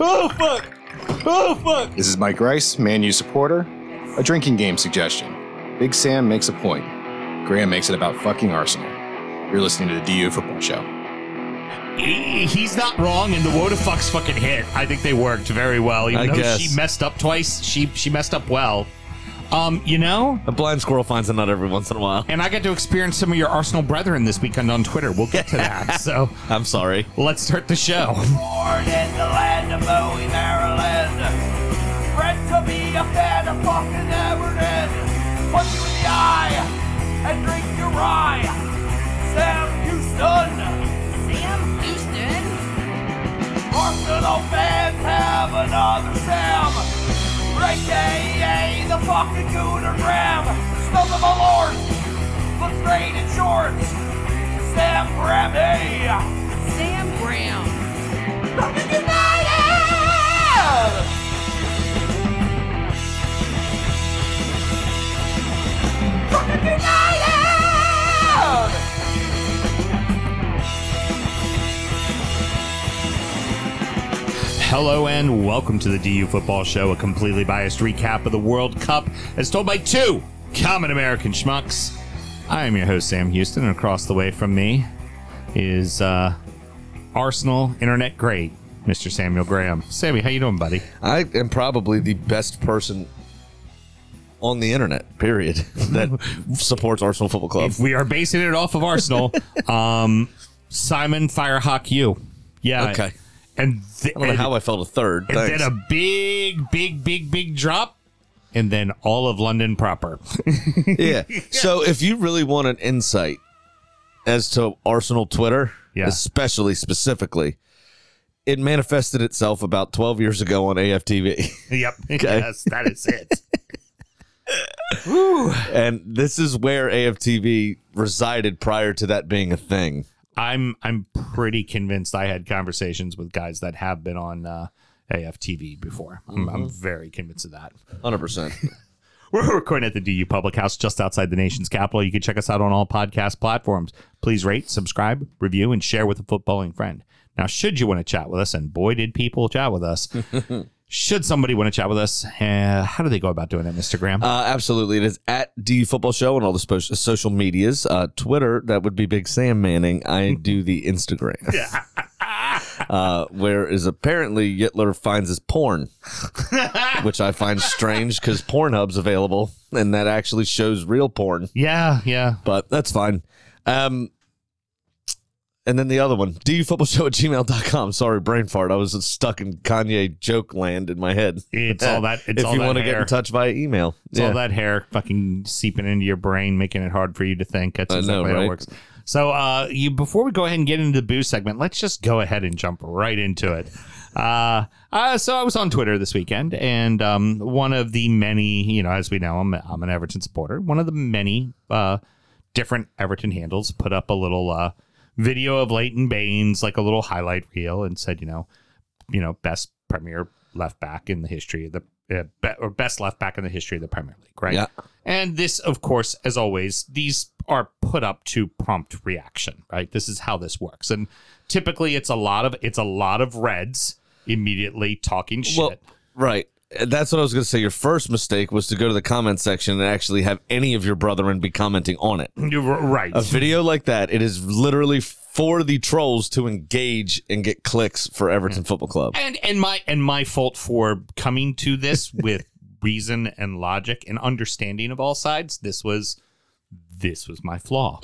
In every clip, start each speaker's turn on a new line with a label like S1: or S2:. S1: Oh, fuck. Oh, fuck.
S2: This is Mike Rice, Man U supporter. A drinking game suggestion. Big Sam makes a point. Graham makes it about fucking Arsenal. You're listening to the DU Football Show.
S3: He- He's not wrong, and the woe to fucks fucking hit. I think they worked very well. Even
S1: I
S3: though
S1: guess.
S3: she messed up twice, she she messed up well. Um, you know,
S1: A blind squirrel finds a nut every once in a while.
S3: and I got to experience some of your Arsenal brethren this weekend on Twitter. We'll get to that. so
S1: I'm sorry.
S3: let's start the show.
S4: born in the land of Bowie, Maryland. Bred to be a fan of fucking Everton. Punch you in the eye and drink your rye. Sam Houston.
S5: Sam Houston.
S4: Arsenal fans have another Sam. Right AA, the fucking Gooner Graham. Snub of a lord. Look straight in shorts. Sam Grammy.
S5: Sam Graham.
S4: Fucking United! Fucking United!
S3: Hello and welcome to the DU Football Show, a completely biased recap of the World Cup as told by two common American schmucks. I am your host, Sam Houston, and across the way from me is uh, Arsenal internet great, Mr. Samuel Graham. Sammy, how you doing, buddy?
S6: I am probably the best person on the internet, period, that supports Arsenal Football Club.
S3: If we are basing it off of Arsenal, um, Simon Firehawk you. Yeah.
S6: Okay.
S3: And, th-
S6: I don't know how I felt a third.
S3: and
S6: Thanks.
S3: then a big, big, big, big drop, and then all of London proper.
S6: yeah. So if you really want an insight as to Arsenal Twitter,
S3: Yeah.
S6: especially specifically, it manifested itself about 12 years ago on AFTV.
S3: Yep. Yes, that is it.
S6: and this is where AFTV resided prior to that being a thing.
S3: I'm I'm pretty convinced I had conversations with guys that have been on uh, AFTV before. I'm, I'm very convinced of that.
S6: 100%.
S3: We're recording at the DU Public House just outside the nation's capital. You can check us out on all podcast platforms. Please rate, subscribe, review, and share with a footballing friend. Now, should you want to chat with us, and boy, did people chat with us. should somebody want to chat with us, uh, how do they go about doing it, Mr. Graham?
S6: Uh, absolutely. It is at D Football Show on all the spo- social medias. Uh, Twitter, that would be Big Sam Manning. I do the Instagram. uh, where is apparently Yitler finds his porn, which I find strange because Pornhub's available and that actually shows real porn,
S3: yeah, yeah.
S6: but that's fine. Um, and then the other one, dufootballshow at gmail.com. Sorry, brain fart. I was stuck in Kanye joke land in my head.
S3: It's all that. It's
S6: if
S3: all
S6: you
S3: that
S6: want to
S3: hair.
S6: get in touch via email.
S3: It's all that hair fucking seeping into your brain, making it hard for you to think. That's
S6: I know,
S3: exactly how it
S6: right?
S3: works. So, uh, you before we go ahead and get into the boo segment, let's just go ahead and jump right into it. Uh, uh, so I was on Twitter this weekend, and um, one of the many, you know, as we know, I'm, I'm an Everton supporter. One of the many uh, different Everton handles put up a little uh, video of Leighton Baines, like a little highlight reel, and said, you know, you know, best Premier left back in the history of the uh, be, or best left back in the history of the Premier League, right?
S6: Yeah.
S3: And this, of course, as always, these are put up to prompt reaction, right? This is how this works, and typically it's a lot of it's a lot of Reds immediately talking shit.
S6: right. That's what I was going to say. Your first mistake was to go to the comment section and actually have any of your brethren be commenting on it.
S3: You're r- right.
S6: A video like that, it is literally for the trolls to engage and get clicks for Everton Football Club.
S3: and and my and my fault for coming to this with reason and logic and understanding of all sides this was this was my flaw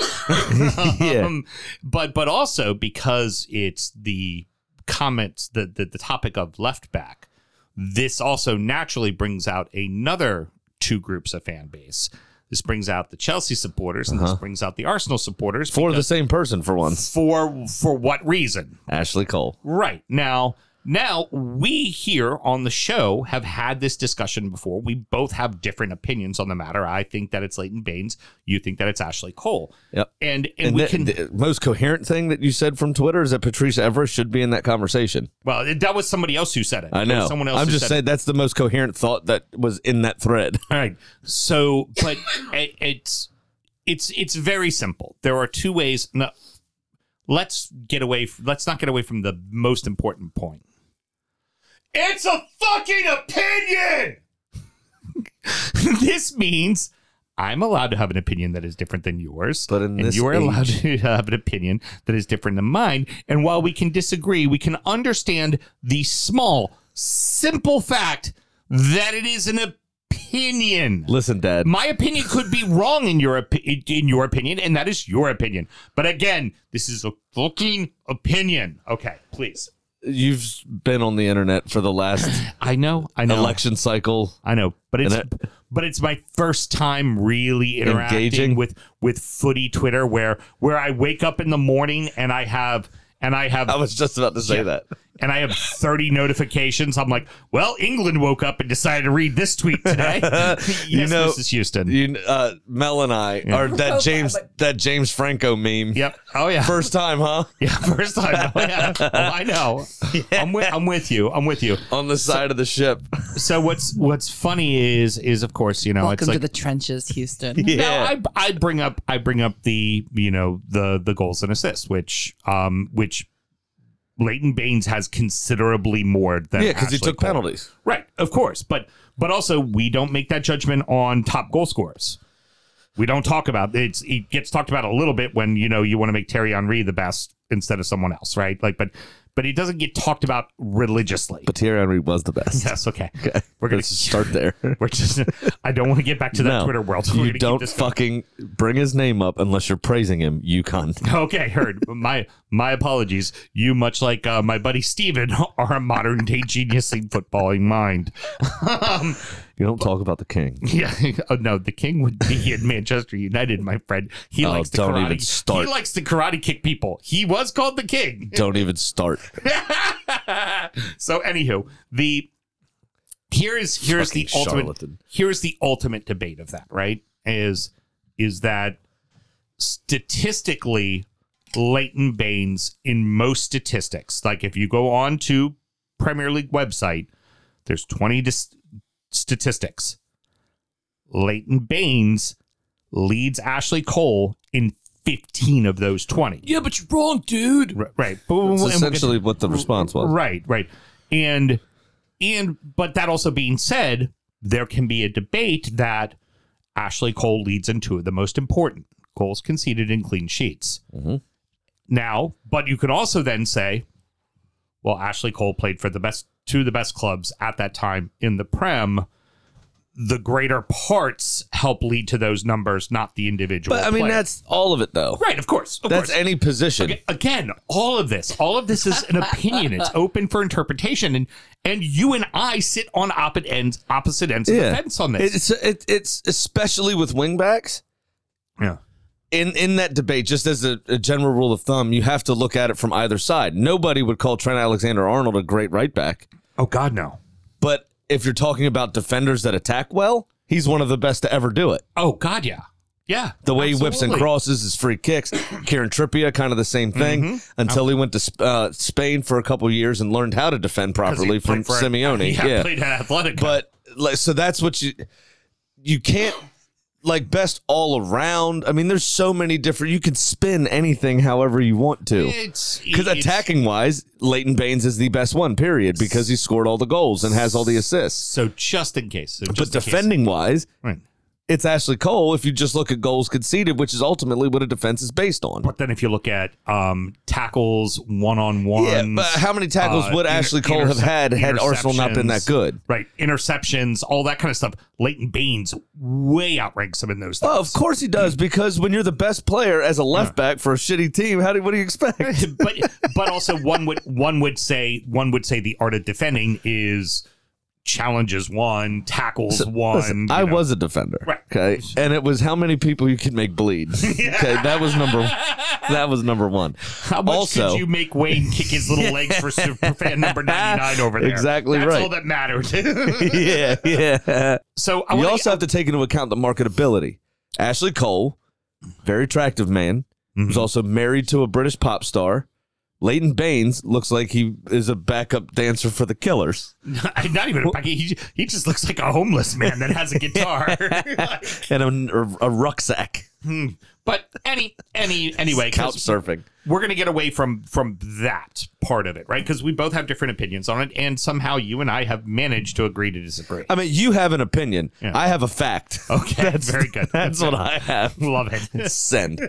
S6: Yeah.
S3: um, but but also because it's the comments the, the the topic of left back this also naturally brings out another two groups of fan base this brings out the chelsea supporters and this brings out the arsenal supporters
S6: Uh-huh. For the same person, for once,
S3: for for what reason
S6: Ashley Cole.
S3: Right. Now, now we here on the show have had this discussion before. We both have different opinions on the matter. I think that it's Leighton Baines. You think that it's Ashley Cole.
S6: Yep.
S3: And and,
S6: And
S3: we
S6: the,
S3: can
S6: the most coherent thing that you said from Twitter is that Patrice Evra should be in that conversation.
S3: well, it- that was somebody else who said it.
S6: I
S3: That was
S6: know.
S3: Someone else.
S6: I'm
S3: who
S6: just
S3: said it.
S6: saying that's the most coherent thought that was in that thread.
S3: All right. So, but it, it's it's it's very simple. There are two ways. No, let's get away. f- Let's not get away from the most important point. It's a fucking opinion. this means I'm allowed to have an opinion that is different than yours.
S6: But in
S3: and
S6: this
S3: you are allowed
S6: age-
S3: to have an opinion that is different than mine. And while we can disagree, we can understand the small, simple fact that it is an opinion.
S6: Listen, Dad.
S3: My opinion could be wrong in your op- in your opinion, and that is your opinion. But again, this is a fucking opinion. Okay, please.
S6: you've been on the internet for the last
S3: I know. I know.
S6: election cycle.
S3: I know, but it's
S6: And
S3: but it's my first time really interacting
S6: Engaging.
S3: with with footy Twitter, where where I wake up in the morning and I have and I have
S6: I was just about to say
S3: Yeah.
S6: that.
S3: and I have thirty notifications. I'm like, well, England woke up and decided to read this tweet today. yes,
S6: You know-
S3: Mrs. Houston.
S6: You, kn- uh, Mel and I, or that James, that James Franco meme.
S3: yep. Oh yeah.
S6: First time, huh?
S3: yeah. First time. Oh, yeah. Oh, I know. I'm with. I'm with you. I'm with you.
S6: On the side of the ship.
S3: So what's what's funny is is of course you know it's
S7: Welcome
S3: like
S7: to the trenches, Houston.
S6: Yeah.
S3: Now, I, I bring up I bring up the you know the the goals and assists, which um which Leighton Baines has considerably more than
S6: yeah, because he
S3: Ashley
S6: took
S3: Cole.
S6: penalties.
S3: right? Of course, but but also we don't make that judgment on top goal scorers. We don't talk about it's it gets talked about a little bit when you know you want to make Terry Henry the best instead of someone else, right? Like, but but it doesn't get talked about religiously.
S6: But Thierry Henry was the best.
S3: yes, okay. We're gonna
S6: Let's just start there.
S3: We're just. I don't want to get back to that
S6: No,
S3: Twitter world. We're gonna
S6: You
S3: keep
S6: don't
S3: this going.
S6: fucking bring his name up unless you're praising him, you cunt.
S3: Okay, heard. My my apologies. You, much like uh, my buddy Steven, are a modern day genius in footballing mind. um,
S6: You don't talk about the king.
S3: yeah, oh, no, the king would be in Manchester United, my friend. He
S6: Oh,
S3: likes to
S6: don't
S3: karate.
S6: even start.
S3: He likes to karate kick people. He was called the king.
S6: Don't even start.
S3: so, anywho, the here is here is the
S6: Fucking
S3: ultimate
S6: charlatan.
S3: here's the ultimate debate of that, right? Is is that statistically Leighton Baines in most statistics, like if you go on to Premier League website, there's 20 dis- statistics. Leighton Baines leads Ashley Cole in 15 of those 20. Yeah, but you're wrong, dude. Right. But
S6: That's
S3: and we'll get to
S6: essentially what the response was.
S3: Right, right. And and but that also being said, there can be a debate that Ashley Cole leads in two of the most important goals conceded and clean sheets.
S6: Mm-hmm.
S3: Now, but you can also then say, well, Ashley Cole played for the best two of the best clubs at that time in the Prem. The greater parts help lead to those numbers, not the individual.
S6: But I mean,
S3: player.
S6: that's all of it, though.
S3: right, of course. Of
S6: That's
S3: course
S6: any position.
S3: again all of this all of this is an opinion it's open for interpretation and and you and i sit on opposite ends opposite ends of the fence on this
S6: It's it, it's especially with wingbacks
S3: yeah
S6: in in that debate. Just as a, a general rule of thumb, you have to look at it from either side. Nobody would call Trent Alexander Arnold a great right back,
S3: oh god no
S6: but if you're talking about defenders that attack well, he's one of the best to ever do it.
S3: oh god yeah yeah
S6: The way he whips and
S3: absolutely.
S6: crosses his free kicks. Kieran Trippier, kind of the same thing.
S3: Mm-hmm.
S6: Until he went to Sp- uh, Spain for a couple years and learned how to defend
S3: 'Cause he
S6: properly from
S3: played for-
S6: Simeone.
S3: yeah,
S6: yeah.
S3: played at athletic
S6: but like so that's what you you can't like best all around i mean there's so many different you can spin anything however you want to
S3: it's
S6: because
S3: it's-
S6: attacking wise leighton baines is the best one period because he scored all the goals and has all the assists
S3: so just in case so
S6: but
S3: just in case.
S6: defending wise
S3: Right.
S6: it's ashley cole if you just look at goals conceded which is ultimately what a defense is based on
S3: but then if you look at um tackles one-on-one
S6: yeah but how many tackles would ashley cole have had had arsenal not been that good
S3: Uh, Right, interceptions, all that kind of stuff. Leighton Baines way outranks him in those things.
S6: Oh, of course he does, because when you're the best player as a left back for a shitty team, how do what do you expect?
S3: but but also one would one would say one would say the art of defending is challenges one, tackles one.
S6: Listen,
S3: you
S6: I
S3: know.
S6: was a defender.
S3: Right.
S6: Okay. And it was how many people you can make bleed. Okay. That was number that was number one.
S3: How much
S6: also,
S3: could you make Wayne kick his little legs for, super fan number ninety nine over there?
S6: Exactly
S3: That's
S6: right.
S3: all that mattered.
S6: Yeah, yeah.
S3: so I
S6: you
S3: wanna-
S6: also have to take into account the marketability. Ashley
S3: Mm-hmm.
S6: Cole, very attractive man, who's also married to a British pop star. Leighton Baines looks like he is a backup dancer for the Killers
S3: Not even a bucket. He, he just looks like a homeless man that has a guitar.
S6: and a, a, a rucksack
S3: but any any anyway, 'cause
S6: couch surfing.
S3: we're gonna get away from from that part of it, right? Because we both have different opinions on it, and somehow you and I have managed to agree to disagree.
S6: I mean, you have an opinion.
S3: Yeah.
S6: I have a fact.
S3: Okay, very good.
S6: That's what I have.
S3: love it.
S6: Send.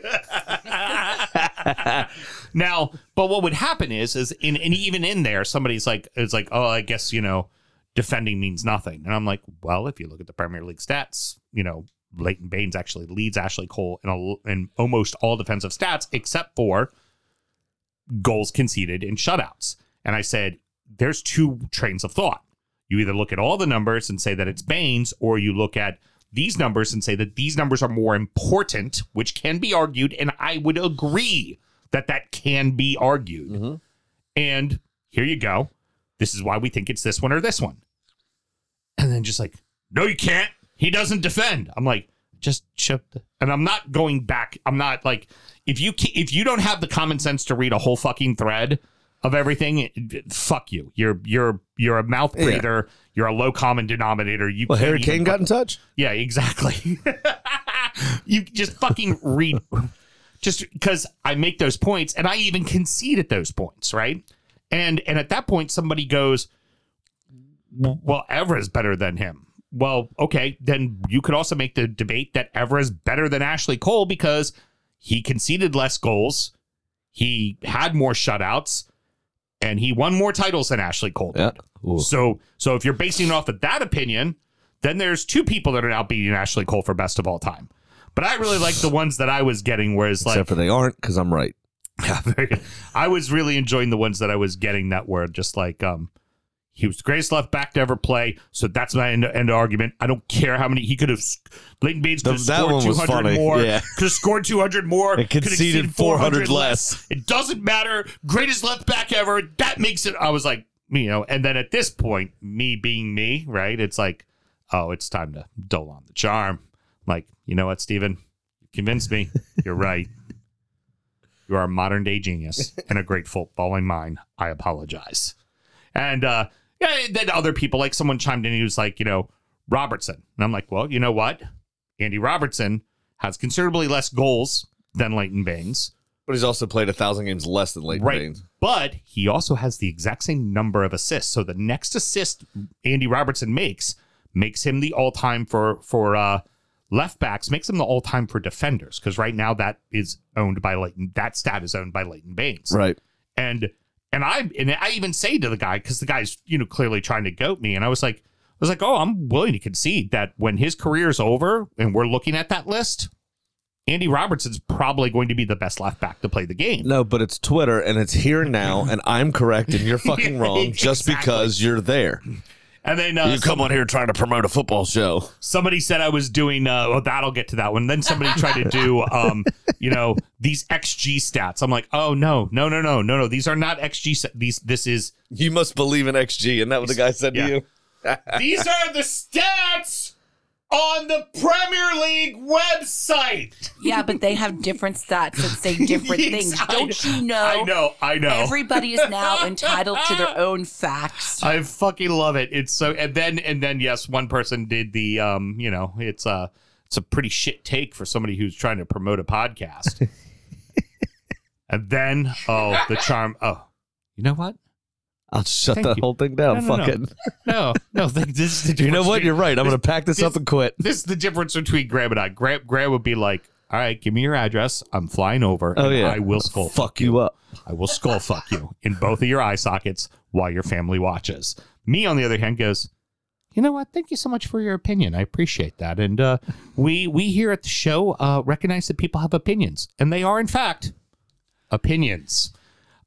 S3: Now, but what would happen is, is in and even in there, somebody's like, it's like, oh, I guess you know, defending means nothing. And I'm like, well, if you look at the Premier League stats, you know, Leighton Baines actually leads Ashley Cole in a, in almost all defensive stats except for goals conceded and shutouts. And I said, there's two trains of thought. You either look at all the numbers and say that it's Baines, or you look at these numbers and say that these numbers are more important, which can be argued. And I would agree that that can be argued. And here you go. This is why we think it's this one or this one. And then just like, no, you can't. He doesn't defend. I'm like, just shut. The-. And I'm not going back. I'm not like, if you ca- if you don't have the common sense to read a whole fucking thread of everything, it- it- fuck you. You're you're you're a mouth breather. You're a low common denominator. You
S6: Well,
S3: can't
S6: Harry
S3: even
S6: Kane got in touch.
S3: yeah, exactly. you just fucking read just because I make those points and I even concede at those points, right? And and at that point somebody goes, Well, Evra's better than him. Well, okay, then you could also make the debate that Evra's better than Ashley Cole because he conceded less goals, he had more shutouts, and he won more titles than Ashley Cole. did.
S6: Yeah. Ooh.
S3: So so if you're basing it off of that opinion, then there's two people that are now beating Ashley Cole for best of all time. But I really like the ones that I was getting, whereas
S6: Except for they aren't, because I'm right.
S3: like I was really enjoying the ones that I was getting that were just like um he was the greatest left back to ever play, so that's my end, end argument. I don't care how many he could have. s- Leighton Baines could have
S6: That
S3: scored
S6: one
S3: two
S6: was
S3: hundred
S6: funny,
S3: more.
S6: yeah.
S3: Could have scored two hundred more.
S6: And
S3: could have
S6: conceded 400 less.
S3: It doesn't matter. Greatest left back ever. That makes it. I was like, you know, and then at this point, me being me, right? It's like, oh, it's time to dole on the charm. Like, you know what, Steven? You convinced me. You're right. You are a modern day genius and a great footballing mind. I apologize. And uh, yeah, and then other people, like someone chimed in, he was like, you know, Robertson. And I'm like, well, you know what? Andy Robertson has considerably less goals than Leighton Baines.
S6: But he's also played a thousand games less than Leighton
S3: Right.
S6: Baines.
S3: But he also has the exact same number of assists. So the next assist Andy Robertson makes makes him the all time for for uh, left backs, makes him the all time for defenders. Because right now that is owned by Leighton. That stat is owned by Leighton Baines.
S6: Right.
S3: And and I and I even say to the guy because the guy's you know clearly trying to goat me, and I was like I was like, oh, I'm willing to concede that when his career's over and we're looking at that list. Andy Robertson's probably going to be the best left back to play the game.
S6: No, but it's Twitter and it's here now, and I'm correct and you're fucking wrong just
S3: Exactly.
S6: because you're there.
S3: And then uh,
S6: You come on here trying to promote a football show.
S3: somebody said I was doing. Uh, well, that'll get to that one. Then somebody tried to do, um, you know, these xG stats. I'm like, oh no, no, no, no, no, no. These are not xG. St- these, this is.
S6: You must believe in XG, and that what the guy said
S3: Yeah.
S6: to you.
S3: These are the stats on the Premier League website.
S5: Yeah, but they have different stats that say different
S3: Yes,
S5: things.
S3: I-
S5: Don't you know?
S3: I know. I know.
S5: Everybody is now entitled to their own facts.
S3: I fucking love it. It's so and then and then yes, one person did the um, you know, it's a it's a pretty shit take for somebody who's trying to promote a podcast. and then oh, the charm. Oh, you know what?
S6: I'll shut
S3: Thank
S6: that
S3: you.
S6: whole thing down.
S3: No, no,
S6: Fuck
S3: no.
S6: it.
S3: No, no. th- This is the
S6: You know
S3: difference
S6: what?
S3: between-
S6: You're right. I'm going to pack this
S3: this-
S6: up and quit.
S3: This is the difference between Graham and I. Graham, Graham would be like, "All right, give me your address. I'm flying over.
S6: Oh,
S3: and
S6: yeah.
S3: I will skull
S6: Fuck you up.
S3: I will skull fuck you in both of your eye sockets while your family watches. Me, on the other hand, goes, you know what? Thank you so much for your opinion. I appreciate that. And uh, we we here at the show uh, recognize that people have opinions, and they are in fact opinions.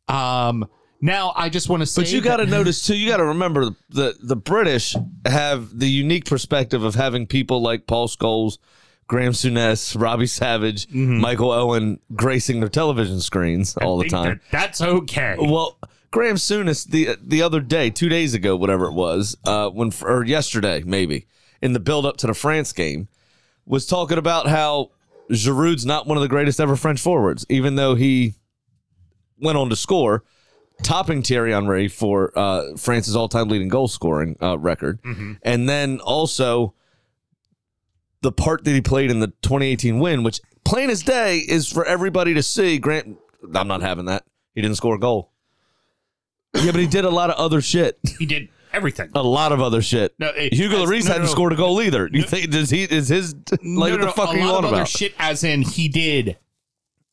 S3: Um. Now, I just want to say,
S6: But you got
S3: that-
S6: to notice too. You got to remember the the British have the unique perspective of having people like Paul Scholes, Graham Souness, Robbie Savage, Michael Owen gracing their television screens all the
S3: Mm-hmm. think
S6: time.
S3: that that's okay.
S6: Well, Graham Souness the the other day, two days ago, whatever it was, uh, when or yesterday maybe, in the build up to the France game, was talking about how Giroud's not one of the greatest ever French forwards, even though he went on to score. topping Thierry Henry for uh, France's all-time leading goal scoring uh, record, and then also the part that he played in the 2018 win, which plain as day is for everybody to see. Grant, I'm not having that. He didn't score a goal. Yeah, but he did a lot of other shit.
S3: He did everything.
S6: A lot of other shit.
S3: No, eh,
S6: Hugo
S3: that's-
S6: Lloris
S3: no, no,
S6: hadn't
S3: no.
S6: scored a goal either. You think does he is his like
S3: No, no,
S6: what the
S3: no,
S6: fuck
S3: a
S6: are you
S3: lot
S6: on
S3: of other
S6: about?
S3: shit, as in he did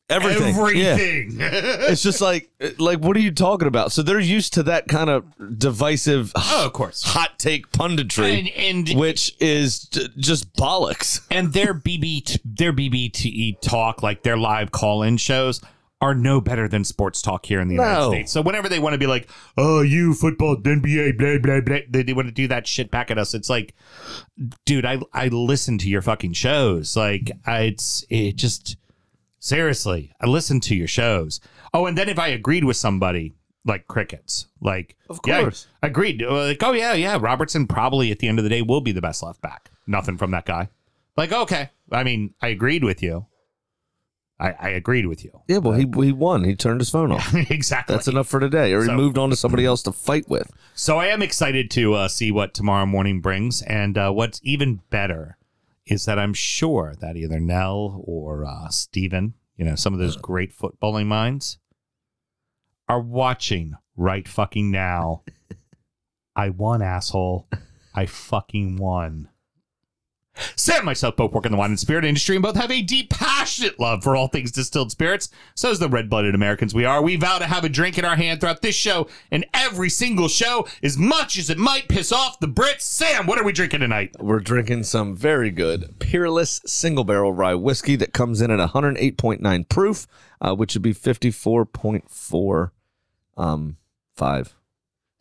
S6: Everything. Yeah.
S3: everything.
S6: it's just like like what are you talking about so they're used to that kind of divisive
S3: oh, of course.
S6: hot take punditry
S3: And- and-
S6: which is j- just bollocks
S3: and their BB t- their BBTE talk, like their live call in shows, are no better than sports talk here in the United
S6: No.
S3: States. So whenever they want to be like, "Oh, you football NBA," blah blah blah, they, they want to do that shit back at us. It's like, dude, I I listen to your fucking shows. Like, I, it's it just seriously, I listen to your shows. Oh, and then if I agreed with somebody. Like crickets, like of
S6: course.
S3: agreed. Like, oh yeah, yeah. Robertson probably at the end of the day will be the best left back. Nothing from that guy. Like, okay. I mean, I agreed with you. I, I agreed with you.
S6: yeah well he, he won he turned his phone off
S3: exactly.
S6: that's enough for today or he
S3: So-
S6: moved on to somebody else to fight with
S3: so I am excited to uh, see what tomorrow morning brings. And uh, what's even better is that I'm sure that either Nell or uh, Steven, you know, some of those great footballing minds, are watching right fucking now. I won, asshole. I fucking won. Sam and myself both work in the wine and spirit industry and both have a deep, passionate love for all things distilled spirits. So, as the red blooded Americans we are, we vow to have a drink in our hand throughout this show and every single show, as much as it might piss off the Brits. Sam, what are we drinking tonight?
S6: we're drinking some very good peerless single barrel rye whiskey that comes in at 108.9 proof uh, which would be 54.4 um 5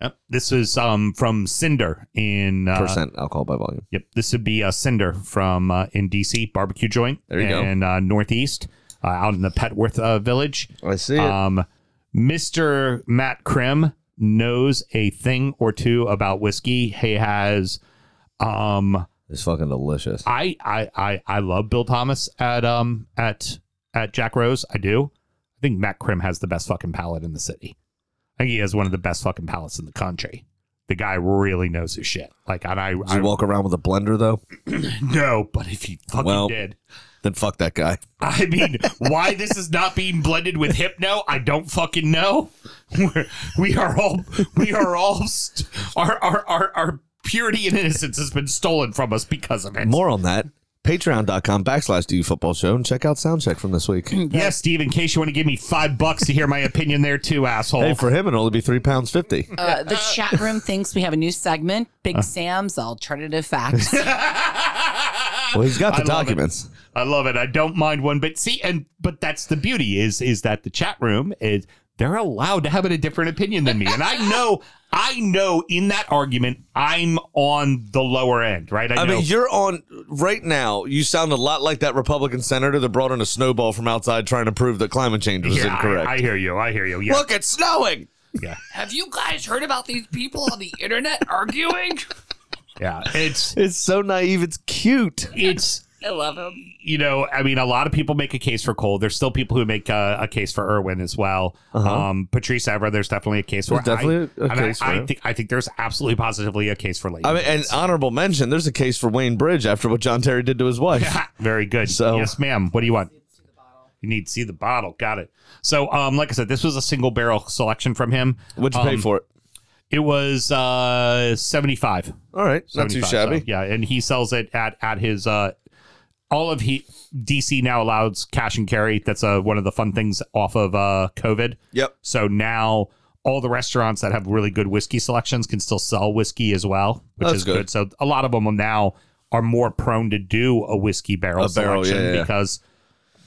S3: Yep. This is um, from Cinder in. Uh,
S6: percent alcohol by volume
S3: Yep. This would be uh, Cinder from uh, in DC, barbecue joint
S6: There you go.
S3: in uh, Northeast, uh, out in the Petworth uh, Village.
S6: i see it
S3: Um, Mr. Matt Krim knows a thing or two about whiskey. He has, um,
S6: it's fucking delicious
S3: I, I, I, I love Bill Thomas at, um, at, at Jack Rose. I do. I think Matt Krim has the best fucking palate in the city. I think he has one of the best fucking palates in the country. The guy really knows his shit. Like, and I,
S6: Does
S3: I
S6: he walk around with a blender though?
S3: know, but if he fucking
S6: Well-
S3: did,
S6: Then fuck that guy.
S3: I mean, why this is not being blended with hypno, I don't fucking know. We're, we are all, we are all, st- our, our, our, our purity and innocence has been stolen from us because of it.
S6: More on that. Patreon.com backslash do football show and check out soundcheck from this week.
S3: Yes, Steve, in case you want to give me five bucks to hear my opinion there too, asshole.
S6: Hey, for him it'd only be three pounds fifty.
S5: Uh, the chat room thinks we have a new segment,
S3: Uh.
S5: Big Sam's Alternative Facts.
S6: Well, he's got the
S3: I love it.
S6: documents.
S3: I love it. I don't mind one, but see, and but that's the beauty is is that the chat room is they're allowed to have a different opinion than me, and I know I know in that argument I'm on the lower end, right?
S6: I
S3: know.
S6: mean, you're on right now. You sound a lot like that Republican senator that brought in a snowball from outside trying to prove that climate change was
S3: Yeah, I-
S6: incorrect.
S3: I, hear you. I hear you. Yeah.
S6: Look, it's snowing.
S3: yeah.
S5: have you guys heard about these people on the internet arguing?
S3: Yeah. It's
S6: It's so naive. It's cute.
S3: it's
S5: I love him.
S3: you know, I mean, a lot of people make a case for Cole. There's still people who make uh, a case for Irwin as well. Um, Patrice Evra, there's definitely a case for.
S6: Uh-huh. There's definitely
S3: I,
S6: a
S3: and I-
S6: case for
S3: I,
S6: him.
S3: think I think there's absolutely positively a case for Lady.
S6: I mean, and
S3: Gaga.
S6: honorable mention. There's a case for Wayne Bridge after what John Terry did to his wife.
S3: Ha, Very good.
S6: So-
S3: yes, ma'am. What do you want? You need to see the bottle. Got it. So, um, like I said, this was a single barrel selection from him.
S6: What'd you pay
S3: Um,
S6: for it?
S3: It was uh seventy five.
S6: All right, not too
S3: 75,
S6: shabby.
S3: so, yeah, and he sells it at at his uh all of he DC now allows cash and carry. That's uh, one of the fun things off of uh COVID.
S6: Yep.
S3: So now all the restaurants that have really good whiskey selections can still sell whiskey as well, which
S6: That's
S3: is good.
S6: good.
S3: So a lot of them now are more prone to do a whiskey barrel
S6: A barrel,
S3: selection
S6: yeah, yeah.
S3: because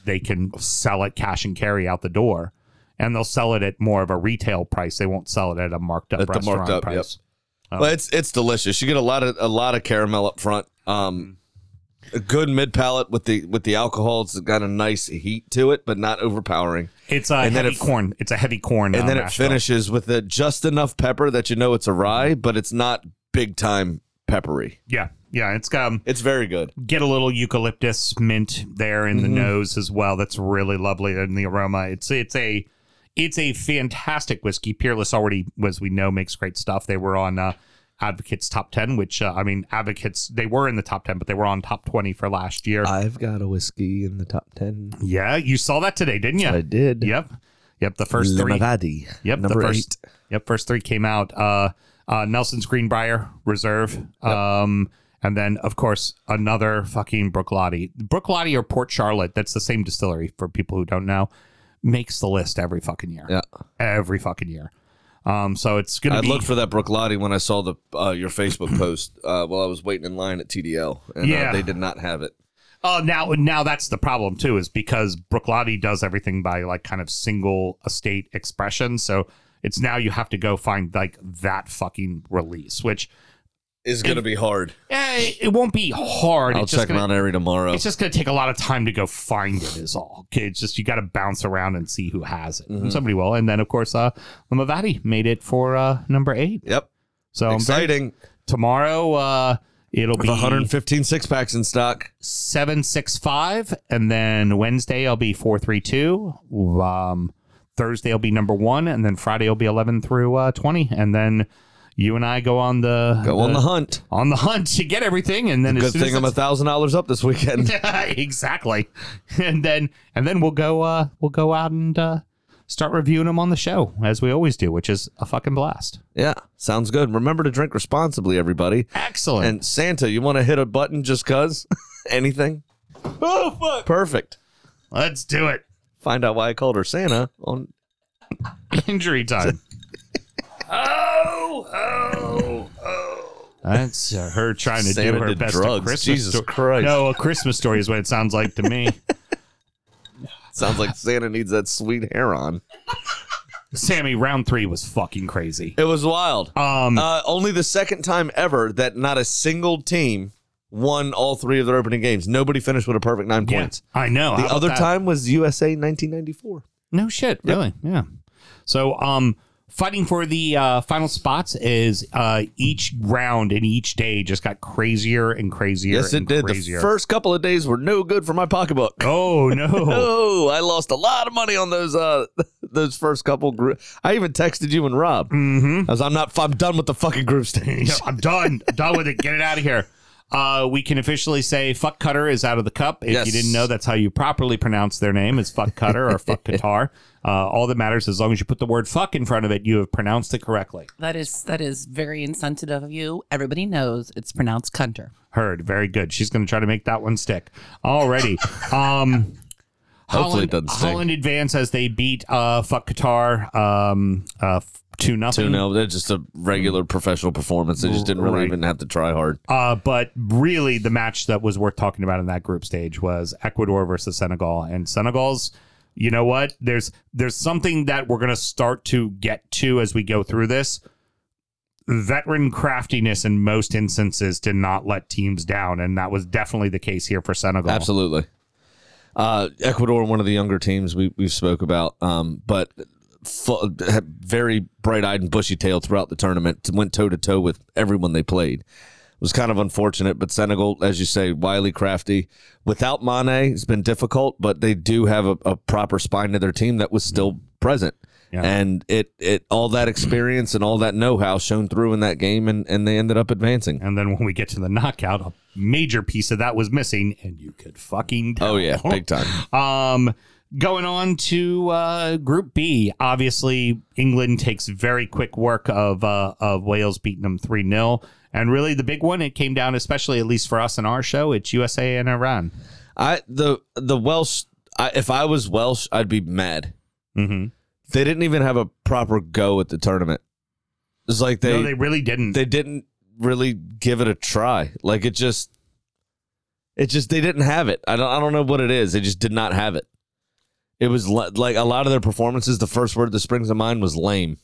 S3: they can sell it cash and carry out the door. And they'll sell it at more of a retail price. They won't sell it at a marked up
S6: At the
S3: restaurant
S6: marked up, yep.
S3: price.
S6: Well, it's it's delicious. You get a lot of a lot of caramel up front. Um, a good mid palate with the with the alcohol. It's got a nice heat to it, but not overpowering.
S3: It's a
S6: And then
S3: heavy
S6: it-
S3: corn. It's a heavy corn. uh,
S6: And then it
S3: mash bill.
S6: finishes with a, just enough pepper that you know it's a rye, but it's not big time peppery.
S3: Yeah, yeah. It's um,
S6: It's very good.
S3: get a little eucalyptus mint there in the nose as well. That's really lovely in the aroma. It's it's a It's a fantastic whiskey. Peerless already, as we know, makes great stuff. They were on uh, Advocates Top 10, which, uh, I mean, Advocates, they were in the top 10, but they were on top 20 for last year.
S6: I've got a whiskey in the top ten.
S3: yeah, you saw that today, didn't you?
S6: I did.
S3: Yep. Yep. The first three.
S6: Limavady,
S3: Yep,
S6: Number
S3: the first. Yep, first three came out. Uh, uh, Nelson's Greenbrier Reserve, um, and then of course another fucking Brooklotti, Brooklotti or Port Charlotte. That's the same distillery for people who don't know. Makes the list every fucking year.
S6: Yeah.
S3: every fucking year. Um, so it's
S6: eight.
S3: gonna
S6: I
S3: be.
S6: looked for that Brook Lottie when I saw the uh, your Facebook post uh, while I was waiting in line at TDL, and uh,
S3: Yeah.
S6: they did not have it.
S3: oh, now now that's the problem too, is because Brooklotti does everything by like kind of single estate expression. So it's now you have to go find like that fucking release, which
S6: It's gonna be hard.
S3: eh, it won't be hard.
S6: I'll
S3: it's just
S6: check
S3: gonna-
S6: Mount Airy tomorrow.
S3: It's just going to take a lot of time to go find it, is all. Okay, it's just you got to bounce around and see who has it.
S6: Mm-hmm.
S3: And somebody will. And then, of course, uh, Limavady made it for uh, number eight.
S6: yep,
S3: So I'm very-
S6: exciting.
S3: tomorrow uh, it'll
S6: With
S3: be
S6: 115 six packs in stock.
S3: 765. And then Wednesday, I'll be 432. Um, Thursday, I'll be number one. And then Friday, I'll be 11 through uh, 20. And then you and I go on the.
S6: Go on the hunt.
S3: on the hunt to get everything, and then as
S6: Good
S3: soon as
S6: thing I'm
S3: it's-
S6: a thousand dollars up this weekend.
S3: exactly. And then and then we'll go uh we'll go out and uh start reviewing them on the show as we always do, which is a fucking blast.
S6: yeah, sounds good. Remember to drink responsibly, everybody.
S3: Excellent.
S6: And Santa, you want to hit a button just cause? Anything?
S1: Oh, fuck.
S6: Perfect.
S3: Let's do it.
S6: Find out why I called her Santa on
S3: Injury time. oh, oh, oh. That's uh, her trying to
S6: Santa
S3: do her
S6: did
S3: best. A
S6: drugs.
S3: Christmas
S6: Jesus
S3: sto-
S6: Christ.
S3: No, a Christmas story is what it sounds like to me.
S6: Sounds like Santa needs that sweet hair on.
S3: Sammy, round three was fucking crazy.
S6: It was wild.
S3: Um,
S6: Uh, only the second time ever that not a single team won all three of their opening games. Nobody finished with a perfect nine
S3: yeah,
S6: points.
S3: I know. How
S6: The
S3: about
S6: other
S3: that?
S6: time was USA 1994.
S3: No shit, really. Yeah. So, um, fighting for the uh, final spots is uh, each round and each day just got crazier and crazier.
S6: Yes, it
S3: and
S6: did.
S3: Crazier.
S6: The first couple of days were no good for my pocketbook.
S3: oh no.
S6: Oh, I lost a lot of money on those uh those first couple group. I even texted you and Rob.
S3: mm-hmm.
S6: I was, I'm not. I'm done with the fucking group stage.
S3: Yeah, I'm done. I'm done with it. Get it out of here. Uh, we can officially say "fuck cutter" is out of the cup. If
S6: Yes.
S3: you didn't know, that's how you properly pronounce their name is "fuck cutter" or "fuck guitar." Uh, all that matters as long as you put the word "fuck" in front of it, you have pronounced it correctly.
S5: That is that is very insensitive of you. Everybody knows it's pronounced cunter.
S3: Heard. Very good. She's going to try to make that one stick. Already. Um,
S6: Hopefully
S3: Holland,
S6: it doesn't stick.
S3: Holland advance as they beat uh, fuck Qatar um, uh, two nothing.
S6: Two no, they're just a regular professional performance. They just didn't really
S3: Right.
S6: even have to try hard.
S3: Uh, but really, the match that was worth talking about in that group stage was Ecuador versus Senegal, and Senegal's. You know what? There's there's something that we're gonna start to get to as we go through this. Veteran craftiness in most instances did not let teams down, and that was definitely the case here for Senegal.
S6: Absolutely. Uh, Ecuador, one of the younger teams we we spoke about, um, but fu- had very bright eyed and bushy tailed throughout the tournament. Went toe to toe with everyone they played. It was kind of unfortunate, but Senegal, as you say, wily, crafty. Without Mane, it's been difficult, but they do have a, a proper spine to their team that was still present.
S3: Yeah.
S6: And it, it all that experience and all that know how shone through in that game, and, and they ended up advancing.
S3: And then when we get to the knockout, a major piece of that was missing, and you could fucking tell.
S6: Oh yeah, big time.
S3: Um, going on to uh, Group B. Obviously, England takes very quick work of uh, of Wales beating them three 0 and really the big one. It came down, especially at least for us in our show, it's USA and Iran.
S6: I the the Welsh. I, if I was Welsh, I'd be mad.
S3: Mm-hmm.
S6: They didn't even have a proper go at the tournament. It's like they
S3: no, they really didn't.
S6: they didn't really give it a try. Like it just it just they didn't have it. I don't I don't know what it is. They just did not have it. It was la- like a lot of their performances. The first word that springs to mind was lame.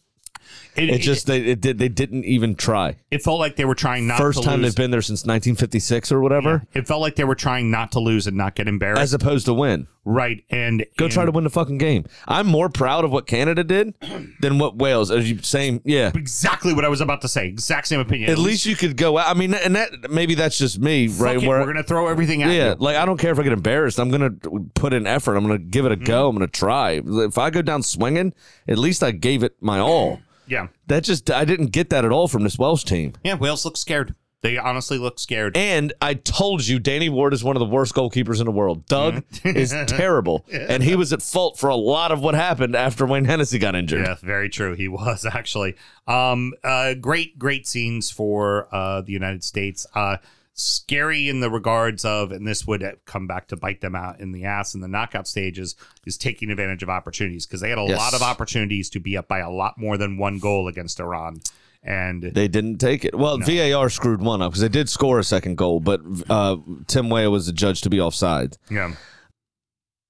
S3: it,
S6: It just they it did they didn't even try.
S3: it, felt like they were trying not
S6: First
S3: to
S6: time
S3: lose.
S6: they've been there since 1956 or whatever,
S3: it felt like they were trying not to lose and not get embarrassed.
S6: as opposed to win.
S3: right and
S6: Go
S3: and-
S6: try to win the fucking game. I'm more proud of what Canada did than what Wales. Are you saying? Yeah.
S3: exactly what I was about to say. Exact same opinion.
S6: At least you could go out. I mean, and that maybe that's just me,
S3: Fuck
S6: right?
S3: it,
S6: where-
S3: we're gonna throw everything at
S6: yeah,
S3: you.
S6: like I don't care if I get embarrassed. I'm gonna put in effort. I'm gonna give it a go.
S3: Mm-hmm.
S6: I'm gonna try. If I go down swinging, at least I gave it my all.
S3: Yeah,
S6: That just I didn't get that at all from this Welsh team.
S3: yeah. Wales look scared. They honestly look scared.
S6: And I told you, Danny Ward is one of the worst goalkeepers in the world. Doug
S3: Mm-hmm.
S6: is terrible, and he was at fault for a lot of what happened after Wayne Hennessy got injured.
S3: Yeah, very true. He was actually. Um, uh, great, great scenes for uh, the United States. Uh, scary in the regards of, and this would uh, come back to bite them out in the ass in the knockout stages, is taking advantage of opportunities because they had a
S6: Yes.
S3: lot of opportunities to be up by a lot more than one goal against Iran. And
S6: They didn't take it. Well, VAR screwed one up because they did score a second goal, but uh, Tim Weah was adjudged to be offside.
S3: yeah,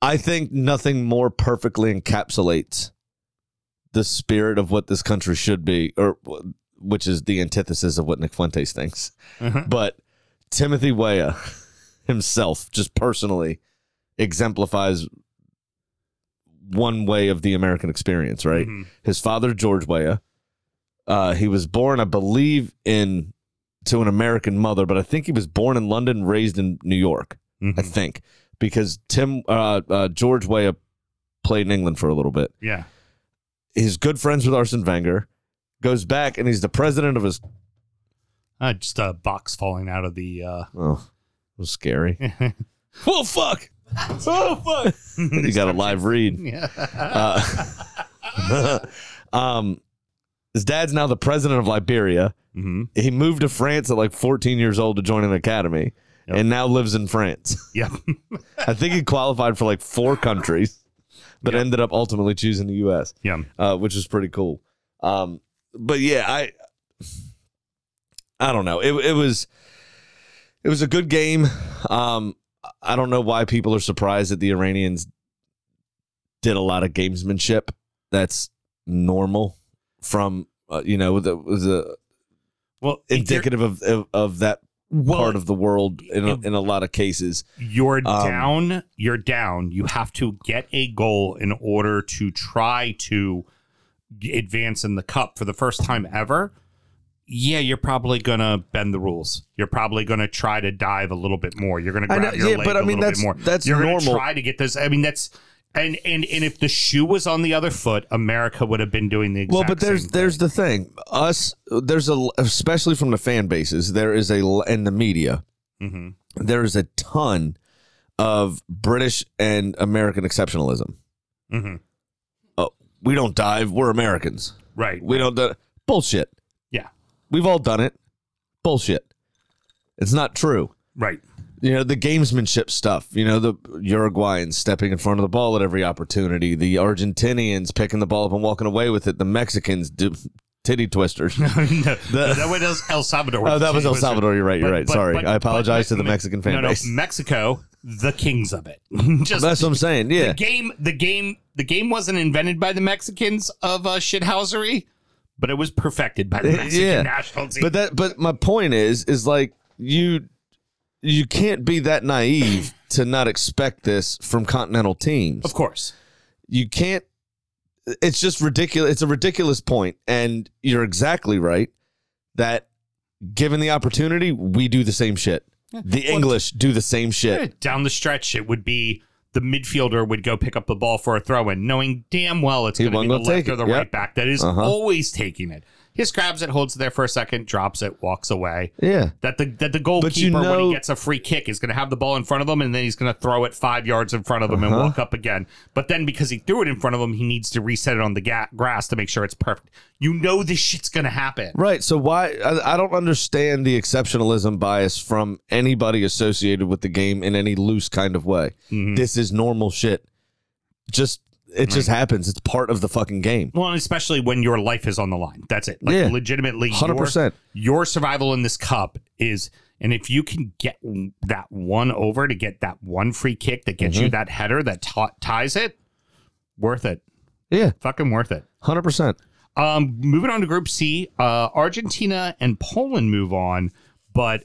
S6: I think nothing more perfectly encapsulates the spirit of what this country should be, or which is the antithesis of what Nick Fuentes thinks.
S3: Mhm.
S6: But Timothy Weah himself, just personally, exemplifies one way of the American experience. Right?
S3: Mhm.
S6: His father, George Weah, uh, he was born, I believe, in to an American mother, but I think he was born in London, raised in New York. I
S3: Mhm.
S6: think, because Tim uh, uh, George Weah played in England for a little bit.
S3: yeah,
S6: He's good friends with Arsene Wenger. Goes back and he's the president of his.
S3: uh, just a box falling out of the. Uh,
S6: Oh, it was scary. Well, fuck. Oh fuck! you got a live read.
S3: yeah.
S6: Uh, um, his dad's now the president of Liberia.
S3: hmm
S6: He moved to France at like 14 years old to join an academy,
S3: Yep.
S6: and now lives in France.
S3: Yeah.
S6: I think he qualified for like four countries, but ended up ultimately choosing the U.S.
S3: Yeah.
S6: uh, which is pretty cool. Um, but yeah, I I don't know. It it was it was a good game. Um, I don't know why people are surprised that the Iranians did a lot of gamesmanship. That's normal from uh, you know the was a
S3: Well, indicative.
S6: indicative of, of of that
S3: Well,
S6: part of the world in a, in a lot of cases.
S3: You're
S6: Um,
S3: down. You're down. You have to get a goal in order to try to g- advance in the cup for the first time ever. Yeah, you're probably gonna bend the rules. You're probably gonna try to dive a little bit more. You're gonna
S6: I
S3: grab
S6: know-
S3: your
S6: yeah,
S3: leg
S6: but I
S3: a
S6: mean,
S3: little
S6: that's-
S3: bit more.
S6: that's
S3: you're
S6: normal.
S3: Gonna try to get this. I mean, that's and and and if the shoe was on the other foot, America would have been doing the exact
S6: Well, but there's
S3: same
S6: there's the thing. Us there's a especially from the fan bases there is a and the media
S3: thing. Mhm.
S6: there is a ton of British and American exceptionalism. Uh,
S3: Mhm.
S6: We don't dive. We're Americans.
S3: right.
S6: We don't. do- bullshit.
S3: Yeah.
S6: We've all done it. Bullshit. It's not true.
S3: Right.
S6: You know the gamesmanship stuff. You know the Uruguayans stepping in front of the ball at every opportunity. The Argentinians picking the ball up and walking away with it. The Mexicans do titty twisters.
S3: no, that was El Salvador.
S6: Oh, that was El Salvador. You're right. You're
S3: But-
S6: right.
S3: but-
S6: Sorry.
S3: but-
S6: I
S3: but-
S6: apologize
S3: but-
S6: to the
S3: but-
S6: Mexican fan
S3: no, no,
S6: base.
S3: Mexico, the kings of it. Just
S6: That's what I'm saying. Yeah.
S3: the game. The game. The game wasn't invented by the Mexicans of uh, shithousery, but it was perfected by the
S6: Yeah.
S3: Mexican national team.
S6: But that but my point is is like you you can't be that naive to not expect this from continental teams.
S3: of course,
S6: You can't it's just ridiculous it's a ridiculous point and you're exactly right that given the opportunity we do the same shit. The English do the same shit.
S3: down the stretch, it would be the midfielder would go pick up the ball for a throw in, knowing damn well it's
S6: He
S3: going to be
S6: wasn't
S3: the
S6: gonna
S3: left
S6: take
S3: or the
S6: it. Yep.
S3: right back that is
S6: Uh-huh.
S3: always taking it. He just grabs it, holds it there for a second, drops it, walks away.
S6: Yeah.
S3: That the that the goalkeeper
S6: you
S3: when
S6: know-
S3: he gets a free kick is going to have the ball in front of him and then he's going to throw it five yards in front of him
S6: Uh-huh.
S3: and walk up again. But then because he threw it in front of him, he needs to reset it on the ga- grass to make sure it's perfect. You know this shit's going to happen.
S6: Right. So why I, I don't understand the exceptionalism bias from anybody associated with the game in any loose kind of way. This is normal shit. Just it just happens. It's part of the fucking game.
S3: Well, and especially when your life is on the line. That's it. Like
S6: Yeah.
S3: legitimately, your-
S6: 100%.
S3: Your survival in this cup is, and if you can get that one over to get that one free kick that
S6: Mm-hmm.
S3: gets you that header that t- ties it, worth it.
S6: Yeah.
S3: Fucking worth it.
S6: Hundred percent.
S3: Um, moving on to Group C, uh, Argentina and Poland move on, but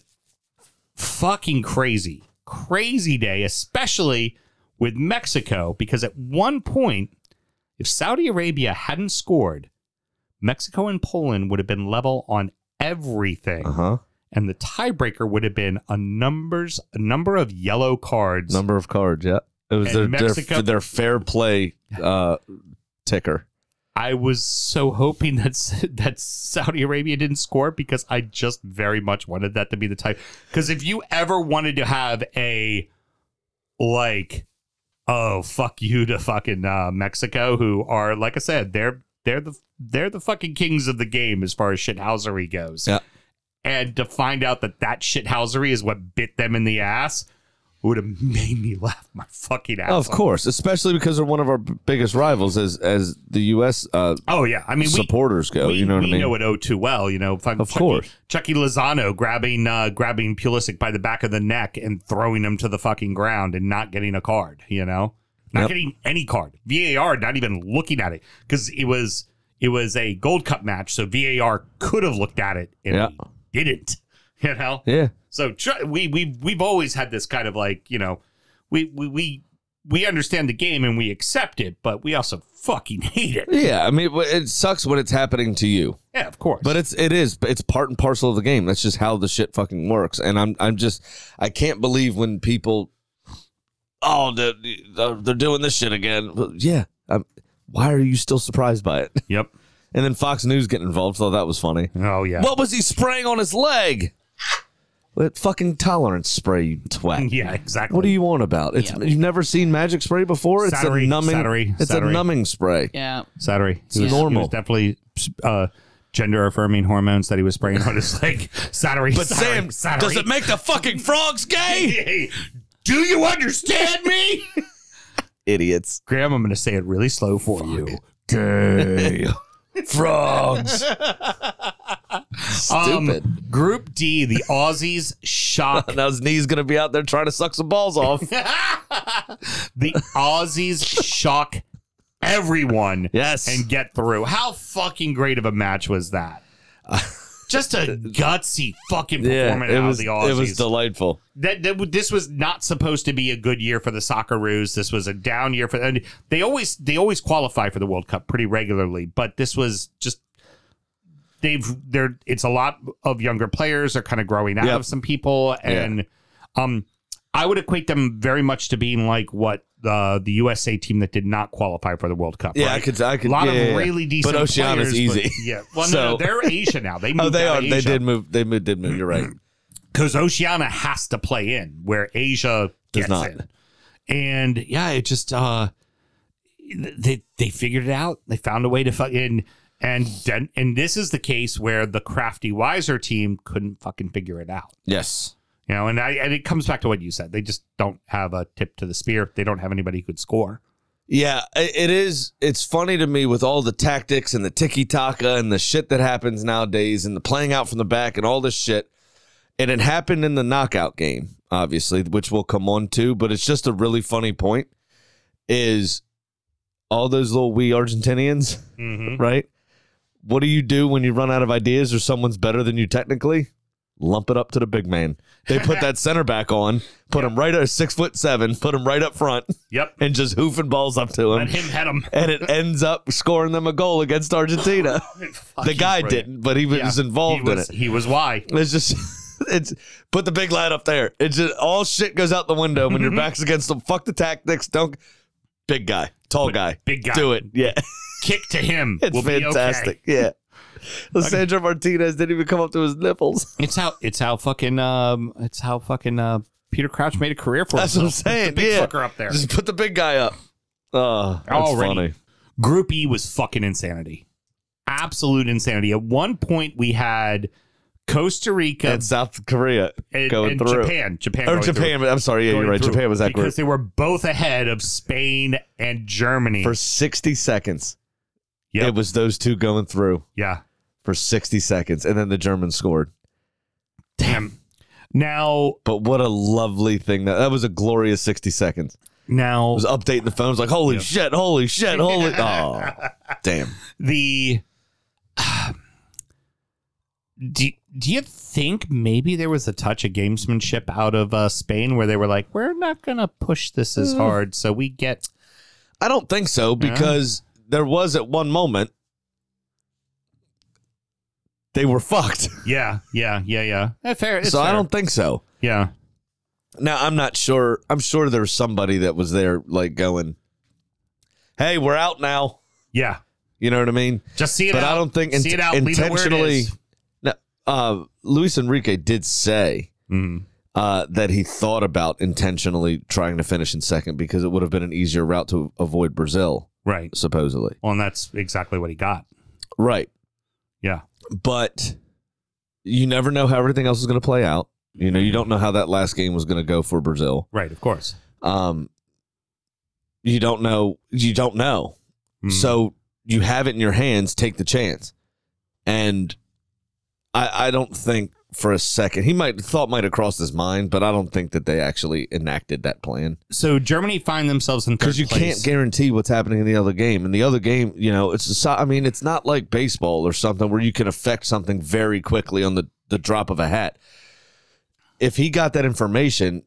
S3: fucking crazy, crazy day, especially with Mexico because at one point, if Saudi Arabia hadn't scored, Mexico and Poland would have been level on everything,
S6: Uh huh.
S3: and the tiebreaker would have been a numbers a number of yellow cards.
S6: Number of cards. Yeah. It was
S3: And
S6: their, their
S3: Mexico-
S6: their fair play uh, ticker.
S3: I was so hoping that S- that Saudi Arabia didn't score because I just very much wanted that to be the type. Because if you ever wanted to have a like, oh fuck you to fucking uh, Mexico, who are like I said, they're they're the they're the fucking kings of the game as far as shithousery goes.
S6: Yeah.
S3: And to find out that that shithousery is what bit them in the ass would have made me laugh my fucking ass.
S6: Of
S3: off.
S6: course, especially because they're one of our b- biggest rivals as as the U.S. Uh,
S3: Oh yeah, I mean we,
S6: supporters go.
S3: we,
S6: you know what I
S3: we
S6: mean?
S3: know it oh too well. You know, fucking
S6: Of
S3: Chucky,
S6: course.
S3: Chucky Lozano grabbing uh, grabbing Pulisic by the back of the neck and throwing him to the fucking ground and not getting a card. You know, not
S6: Yep.
S3: getting any card. VAR not even looking at it because it was it was a Gold Cup match, so VAR could have looked at it and
S6: Yeah.
S3: they didn't. You know,
S6: yeah.
S3: so tr- we we we've always had this kind of like you know, we we we we understand the game and we accept it, but we also fucking hate it.
S6: Yeah, I mean, w- it sucks when it's happening to you,
S3: Yeah, of course.
S6: but it's it is it's part and parcel of the game. That's just how the shit fucking works. And I'm I'm just I can't believe when people, oh, they're, they're doing this shit again. Well, yeah, i why are you still surprised by it?
S3: yep.
S6: And then Fox News getting involved. Thought that was funny.
S3: Oh yeah.
S6: What was he spraying on his leg? What fucking tolerance spray, you twat.
S3: Yeah, exactly.
S6: What are you on about? It's
S5: Yeah.
S6: you've never seen magic spray before. It's
S3: Saturday,
S6: a numbing.
S3: Saturday,
S6: it's
S3: Saturday.
S6: a numbing spray.
S5: Yeah.
S3: Saturday? He
S5: Yeah.
S3: was
S6: normal.
S3: He was definitely uh, gender affirming hormones that he was spraying on his leg. Saturday.
S6: But Sam, does it make the fucking frogs gay?
S3: Do you understand me?
S6: Idiots.
S3: Graham, I'm going to say it really slow for you.
S6: Gay. frogs. Stupid.
S3: Um, group D, the Aussies shock.
S6: now his knee's gonna be out there trying to suck some balls off.
S3: the Aussies shock everyone
S6: yes.
S3: and get through. How fucking great of a match was that? Just a gutsy fucking
S6: yeah,
S3: performance
S6: it
S3: out
S6: was,
S3: of the Aussies.
S6: it was delightful.
S3: that, that w- this was not supposed to be a good year for the Socceroos. This was a down year for and they always they always qualify for the World Cup pretty regularly, but this was just they've they're it's a lot of younger players are kind of growing out
S6: Yep.
S3: of some people and um I would equate them very much to being like what uh, the USA team that did not qualify for the World Cup.
S6: Yeah,
S3: right?
S6: I could. I
S3: a
S6: could.
S3: lot
S6: yeah, yeah, yeah.
S3: of really decent.
S6: But Oceania's
S3: players, but-
S6: easy.
S3: yeah. Well, no,
S6: So-
S3: no, they're Asia now. They
S6: oh,
S3: moved
S6: they
S3: out
S6: are.
S3: of
S6: They
S3: Asia.
S6: did move. They mo- did move. You're right.
S3: because Oceania has to play in where Asia
S6: Does
S3: gets
S6: not.
S3: in. And yeah, it just uh, they they figured it out. They found a way to fucking and then and this is the case where the crafty wiser team couldn't fucking figure it out.
S6: Yes.
S3: You know, and I and it comes back to what you said. They just don't have a tip to the spear. They don't have anybody who could score.
S6: Yeah, i- it is. It's funny to me with all the tactics and the tiki taka and the shit that happens nowadays and the playing out from the back and all this shit. And it happened in the knockout game, obviously, which we'll come on to. But it's just a really funny point is all those little wee Argentinians,
S3: Mm-hmm.
S6: right? What do you do when you run out of ideas or someone's better than you technically? Lump it up to the big man. They put that center back on, put him right at six foot seven, put him right up front,
S3: Yep.
S6: and just hoofing balls up to him
S3: Let him head him.
S6: and it ends up scoring them a goal against Argentina. the guy
S3: brilliant.
S6: didn't, but he was
S3: Oh, Yeah.
S6: involved
S3: he was,
S6: in it.
S3: He was why.
S6: It's just it's put the big lad up there. It's just all shit goes out the window when your back's against them. Fuck the tactics. Don't big guy, tall guy,
S3: big guy.
S6: Do it. Yeah,
S3: Kick to him.
S6: it's
S3: We'll be okay.
S6: fantastic. Yeah. Lissandra Martinez didn't even come up to his nipples.
S3: It's how it's how fucking um it's how fucking uh Peter Crouch made a career for
S6: That's what I'm
S3: himself. Put
S6: saying.
S3: the big
S6: yeah.
S3: fucker up there.
S6: Just put the big guy up. Oh, that's
S3: Already.
S6: funny.
S3: Group E was fucking insanity, absolute insanity. At one point, we had Costa Rica
S6: And South Korea
S3: and,
S6: going
S3: and
S6: through.
S3: Japan, Japan,
S6: Or
S3: going through-
S6: Japan. I'm sorry. Yeah,
S3: going
S6: you're right.
S3: through
S6: Japan was that
S3: because
S6: group.
S3: they were both ahead of Spain and Germany.
S6: for 60 seconds.
S3: Yep.
S6: It was those two going through
S3: yeah,
S6: for 60 seconds, and then the Germans scored.
S3: damn. Now,
S6: But what a lovely thing that that was a glorious 60 seconds. I
S3: now
S6: was updating the phone. I was like, holy shit, holy shit, holy oh damn.
S3: the um, do, do you think maybe there was a touch of gamesmanship out of uh, Spain where they were like, we're not going to push this as hard, so we get
S6: I don't think so because there was at one moment they were fucked.
S3: yeah, yeah, yeah, yeah. Eh, fair. it's
S6: so I
S3: fair.
S6: don't think so.
S3: Yeah,
S6: Now I'm not sure. I'm sure there was somebody that was there like going, "Hey, we're out now."
S3: yeah.
S6: You know what I mean?
S3: Just see it.
S6: but
S3: out.
S6: I don't think
S3: see it
S6: int-
S3: out.
S6: intentionally.
S3: Leave it
S6: No, uh, Luis Enrique did say
S3: where it is. Mm.
S6: uh, that he thought about intentionally trying to finish in second because it would have been an easier route to avoid Brazil,
S3: Right.
S6: supposedly.
S3: Well, and that's exactly what he got.
S6: Right.
S3: Yeah.
S6: But you never know how everything else is going to play out. You know, you don't know how that last game was going to go for Brazil.
S3: Right. Of course.
S6: Um, you don't know. You don't know.
S3: Mm.
S6: So you have it in your hands. Take the chance. And I, I don't think for a second he might thought might have crossed his mind, but I don't think that they actually enacted that plan
S3: so Germany find themselves in third
S6: because you
S3: place.
S6: can't guarantee what's happening in the other game. In the other game, you know, it's a so- I mean, it's not like baseball or something where you can affect something very quickly on the the drop of a hat. If he got that information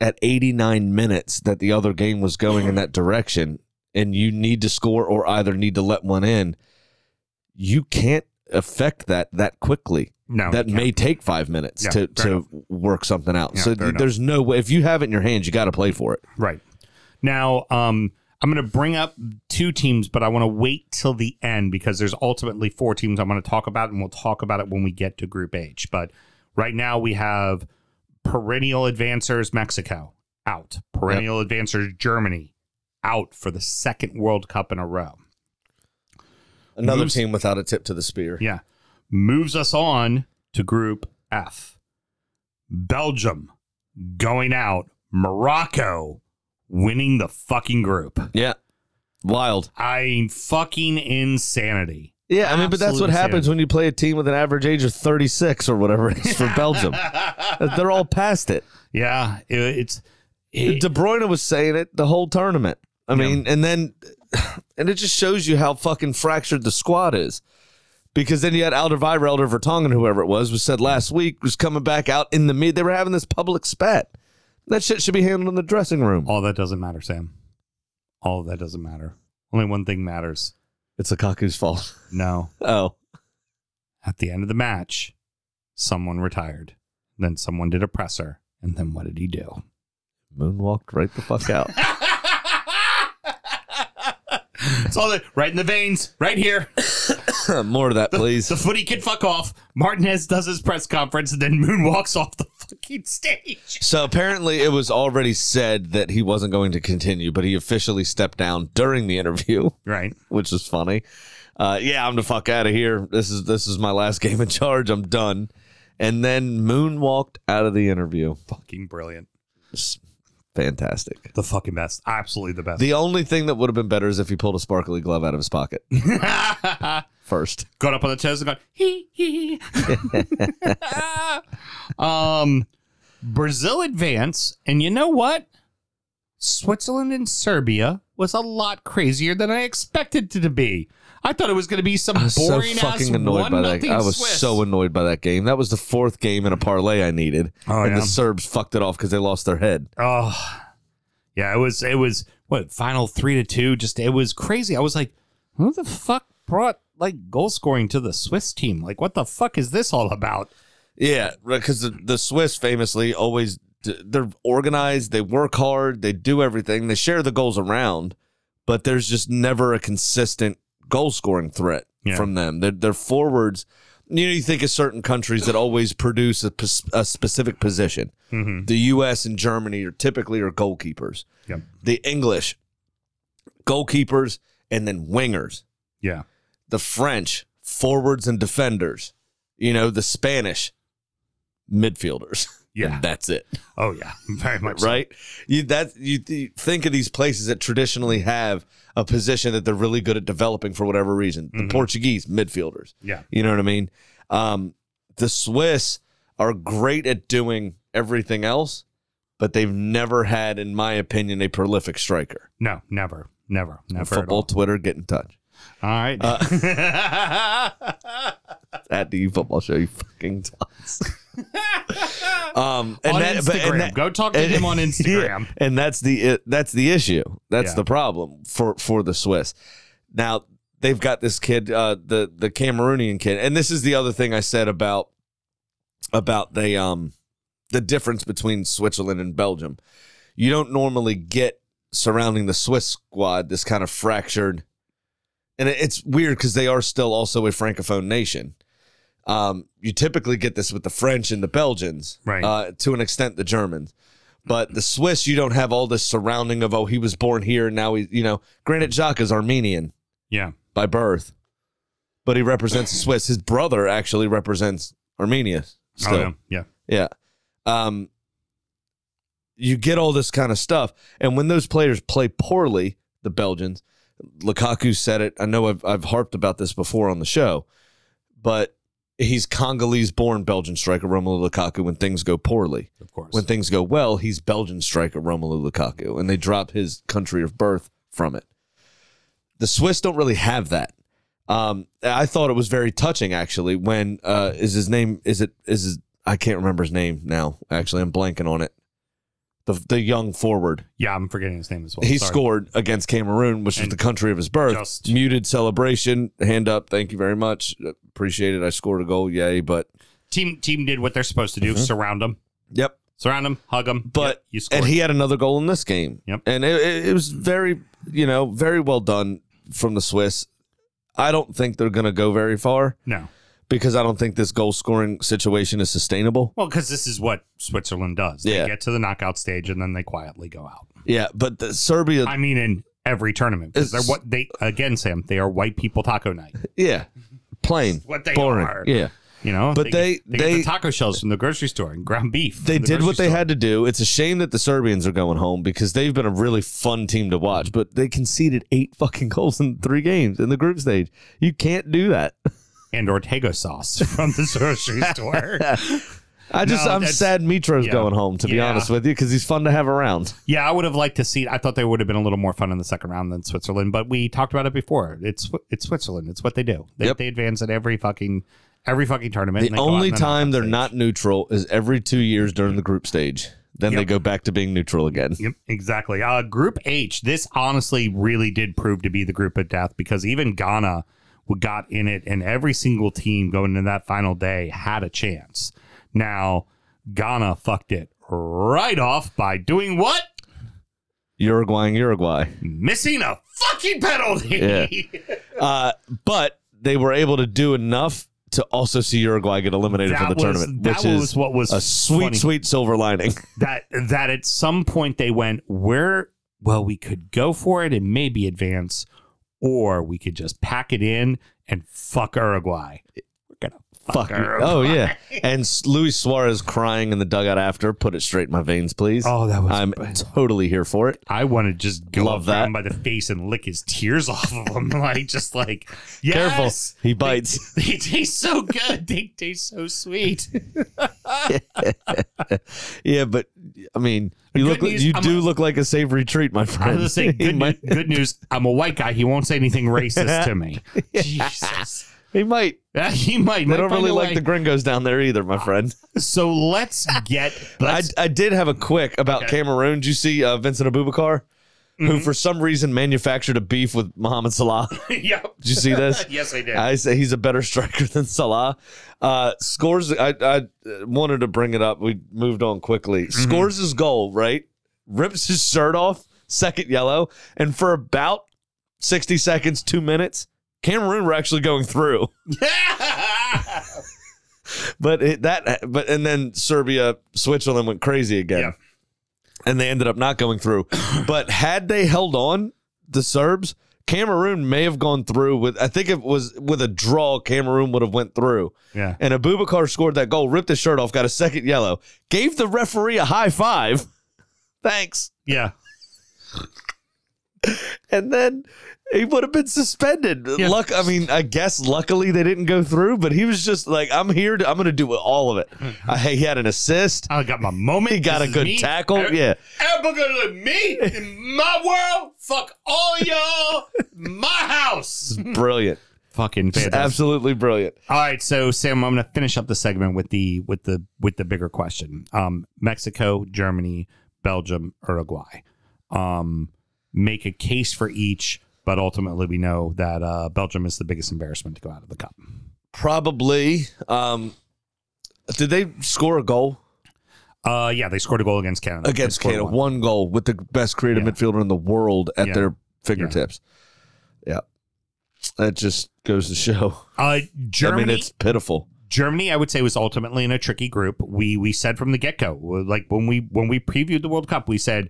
S6: at 89 minutes that the other game was going in that direction and you need to score or either need to let one in, you can't affect that that quickly
S3: no.
S6: that
S3: you
S6: may take five minutes
S3: Yeah,
S6: to,
S3: fair
S6: to work something out
S3: Yeah,
S6: so
S3: fair enough.
S6: there's no way if you have it in your hands you got to play for it
S3: Right. Now, um, I'm going to bring up two teams, but I want to wait till the end because there's ultimately four teams I'm going to talk about, and we'll talk about it when we get to Group H. But right now, we have perennial advancers Mexico out, perennial advancers Germany out for the second World Cup in a row.
S6: Another
S3: Moves-
S6: team without a tip to the spear.
S3: Yeah. Moves us on to Group F. Belgium going out, Morocco winning the fucking group.
S6: Yeah. Wild.
S3: I mean, fucking insanity.
S6: Yeah, I mean, but that's
S3: Absolute
S6: what happens
S3: insanity.
S6: when you play a team with an average age of 36 or whatever it is for Belgium. They're all past it.
S3: Yeah, it, it's it,
S6: De Bruyne was saying it the whole tournament. I mean, and then, and it just shows you how fucking fractured the squad is. Because then you had Alderweireld or Vertonghen, whoever it was, was said last week was coming back out in the mid. They were having this public spat. That shit should be handled in the dressing room.
S3: all that doesn't matter, Sam. All that doesn't matter. Only one thing matters.
S6: It's a cuckoo's fault.
S3: No,
S6: Oh,
S3: at the end of the match, someone retired. Then someone did a presser, and then what did he do?
S6: moonwalked right the fuck out.
S3: It's all that right in the veins, right here.
S6: More of that, please.
S3: The footy can fuck off. Martinez does his press conference and then moonwalks off the fucking stage.
S6: So apparently, it was already said that he wasn't going to continue, but he officially stepped down during the interview,
S3: Right.
S6: which is funny. Uh, yeah, I'm the fuck out of here. This is this is my last game in charge. I'm done. And then moonwalked out of the interview.
S3: Fucking brilliant.
S6: It's fantastic.
S3: The fucking best. Absolutely the best.
S6: The only thing that would have been better is if he pulled a sparkly glove out of his pocket first.
S3: got up on the toes and got hee hee. um, Brazil advance, and you know what? Switzerland and Serbia was a lot crazier than I expected it to be. I thought it was going to be some
S6: I was so
S3: boring ass
S6: fucking
S3: one
S6: annoyed by that.
S3: nothing.
S6: I was
S3: Swiss.
S6: so annoyed by that game. That was the fourth game in a parlay I needed,
S3: Oh,
S6: and
S3: yeah.
S6: the Serbs fucked it off because they lost their head.
S3: Oh, yeah. It was. It was what final three to two. Just it was crazy. I was like, who the fuck brought like goal scoring to the Swiss team? Like, what the fuck is this all about?
S6: Yeah, because the, the Swiss famously always d- they're organized, they work hard, they do everything, they share the goals around, but there's just never a consistent goal scoring threat
S3: Yeah.
S6: from them. Their, their forwards, you know, you think of certain countries that always produce a, pos- a specific position.
S3: Mm-hmm.
S6: The U.S. and Germany are typically are goalkeepers.
S3: Yep.
S6: The English, goalkeepers, and then wingers
S3: Yeah.
S6: the French forwards and defenders, you know, the Spanish midfielders.
S3: Yeah.
S6: And that's it,
S3: Oh yeah, very much. so.
S6: right? You that you th- think of these places that traditionally have a position that they're really good at developing for whatever reason. The Portuguese midfielders,
S3: Mm-hmm. Yeah.
S6: you know what I mean? Um, the Swiss are great at doing everything else, but they've never had, in my opinion, a prolific striker.
S3: No, never, never, never.
S6: Uh, Football Twitter, get in touch.
S3: At all. all right.
S6: at the football show. You fucking tots. um,
S3: on
S6: that- but-
S3: Instagram. Go talk to
S6: and-
S3: him on Instagram.
S6: Yeah, and that's the it, that's the issue. That's
S3: Yeah.
S6: the problem for for the Swiss. Now they've got this kid, uh, the the Cameroonian kid, and this is the other thing I said about about the um the difference between Switzerland and Belgium. You don't normally get surrounding the Swiss squad this kind of fractured, and it- it's weird because they are still also a francophone nation. Um, you typically get this with the French and the Belgians,
S3: Right.
S6: Uh, to an extent, the Germans, but the Swiss, you don't have all this surrounding of oh, he was born here, now he's you know. Granted, Jacques is Armenian
S3: Yeah.
S6: by birth, but he represents the Swiss. His brother actually represents Armenia. Still.
S3: Oh, yeah. Yeah.
S6: Yeah. Um, you get all this kind of stuff. And when those players play poorly, the Belgians, Lukaku said it. I know I've, I've harped about this before on the show, but he's Congolese born Belgian striker Romelu Lukaku when things go poorly.
S3: Of course.
S6: When things go well, he's Belgian striker Romelu Lukaku, and they drop his country of birth from it. The Swiss don't really have that. Um, I thought it was very touching actually. When uh, is his name? Is it is his, I can't remember his name now. Actually, I'm blanking on it. The the young forward
S3: yeah. I'm forgetting his name as well.
S6: he
S3: Sorry.
S6: scored against Cameroon, which was
S3: And
S6: the country of his birth.
S3: just-
S6: Muted celebration, hand up, thank you very much, appreciate it. I scored a goal, yay! But
S3: Team team did what they're supposed to do. Surround him.
S6: yep,
S3: Surround him. Hug him.
S6: Mm-hmm. But-
S3: you scored.
S6: and he had another goal in this game.
S3: Yep.
S6: And it- it, it was very, you know, very well done from the Swiss. I don't think they're going to go very far
S3: no.
S6: because I don't think this goal scoring situation is sustainable.
S3: Well, because this is what Switzerland does.
S6: Yeah.
S3: They get to the knockout stage and then they quietly go out.
S6: Yeah, but the Serbia,
S3: I mean, in every tournament because they're
S6: It's-
S3: what they again, Sam. They are white people taco night.
S6: yeah, plain,
S3: What they
S6: boring,
S3: are.
S6: yeah.
S3: You know,
S6: But
S3: get-
S6: they-
S3: get
S6: they-
S3: the taco shells from the grocery store and ground beef.
S6: They
S3: from the
S6: did what
S3: grocery
S6: they
S3: store.
S6: had to do. It's a shame that the Serbians are going home because they've been a really fun team to watch, but they conceded eight fucking goals in three games in the group stage. You can't do that.
S3: and Ortega sauce from the grocery store.
S6: I just
S3: No,
S6: I'm
S3: that's-
S6: sad Mitro's
S3: yeah.
S6: going home to be
S3: Yeah.
S6: honest with you because he's fun to have around.
S3: Yeah, I would have liked to see. I thought they would have been a little more fun in the second round than Switzerland, but we talked about it before. It's it's Switzerland. It's what they do. They,
S6: Yep.
S3: they advance at every fucking every fucking tournament.
S6: The
S3: and they go out
S6: only
S3: in the
S6: time
S3: knockout
S6: they're
S3: stage.
S6: not neutral is every two years during the group stage. Then they
S3: Yep.
S6: go back to being neutral again.
S3: Yep, exactly. Uh, group H. This honestly really did prove to be the group of death because even Ghana w- got in it, and every single team going into that final day had a chance. Now Ghana fucked it right off by doing what?
S6: Uruguay, and Uruguay.
S3: Missing a fucking penalty.
S6: Uh, but they were able to do enough to also see Uruguay get eliminated from the
S3: That was-
S6: tournament,
S3: that
S6: which
S3: was
S6: is
S3: what was
S6: a sweet,
S3: funny.
S6: sweet silver lining.
S3: that that at some point they went where well we could go for it and maybe advance or we could just pack it in and fuck uruguay we're gonna fuck,
S6: Fuck.
S3: uruguay
S6: Oh yeah. And S- Luis Suarez crying in the dugout after. Put it straight in my veins, please.
S3: oh that was
S6: I'm totally here for it.
S3: i want to just go
S6: Love
S3: up to him
S6: that.
S3: by the face and lick his tears off of him like just like yes
S6: Careful, he bites.
S3: they taste so good they taste so sweet
S6: yeah, but I mean,
S3: Good
S6: you look,
S3: news,
S6: you
S3: I'm
S6: do
S3: a-
S6: look like a savory treat, my
S3: I
S6: friend.
S3: was gonna say,
S6: he,
S3: good,
S6: might,
S3: nu- good news. I'm a white guy. He won't say anything racist to me. Jesus,
S6: he might.
S3: Yeah, he might.
S6: They
S3: might
S6: don't
S3: find
S6: really
S3: a
S6: like
S3: way.
S6: the gringos down there either, my friend.
S3: So let's get.
S6: I,
S3: Let's,
S6: I did have a quick
S3: Okay.
S6: about
S3: Mm-hmm.
S6: Cameroon. Did you see uh, Vincent Abubakar, who for some reason manufactured a beef with Mohamed Salah?
S3: yep.
S6: Did you see this?
S3: Yes, I did.
S6: I say he's a better striker than Salah. Uh, scores. I, I uh, wanted to bring it up. We moved on quickly. Scores his goal. Right. Rips his shirt off. Second yellow. And for about sixty seconds, two minutes, Cameroon were actually going through. But it, that. But and then Serbia, Switzerland went crazy again.
S3: Yeah.
S6: And they ended up not going through. but had they held on, the Serbs. Cameroon may have gone through with I think it was with a draw Cameroon would have went through.
S3: yeah.
S6: And Abubakar scored that goal, ripped his shirt off, got a second yellow, gave the referee a high five. Thanks.
S3: Yeah.
S6: And then he would have been suspended. Luck I mean, I guess luckily they didn't go through, but he was just like, I'm here to I'm gonna do all of it. I, he had an assist.
S3: I got my moment.
S6: He got
S3: This
S6: a
S3: is
S6: good
S3: me.
S6: tackle.
S3: Every-
S6: yeah.
S3: Everybody look at me in my world. Fuck all y'all. My house.
S6: Brilliant.
S3: fucking
S6: It's
S3: fantastic.
S6: absolutely brilliant.
S3: All right, so Sam, I'm going to finish up the segment with the with the with the bigger question. Um, Mexico, Germany, Belgium, Uruguay. Um, make a case for each, but ultimately we know that uh, Belgium is the biggest embarrassment to go out of the cup.
S6: Probably. Um, did they score a goal
S3: Uh, yeah, they scored a goal against Canada.
S6: against
S3: They scored
S6: Canada?
S3: one.
S6: One. goal with the best creative
S3: Yeah.
S6: midfielder in the world at
S3: Yeah.
S6: their fingertips. Yeah. That just goes to show.
S3: Uh, Germany,
S6: I mean, it's pitiful.
S3: Germany, I would say, was ultimately in a tricky group. We we said from the get go, like when we when we previewed the World Cup, we said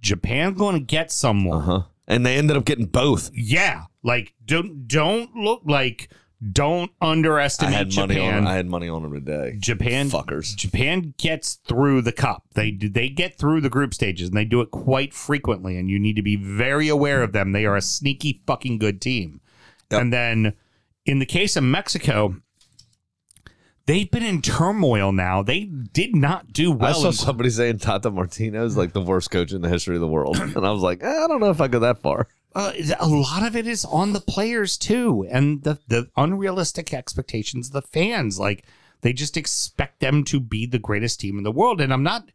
S3: Japan's going to get someone.
S6: Uh huh. And they ended up getting both.
S3: yeah like don't don't look like don't
S6: I
S3: underestimate
S6: had money
S3: japan
S6: on. I had money on them today.
S3: japan
S6: Fuckers.
S3: japan gets through the cup they do they get through the group stages and they do it quite frequently and you need to be very aware of them they are a sneaky fucking good team
S6: Yep.
S3: and then in the case of mexico They've been in turmoil now. They did not do
S6: I
S3: well.
S6: saw
S3: in-
S6: somebody saying Tata Martino is like the worst coach in the history of the world, and I was like, eh, I don't know if I go that far.
S3: uh, a lot of it is on the players too, and the the unrealistic expectations of the fans. Like they just expect them to be the greatest team in the world, and I'm not.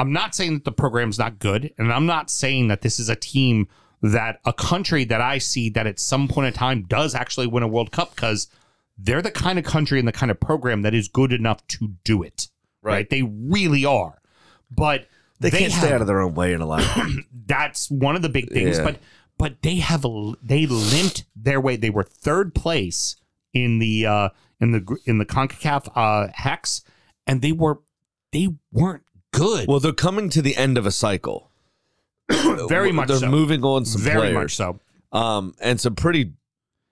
S3: I'm not saying that the program's not good, and I'm not saying that this is a team that a country that I see that at some point in time does actually win a World Cup because they're the kind of country and the kind of program that is good enough to do it. Right?
S6: Right.
S3: They really are, but
S6: They, can't
S3: have-
S6: stay out of their own way in a lot.
S3: that's one of the big things.
S6: Yeah.
S3: But but they have l- they limped their way. They were third place in the uh, in the gr- in the Concacaf uh, hex, and they were they weren't good.
S6: well, they're coming to the end of a cycle.
S3: very much
S6: They're
S3: so.
S6: moving on some
S3: very
S6: players.
S3: much so.
S6: um, and some pretty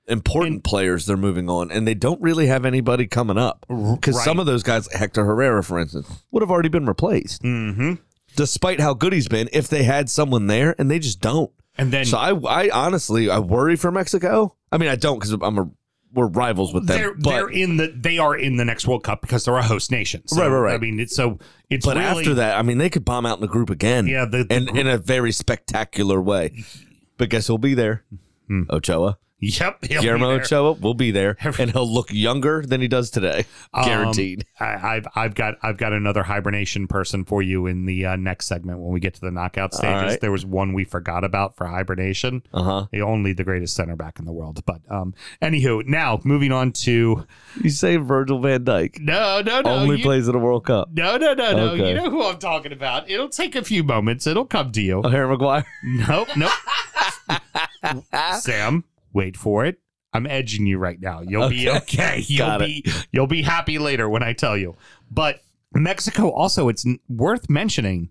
S6: important
S3: And-
S6: players they're moving on, and they don't really have anybody coming up because
S3: right.
S6: some of those guys, Hector Herrera, for instance, would have already been replaced,
S3: hmm
S6: despite how good he's been. If they had someone there, and they just don't.
S3: And then
S6: so I, I honestly, I worry for Mexico. I mean, I don't because I'm a we're rivals with them,
S3: they're
S6: but
S3: they're in the they are in the next World Cup because they're a host nation. So,
S6: Right, right, right.
S3: I mean, it's so it's
S6: but
S3: really-
S6: after that, I mean, they could bomb out in the group again,
S3: Yeah, the- the
S6: and
S3: group-
S6: in a very spectacular way. But guess who'll be there?
S3: Hmm.
S6: Ochoa,
S3: Yep, he'll be
S6: Guillermo
S3: there.
S6: Ochoa will be there,
S3: Every-
S6: and he'll look younger than he does today,
S3: Um,
S6: guaranteed.
S3: I, I've I've got I've got another hibernation person for you in the uh, next segment when we get to the knockout stages.
S6: right.
S3: There was one we forgot about for hibernation.
S6: Uh huh.
S3: The Only the greatest center back in the world. But um, anywho, now moving on to
S6: You say Virgil Van Dyke
S3: no no no
S6: only
S3: you-
S6: plays in a World Cup.
S3: no no no no.
S6: Okay.
S3: You know who I'm talking about. It'll take a few moments. It'll come to you.
S6: Oh, Harry Maguire.
S3: Nope nope. Sam, wait for it. I'm edging you right now. You'll be okay. You'll
S6: Got it.
S3: be you'll be happy later when I tell you. But Mexico also it's n- worth mentioning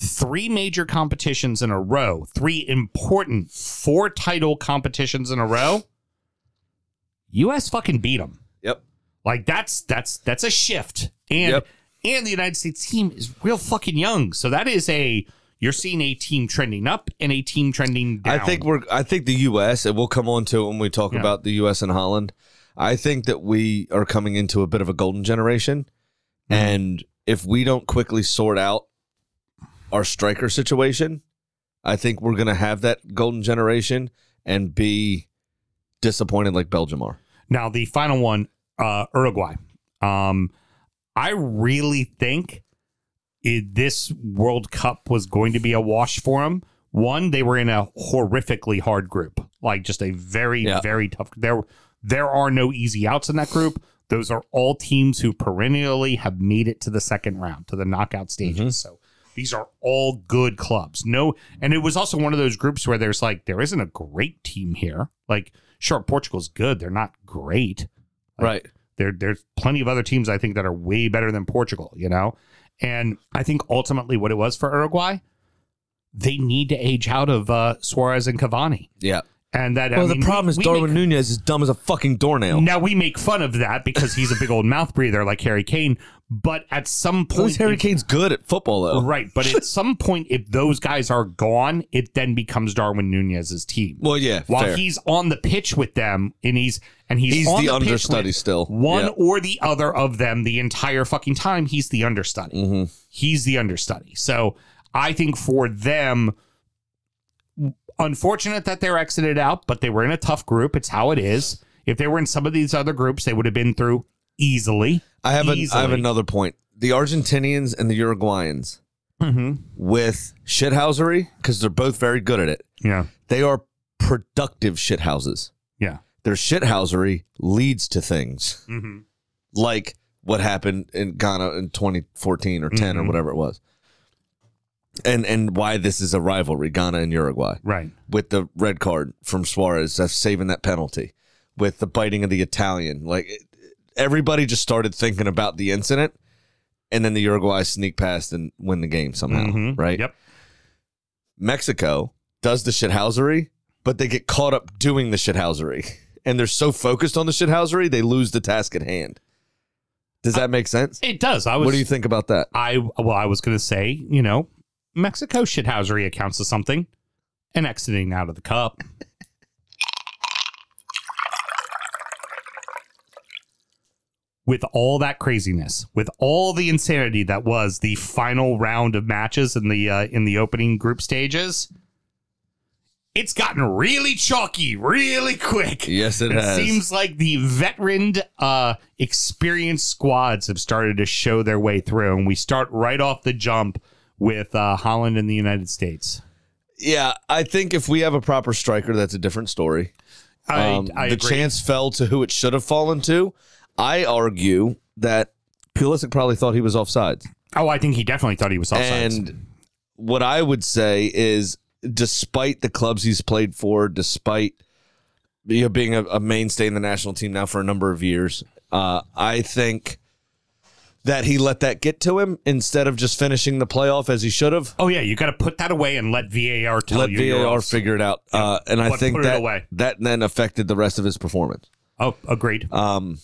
S3: three major competitions in a row, three important four title competitions in a row. US fucking beat them.
S6: Yep.
S3: Like that's that's that's a shift. And
S6: Yep.
S3: and the United States team is real fucking young. So that is a you're seeing a team trending up and a team trending down.
S6: I think we're. I think the U.S. and we'll come on to it when we talk
S3: Yeah.
S6: about the U.S. and Holland. I think that we are coming into a bit of a golden generation,
S3: Mm-hmm.
S6: and if we don't quickly sort out our striker situation, I think we're going to have that golden generation and be disappointed like Belgium are.
S3: Now the final one, uh, Uruguay. Um, I really think it, this World Cup was going to be a wash for them. One, they were in a horrifically hard group, like just a very,
S6: Yeah.
S3: very tough. There, there are no easy outs in that group. Those are all teams who perennially have made it to the second round, to the knockout stages. So these are all good clubs. No, and it was also one of those groups where there's like there isn't a great team here. Like sure, Portugal's good. They're not great. Like,
S6: right.
S3: There, there's plenty of other teams I think that are way better than Portugal. You know, and I think ultimately what it was for Uruguay, they need to age out of uh, Suarez and Cavani,
S6: Yeah.
S3: and that. I
S6: Well,
S3: mean,
S6: the problem
S3: we-
S6: is
S3: we
S6: Darwin
S3: make-
S6: Nunez is dumb as a fucking doornail.
S3: now we make fun of that because he's a big old mouth breather like Harry Kane, but at some
S6: At least
S3: point,
S6: Harry
S3: if-
S6: Kane's good at football though.
S3: Right, but at some point, if those guys are gone, it then becomes Darwin Nunez's team.
S6: Well, yeah.
S3: While
S6: fair.
S3: he's on the pitch with them, and he's and he's,
S6: He's
S3: on
S6: the
S3: pitch
S6: understudy
S3: with
S6: still.
S3: one
S6: Yeah.
S3: or the other of them the entire fucking time. He's the understudy.
S6: Mhm.
S3: He's the understudy. So I think for them, unfortunate that they were exited out, but they were in a tough group. It's how it is. If they were in some of these other groups, they would have been through easily.
S6: I have, an, I
S3: Easily.
S6: have another point. The Argentinians and the Uruguayans
S3: Mm-hmm.
S6: with shithousery, because they're both very good at it,
S3: Yeah.
S6: they are productive shithouses.
S3: Yeah.
S6: Their shithousery leads to things
S3: Mm-hmm.
S6: like what happened in Ghana in 2014 or 10 or
S3: Mhm.
S6: whatever it was. And, and why this is a rivalry, Ghana and Uruguay.
S3: Right.
S6: with the red card from Suarez, that's saving that penalty, with the biting of the Italian. Like it- everybody just started thinking about the incident, and then the Uruguay sneak past and win the game somehow,
S3: Mhm.
S6: right?
S3: Yep.
S6: Mexico does the shithousery, but they get caught up doing the shithousery, and they're so focused on the shithousery they lose the task at hand. Does that make sense?
S3: It does. I was.
S6: What do you think about that?
S3: I well, I was going to say, you know, Mexico shithousery accounts to something, and exiting out of the cup. With all that craziness, with all the insanity that was the final round of matches in the uh, in the opening group stages, it's gotten really chalky really quick.
S6: Yes, it,
S3: It
S6: has.
S3: seems like the veteran, uh, experienced squads have started to show their way through, and we start right off the jump with uh, Holland and the United States.
S6: yeah, I think if we have a proper striker, that's a different story.
S3: I,
S6: Um,
S3: I
S6: the
S3: agree.
S6: chance fell to who it should have fallen to. I argue that Pulisic probably thought he was offsides.
S3: oh, I think he definitely thought he was offsides.
S6: And what I would say is, despite the clubs he's played for, despite you know, being a, a mainstay in the national team now for a number of years, uh, I think that he let that get to him instead of just finishing the playoff as he should have.
S3: oh yeah, you got to put that away and let VAR tell
S6: Let
S3: you. you're
S6: VAR
S3: off-
S6: figure it out, uh, and I
S3: But
S6: think
S3: put it
S6: that
S3: away.
S6: that then affected the rest of his performance.
S3: oh, agreed.
S6: um,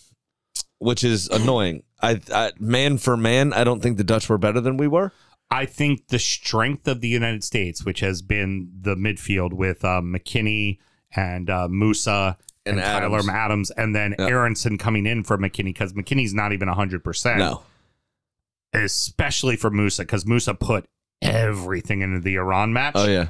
S6: which is annoying. I, I man for man, I don't think the Dutch were better than we were.
S3: I think the strength of the United States, which has been the midfield with um, McKinney and uh, Musa
S6: And
S3: and,
S6: Adams.
S3: Tyler Adams, and then
S6: Yeah.
S3: Aronson coming in for McKinney because McKinney's not even hundred percent. especially for Musa, because Musa put everything into the Iran match.
S6: Oh yeah.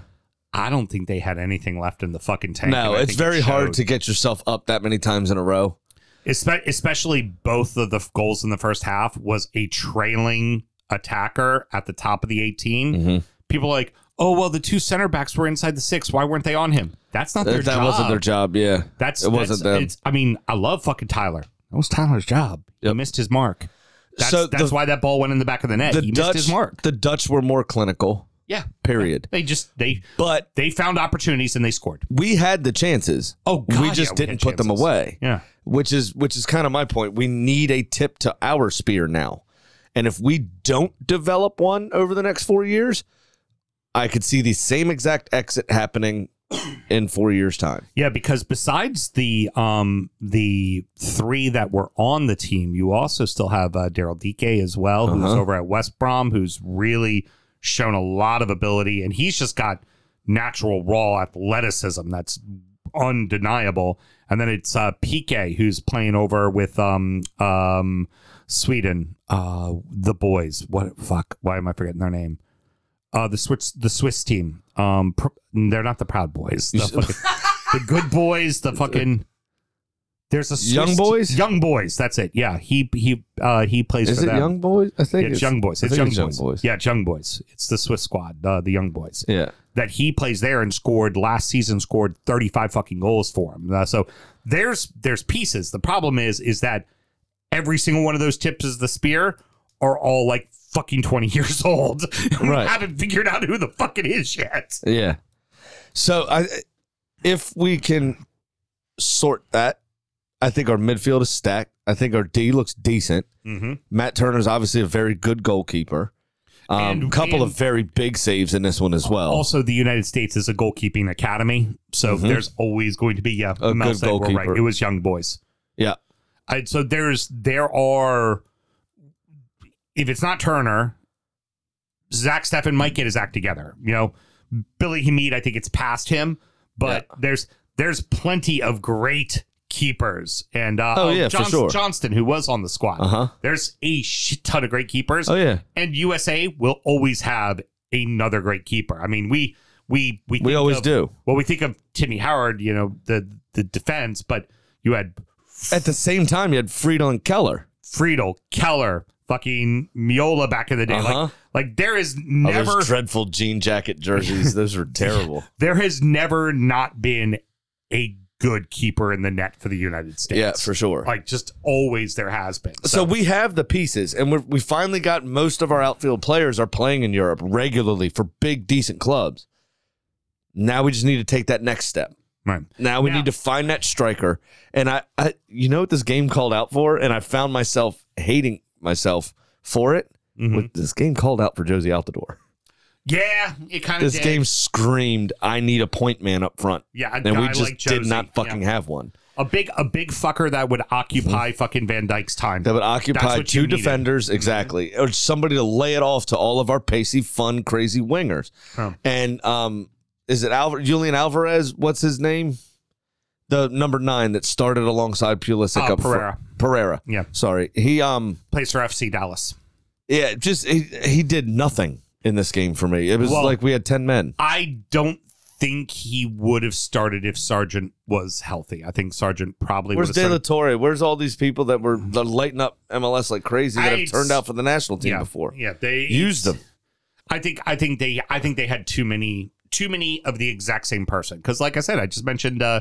S3: I don't think they had anything left in the fucking tank.
S6: No,
S3: and I
S6: it's
S3: think
S6: very
S3: it
S6: hard to
S3: showed.
S6: get yourself up that many times in a row.
S3: Espe- especially both of the f- goals in the first half was a trailing attacker at the top of the 18.
S6: Mhm.
S3: People are like, oh, well, the two center backs were inside the six. Why weren't they on him? That's not their
S6: That, that
S3: job.
S6: wasn't their job. Yeah.
S3: That's,
S6: it wasn't
S3: that's,
S6: them.
S3: It's, I mean, I love fucking Tyler. That was Tyler's job. He
S6: Yep.
S3: missed his mark. That's,
S6: So
S3: that's
S6: the-
S3: why that ball went in the back of the net.
S6: the
S3: he
S6: Dutch.
S3: missed his mark.
S6: The Dutch were more clinical.
S3: yeah.
S6: Period.
S3: They just, they,
S6: But
S3: they found opportunities and they scored.
S6: we had the chances.
S3: Oh, God,
S6: we
S3: yeah,
S6: just
S3: we
S6: didn't
S3: had
S6: put them
S3: chances.
S6: away.
S3: Yeah.
S6: which is which is kind of my point. We need a tip to our spear now, and if we don't develop one over the next four years, I could see the same exact exit happening in four years' time.
S3: Yeah, because besides the um the three that were on the team, you also still have uh, Daryl DK as well, who's
S6: Uh-huh.
S3: over at West Brom, who's really shown a lot of ability, and he's just got natural raw athleticism that's undeniable. And then it's uh, PK who's playing over with um um Sweden, uh the boys. What fuck? Why am I forgetting their name? Uh, the Swiss, the Swiss team. Um, pr- they're not the Proud Boys. The, fucking, the good boys. The fucking. There's a Swiss
S6: Young
S3: te-
S6: Boys?
S3: young boys. That's it. Yeah, he he uh he plays
S6: Is
S3: for
S6: it
S3: them.
S6: young boys? I think
S3: Yeah, it's young boys.
S6: I
S3: It's
S6: think
S3: young,
S6: it's
S3: boys. Yeah, it's young boys. It's the Swiss squad. Uh, the young boys
S6: yeah.
S3: that he plays there and scored last season scored 35 fucking goals for him. Uh, so there's there's pieces. The problem is is that every single one of those tips is the spear are all like fucking 20 years old. We
S6: Right.
S3: haven't figured out who the fuck it is yet.
S6: Yeah. So I if we can sort that, I think our midfield is stacked. I think our D looks decent.
S3: Mhm.
S6: Matt Turner's obviously a very good goalkeeper. A um,
S3: And-
S6: couple of
S3: and-
S6: very big saves in this one as well.
S3: Also, the United States is a goalkeeping academy, so there's always going to be yeah,
S6: Mm-hmm. A
S3: Mel
S6: good
S3: said we're
S6: goalkeeper.
S3: Right. It was young boys.
S6: yeah.
S3: I, so there's there are if it's not Turner, Zach Steffen might get his act together. You know, Billy Hamid, I think it's past him, but there's there's plenty of great keepers and uh,
S6: Oh, yeah, for sure.
S3: Johnston who was on the squad.
S6: Uh-huh.
S3: There's a shit ton of great keepers
S6: Oh yeah.
S3: and USA will always have another great keeper. I mean, we we we
S6: We
S3: think
S6: always
S3: of-
S6: do.
S3: Well, we think of Timmy Howard, you know, the the defense, but you had
S6: At the same time, you had Friedel Keller.
S3: Friedel, Keller, fucking Miola back in the day.
S6: Uh-huh.
S3: Like like there is
S6: Oh,
S3: never
S6: those dreadful jean jacket jerseys. Those were terrible.
S3: there has never not been a good keeper in the net for the United States.
S6: yeah, for sure.
S3: Like just always there has been.
S6: so we have the pieces, and we're, we finally got most of our outfield players are playing in Europe regularly for big, decent clubs. Now we just need to take that next step.
S3: right.
S6: Now we
S3: Now-
S6: need to find that striker. And I, I, you know what this game called out for? And I found myself hating myself for it.
S3: Mhm.
S6: What- This game called out for Josie Altador.
S3: Yeah, it kind of
S6: This
S3: did.
S6: game screamed, "I need a point man up front,"
S3: yeah, a
S6: and we
S3: guy
S6: just
S3: like
S6: did
S3: Josie.
S6: not fucking
S3: Yeah.
S6: have one.
S3: a big a big fucker that would occupy fucking Van Dyke's time.
S6: That would occupy
S3: what you
S6: two
S3: needed. Mm-hmm.
S6: defenders exactly, or somebody to lay it off to all of our pacey, fun, crazy wingers.
S3: Oh.
S6: And um, is it Alvar- Julian Alvarez? What's his name? The number nine that started alongside
S3: Ah,
S6: Pulisic up front.
S3: Pereira.
S6: Pereira.
S3: Yeah.
S6: Sorry, he um,
S3: plays for FC Dallas.
S6: yeah, just he, he did nothing in this game for me. It was
S3: Well-
S6: like we had ten men.
S3: I don't think he would have started if Sargent was healthy. I think Sargent probably
S6: Where's
S3: would
S6: De
S3: have
S6: La
S3: started.
S6: Torre? Where's all these people that were that are lighting up MLS like crazy that
S3: I-
S6: have turned out for the national team
S3: yeah,
S6: before?
S3: Yeah, they
S6: Use them.
S3: I think I think they I think they had too many too many of the exact same person because like I said I just mentioned uh,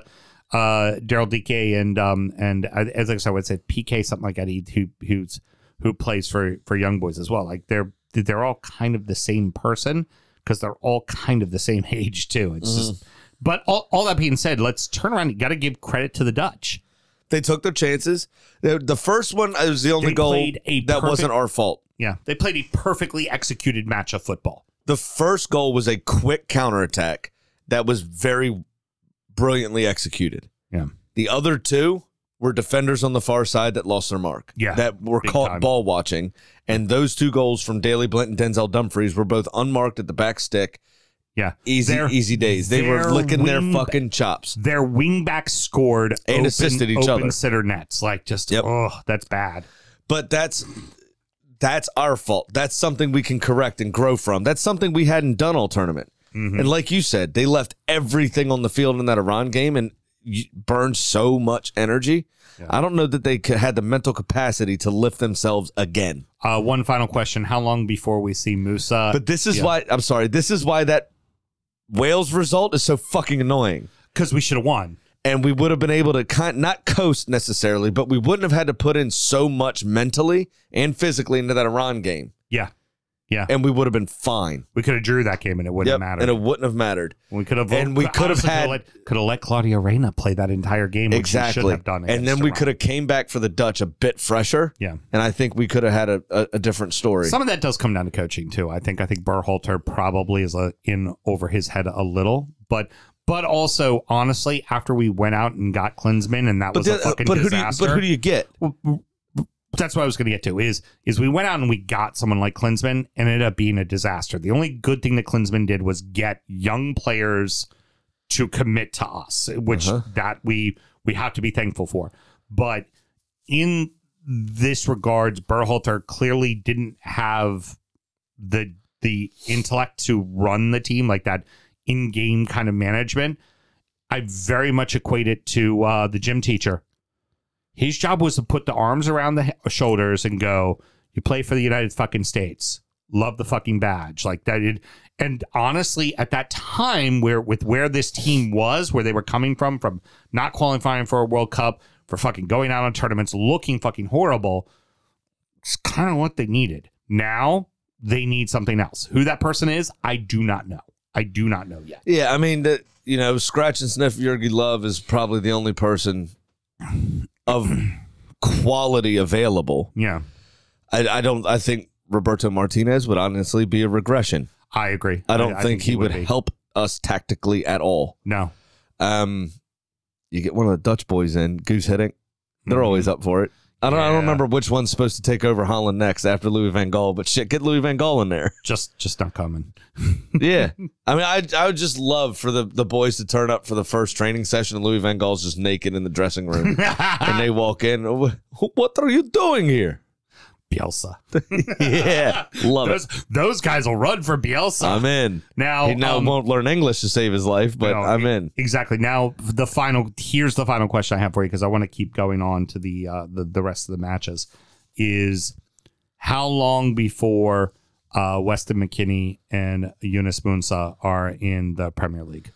S3: uh, Daryl DK and um and I, as I said I would say PK something like that he, who who's who plays for for young boys as well like they're they're all kind of the same person because they're all kind of the same age too it's
S6: Mm.
S3: just but all, all that being said let's turn around you got to give credit to the Dutch
S6: They took their chances. The the first one it was the only
S3: They
S6: goal
S3: played a
S6: that wasn't
S3: perfect-
S6: our fault.
S3: yeah they played a perfectly executed match of football
S6: The first goal was a quick counterattack that was very brilliantly executed.
S3: Yeah.
S6: The other two were defenders on the far side that lost their mark.
S3: Yeah.
S6: That were
S3: Big
S6: caught
S3: time.
S6: ball watching. And those two goals from Daley Blint and Denzel Dumfries were both unmarked at the back stick.
S3: yeah
S6: Easy,
S3: Their-
S6: easy days. They were
S3: their
S6: licking their
S3: wing-
S6: fucking chops.
S3: their wingbacks scored
S6: And assisted each
S3: open
S6: other.
S3: sitter nets. Like just
S6: Yep.
S3: oh, that's bad.
S6: but that's that's our fault. That's something we can correct and grow from. That's something we hadn't done all tournament. And like you said, they left everything on the field in that Iran game and y- burned so much energy. I don't know that they c- had the mental capacity to lift themselves again.
S3: Uh, one final question: How long before we see Musa?
S6: But this is
S3: yeah.
S6: why I'm sorry. This is why that Wales result is so fucking annoying.
S3: Because we should have won.
S6: and we would have been able to kind not coast necessarily, but we wouldn't have had to put in so much mentally and physically into that Iran game,
S3: Yeah, yeah.
S6: and we would have been fine.
S3: we could have drew that game and it wouldn't have
S6: Yep,
S3: mattered.
S6: and it wouldn't have mattered
S3: we could have
S6: and we could have had-
S3: could have let Claudia Reyna play that entire game. Which exactly. Should
S6: exactly.
S3: have done.
S6: and then
S3: against
S6: we
S3: Iran.
S6: could have came back for the Dutch a bit fresher.
S3: Yeah.
S6: and I think we could have had a, a, a different story.
S3: Some of that does come down to coaching too. I think I think Burhalter probably is uh in over his head a little, but but also honestly, after we went out and got Klinsman and that
S6: but,
S3: was a
S6: the- uh,
S3: fucking
S6: but who do you,
S3: disaster.
S6: but who do you get?
S3: that's what I was going to get to is is we went out and we got someone like Klinsman and it ended up being a disaster. The only good thing that Klinsman did was get young players to commit to us, which that we we have to be thankful for. But in this regards, Burhalter clearly didn't have the the intellect to run the team like that in game kind of management. I very much equate it to uh, the gym teacher. His job was to put the arms around the he- shoulders and go, "You play for the United fucking States. Love the fucking badge." Like that. It, and honestly, at that time, where with where this team was, where they were coming from, from not qualifying for a World Cup, for fucking going out on tournaments, looking fucking horrible, it's kind of what they needed. Now they need something else. Who that person is, I do not know. I do not know yet.
S6: Yeah, I mean that you know, scratch and sniff Jurgi Love is probably the only person of quality available.
S3: Yeah.
S6: I, I don't. I think Roberto Martinez would honestly be a regression.
S3: I agree.
S6: I don't think, he, would
S3: be.
S6: help us tactically at all.
S3: No.
S6: Um, you get one of the Dutch boys in Goose Hiddink. They're
S3: Mm.
S6: always up for it. I don't. I
S3: Yeah.
S6: don't remember which one's supposed to take over Holland next after Louis Van Gaal, but shit, get Louis Van Gaal in there.
S3: Just just not coming.
S6: Yeah, I mean, I I would just love for the the boys to turn up for the first training session, and Louis Van Gaal's just naked in the dressing room, and they walk in. "Wh- What are you doing here?
S3: Bielsa.
S6: yeah, love it.
S3: Those, those guys will run for Bielsa.
S6: I'm in.
S3: now,
S6: he now
S3: um,
S6: won't learn English to save his life, but
S3: No,
S6: I'm
S3: e-
S6: in.
S3: Exactly. Now the final here's the final question I have for you because I want to keep going on to the uh the, the rest of the matches is how long before uh Weston McKinney and Eunice Munsa are in the Premier League?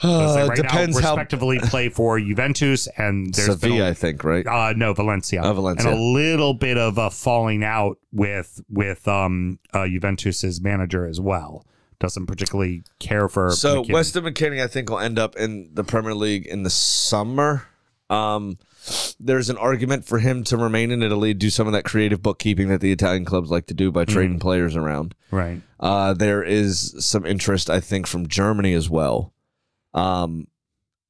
S3: 'Cause they
S6: Uh,
S3: right
S6: depends
S3: now
S6: how
S3: respectively play for Juventus and there's been
S6: Sevilla,
S3: a-
S6: I think, right?
S3: uh no Valencia.
S6: Oh, Valencia.
S3: And a little bit of a falling out with with um uh Juventus's manager as well. Doesn't particularly care for
S6: So
S3: McKinney.
S6: Weston McKinney, I think, will end up in the Premier League in the summer. Um, there's an argument for him to remain in Italy, do some of that creative bookkeeping that the Italian clubs like to do by trading
S3: Mm.
S6: players around.
S3: right.
S6: Uh, there is some interest, I think, from Germany as well. Um,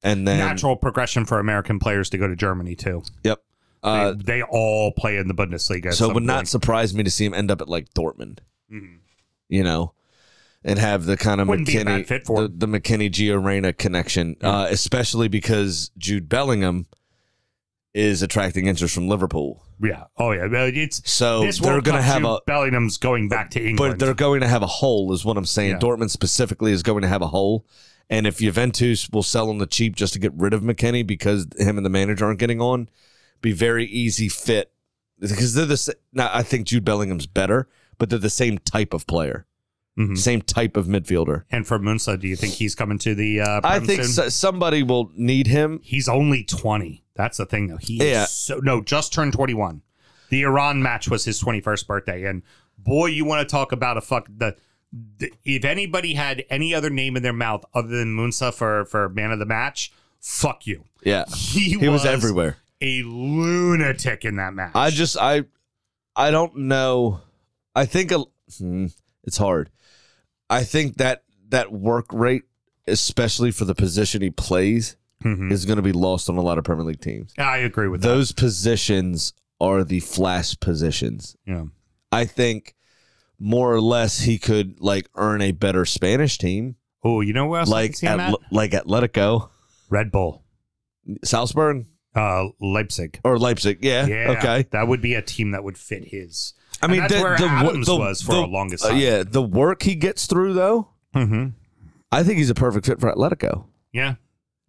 S6: and then
S3: natural progression for American players to go to Germany too.
S6: Yep.
S3: They,
S6: Uh,
S3: they all play in the Bundesliga. at
S6: so it
S3: some
S6: would not
S3: point. Mm-hmm.
S6: surprise me to see him end up at like Dortmund, you know, and have the kind of
S3: Wouldn't be a
S6: McKinney
S3: bad fit for
S6: the, the McKinney Gio Reyna connection, uh, especially because Jude Bellingham is attracting interest from Liverpool.
S3: Yeah. Oh yeah. Well, It's
S6: So
S3: this
S6: Oh, they're
S3: World
S6: going to
S3: Cup,
S6: have
S3: Jude
S6: a
S3: Bellingham's going back to England.
S6: but they're going to have a hole is what I'm saying.
S3: Yeah.
S6: Dortmund specifically is going to have a hole. And if Juventus will sell on the cheap just to get rid of McKinney because him and the manager aren't getting on, be very easy fit because they're the sa- now I think Jude Bellingham's better, but they're the same type of player,
S3: Mhm.
S6: same type of midfielder.
S3: and for Munsa, do you think he's coming to the? Uh,
S6: I
S3: Prem
S6: think
S3: soon?
S6: so, somebody will need him.
S3: He's only twenty. That's the thing, though. He
S6: Yeah.
S3: is so no, just turned twenty-one. The Iran match was his twenty-first birthday, and boy, you want to talk about a fuck the. the- If anybody had any other name in their mouth other than Munsa for for man of the match, fuck you.
S6: Yeah,
S3: He,
S6: he was everywhere.
S3: a lunatic in that match.
S6: I just I I don't know. I think a, hmm, it's hard. I think that that work rate, especially for the position he plays,
S3: Mhm.
S6: is going to be lost on a lot of Premier League teams.
S3: I agree with that.
S6: Those positions are the flash positions.
S3: Yeah.
S6: I think more or less he could like earn a better Spanish team,
S3: Oh, you know where else I
S6: like
S3: can see him
S6: at,
S3: at?
S6: like Atletico,
S3: Red Bull,
S6: Salzburg
S3: uh, Leipzig.
S6: or Leipzig. Yeah,
S3: Yeah,
S6: okay.
S3: that would be a team that would fit his.
S6: I mean,
S3: that's
S6: the,
S3: where
S6: the, wo-
S3: Adams
S6: the-
S3: was for
S6: the-
S3: the longest
S6: uh,
S3: time.
S6: yeah, the work he gets through though.
S3: Mm-hmm.
S6: I think he's a perfect fit for Atletico.
S3: Yeah,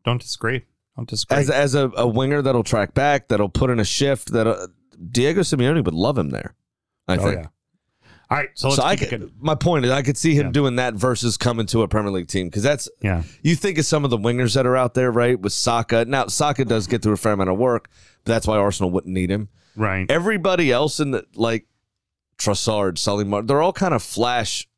S3: don't disagree. Don't disagree.
S6: As, as a, a winger that'll track back, that'll put in a shift, that uh, Diego Simeone would love him there. I
S3: oh
S6: think.
S3: yeah. All right, so let's
S6: So I
S3: keep it
S6: could,
S3: good.
S6: my point is I could see him
S3: Yeah.
S6: doing that versus coming to a Premier League team because that's
S3: Yeah,
S6: you think of some of the wingers that are out there right with Saka now Saka does get through a fair amount of work but that's why Arsenal wouldn't need him
S3: right.
S6: everybody else in the like Trossard Sully Martin they're all kind of flash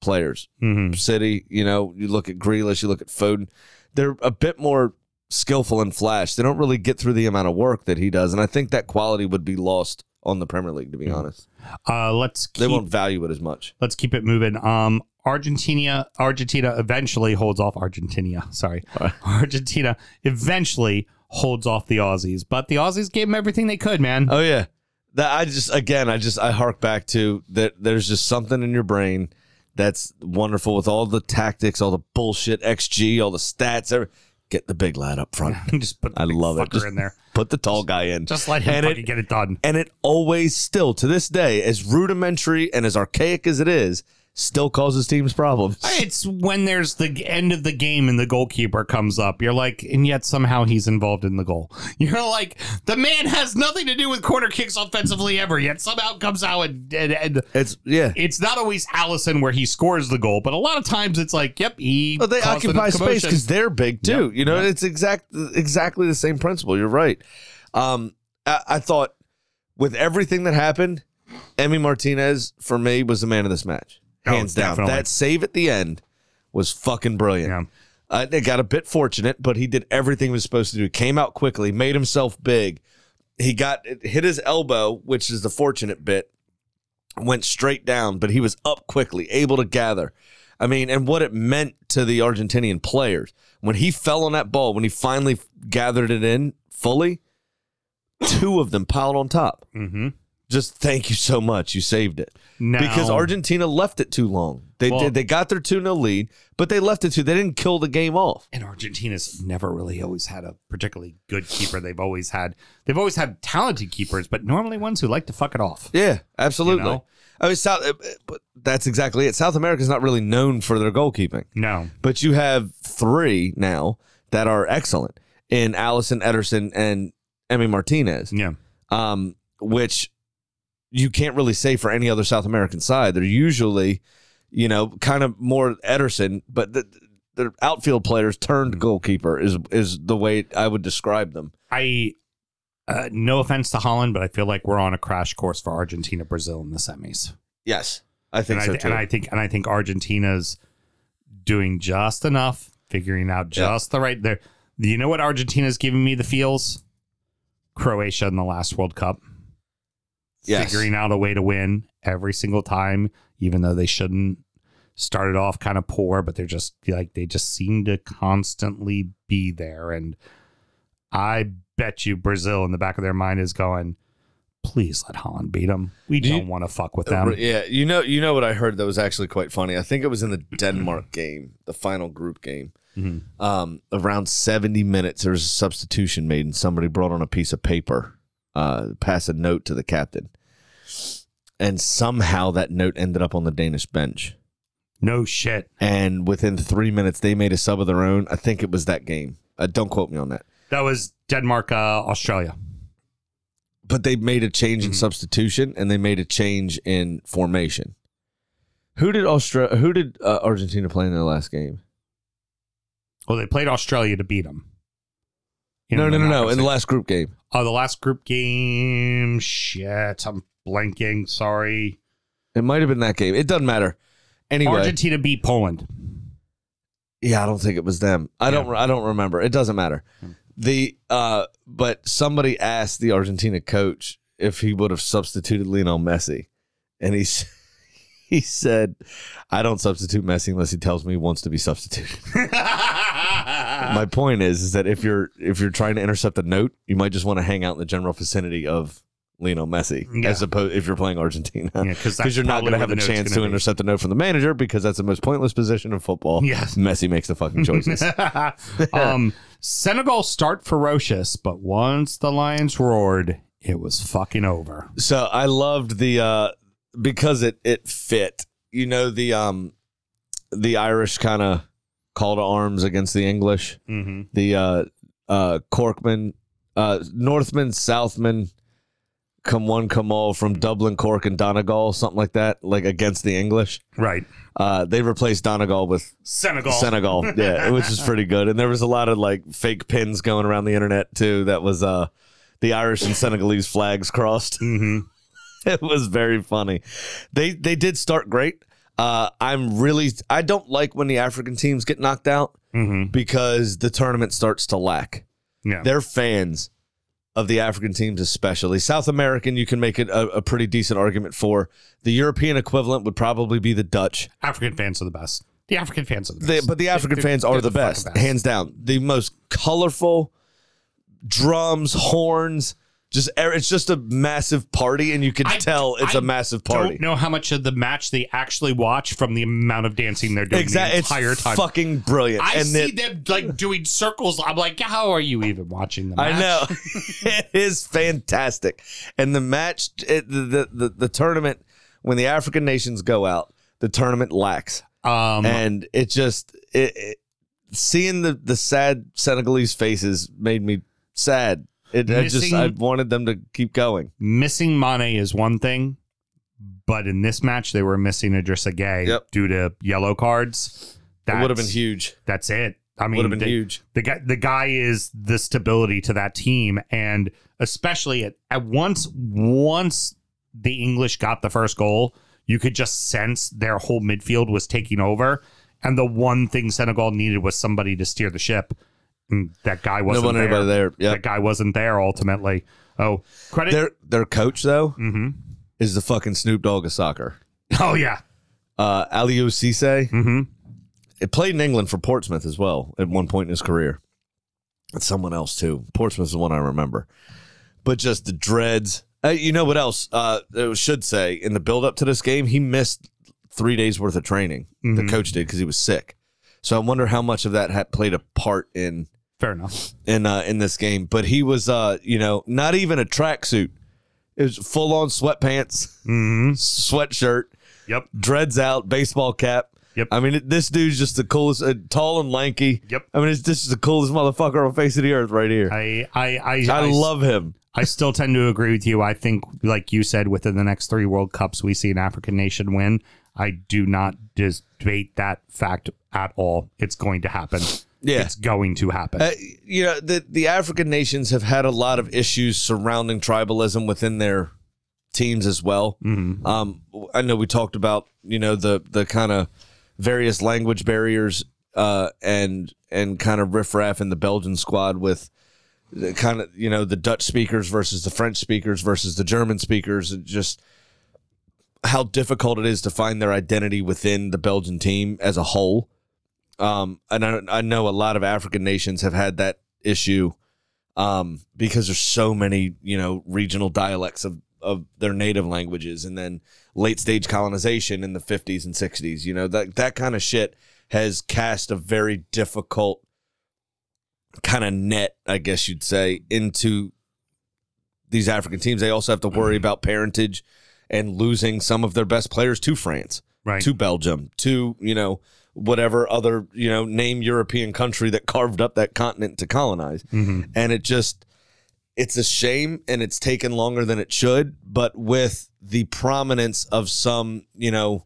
S6: players
S3: hmm
S6: City. You know, you look at Grealish, you look at Foden. They're a bit more skillful in flash. They don't really get through the amount of work that he does, and I think that quality would be lost on the Premier League. To be honest,
S3: Uh, let's
S6: they
S3: keep
S6: won't value it as much.
S3: let's keep it moving. Um, Argentina, Argentina eventually holds off Argentina. Sorry,
S6: Uh.
S3: Argentina eventually holds off the Aussies, but the Aussies gave them everything they could, man.
S6: Oh yeah, that I just again I just I hark back to that. There's just something in your brain that's wonderful with all the tactics, all the bullshit, XG, all the stats. Every, get the big lad up front.
S3: just put the
S6: I
S3: big
S6: love it.
S3: fucker
S6: Just
S3: in there.
S6: Put the tall guy in.
S3: Just let him
S6: And it-
S3: fucking get it done.
S6: and it always still to this day as rudimentary and as archaic as it is still causes teams problems
S3: It's when there's the g- end of the game and the goalkeeper comes up. You're like, and yet somehow he's involved in the goal. You're like, the man has nothing to do with corner kicks offensively ever, yet somehow comes out and, and, and
S6: it's yeah
S3: it's not always Allison where he scores the goal, but a lot of times it's like, yep, he.
S6: but Oh, they
S3: caused the
S6: occupy space
S3: commotion.
S6: because they're big too you know it's exact exactly the same principle you're right um I, I thought with everything that happened emmy martinez for me was the man of this match
S3: Oh,
S6: hands down
S3: definitely.
S6: that save at the end was fucking brilliant
S3: Yeah.
S6: Uh, they got a bit fortunate, but he did everything he was supposed to do. Came out quickly, made himself big. He got hit his elbow, which is the fortunate bit. Went straight down, but he was up quickly, able to gather. I mean, and what it meant to the Argentinian players when he fell on that ball, when he finally gathered it in fully, two of them piled on top.
S3: Mhm.
S6: just thank you so much. You saved it.
S3: Now-
S6: Because Argentina left it too long. They
S3: Well-
S6: did. They got their 2 0 lead, but they left it too. They didn't kill the game off.
S3: and Argentina's never really always had a particularly good keeper. They've always had they've always had talented keepers, but normally ones who like to fuck it off.
S6: Yeah, absolutely.
S3: You know?
S6: I mean, South, uh, uh, but that's exactly it. South America's not really known for their goalkeeping,
S3: No,
S6: but you have three now that are excellent in Allison Ederson and Emmy Martinez.
S3: yeah,
S6: um, which you can't really say for any other South American side. They're usually, you know, kind of more Ederson, but the, their outfield players turned goalkeeper is is the way I would describe them.
S3: I. Uh, no offense to Holland, but I feel like we're on a crash course for Argentina, Brazil in the semis.
S6: Yes, I think
S3: and,
S6: so
S3: I,
S6: too.
S3: and I think and I think Argentina's doing just enough, figuring out
S6: Yeah.
S3: just the right there. You know what Argentina's giving me the feels? Croatia in the last World Cup.
S6: Yes.
S3: Figuring out a way to win every single time, even though they shouldn't. Started off kind of poor, but they're just like they just seem to constantly be there. And I bet you Brazil in the back of their mind is going, please let Holland beat them. We
S6: Do you- Uh,
S3: don't want to fuck with them.
S6: yeah, you know, you know what I heard that was actually quite funny. I think it was in the Denmark game, the final group game.
S3: Mhm.
S6: Um, around seventy minutes, there was a substitution made, and somebody brought on a piece of paper, uh, pass a note to the captain, and somehow that note ended up on the Danish bench.
S3: No shit.
S6: And within three minutes, they made a sub of their own. I think it was that game. Uh, don't quote me on that.
S3: That was Denmark, uh, Australia.
S6: but they made a change in substitution and they made a change in formation. Who did Austra- Who did uh, Argentina play in their last game?
S3: Well, they played Australia to beat them.
S6: no, no, no, no. In the last group game,
S3: oh, the last group game. Shit, I'm blanking. Sorry.
S6: it might have been that game. It doesn't matter. Anyway,
S3: Argentina beat Poland.
S6: yeah, I don't think it was them. I don't. I don't remember. It doesn't matter. The uh, but somebody asked the Argentina coach if he would have substituted Lionel Messi, and he s- he said, "I don't substitute Messi unless he tells me he wants to be substituted."
S3: My- Uh,
S6: my point is is that if you're if you're trying to intercept a note, you might just want to hang out in the general vicinity of Lionel Messi
S3: Yeah.
S6: as opposed if you're playing Argentina.
S3: Yeah, 'cause that's
S6: because you're not
S3: probably
S6: going to
S3: where
S6: have
S3: the
S6: a
S3: note's
S6: chance
S3: gonna
S6: to
S3: be.
S6: intercept a note from the manager because that's the most pointless position in football.
S3: Yes.
S6: Messi makes the fucking choices.
S3: um, Senegal start ferocious, but once the lions roared, it was fucking over.
S6: so I loved the uh because it it fit. You know the um the Irish kind of call to arms against the English.
S3: Mm-hmm.
S6: the uh, uh, Corkman, uh, Northman, Southman, come one, come all from Dublin, Cork, and Donegal, something like that, like against the English.
S3: Right,
S6: Uh, they replaced Donegal with
S3: Senegal.
S6: Senegal, yeah, which is pretty good. And there was a lot of like fake pins going around the internet too. That was uh, the Irish and Senegalese flags crossed.
S3: hmm
S6: it was very funny. They they did start great. Uh, I'm really I don't like when the African teams get knocked out
S3: hmm
S6: because the tournament starts to lack
S3: Yeah.
S6: they're fans of the African teams, especially South American. You can make it a, a pretty decent argument for the European equivalent would probably be the Dutch,
S3: African fans are the best. The African fans are the
S6: They-
S3: best.
S6: but the African
S3: They're-
S6: fans are
S3: they're
S6: the,
S3: fucking
S6: best, hands down. The most colorful drums, horns, just er- it's just a massive party, and you can
S3: I-
S6: tell it's
S3: I
S6: a massive
S3: Don't
S6: party.
S3: know how much of the match they actually watch from the amount of dancing they're doing the
S6: Exactly,
S3: entire
S6: it's
S3: time.
S6: fucking brilliant.
S3: I
S6: and
S3: see
S6: it-
S3: them like doing circles. I'm like, how are you even watching the match?
S6: I know it is fantastic, and the match, it, the, the the tournament, when the African nations go out, the tournament lacks,
S3: Um,
S6: and it just it, it seeing the the sad Senegalese faces made me sad. It, I just
S3: Missing-
S6: I wanted them to keep going.
S3: missing Mane is one thing, but in this match they were missing Idrissa Gay
S6: Yep.
S3: due to yellow cards.
S6: It would have been
S3: That's-
S6: huge.
S3: That's it. I mean,
S6: Would have been
S3: they-
S6: huge.
S3: the guy the guy is the stability to that team and especially at, at once once the english got the first goal you could just sense their whole midfield was taking over and the one thing senegal needed was somebody to steer the ship and that guy
S6: No
S3: wasn't
S6: one,
S3: there.
S6: anybody there. Yeah,
S3: that guy wasn't there ultimately oh credit
S6: their their coach though
S3: hmm
S6: is the fucking Snoop Dogg of soccer.
S3: oh yeah
S6: Uh, Aliou Cisse.
S3: hmm
S6: It played in England for Portsmouth as well at one point in his career. And someone else too. Portsmouth's the one I remember. But just the dreads, Uh, you know what else? Uh, I should say in the build up to this game, he missed three days worth of training.
S3: Mhm.
S6: The coach did because he was sick. So I wonder how much of that had played a part in
S3: Fair enough.
S6: in uh, in this game. But he was, uh, you know, not even a tracksuit. It was full on sweatpants,
S3: Mm-hmm.
S6: sweatshirt,
S3: Yep.
S6: dreads out, baseball cap.
S3: Yep.
S6: I mean, it- this dude's just the coolest, uh, tall and lanky.
S3: Yep.
S6: I mean, it's, this is the coolest motherfucker on the face of the earth right here. I,
S3: I I I,
S6: love him.
S3: I still tend to agree with you. I think, like you said, within the next three World Cups, we see an African nation win. I do not dis- debate that fact at all. It's going to happen.
S6: Yeah.
S3: It's going to happen.
S6: Uh, you know, the, the African nations have had a lot of issues surrounding tribalism within their teams as well.
S3: Mhm.
S6: Um, I know we talked about, you know, the, the kind of various language barriers uh, and and kind of riffraff in the Belgian squad with the kind of, you know, the Dutch speakers versus the French speakers versus the German speakers. and Just how difficult it is to find their identity within the Belgian team as a whole. Um, and I, I know a lot of African nations have had that issue um, because there's so many, you know, regional dialects of, of their native languages and then late stage colonization in the 50s and 60s. You know, that, that kind of shit has cast a very difficult kind of net, I guess you'd say, into these African teams. They also have to worry about parentage and losing some of their best players to France
S3: right.
S6: to Belgium, to you know whatever other you know name European country that carved up that continent to colonize,
S3: Mhm.
S6: and it just it's a shame and it's taken longer than it should. But with the prominence of some you know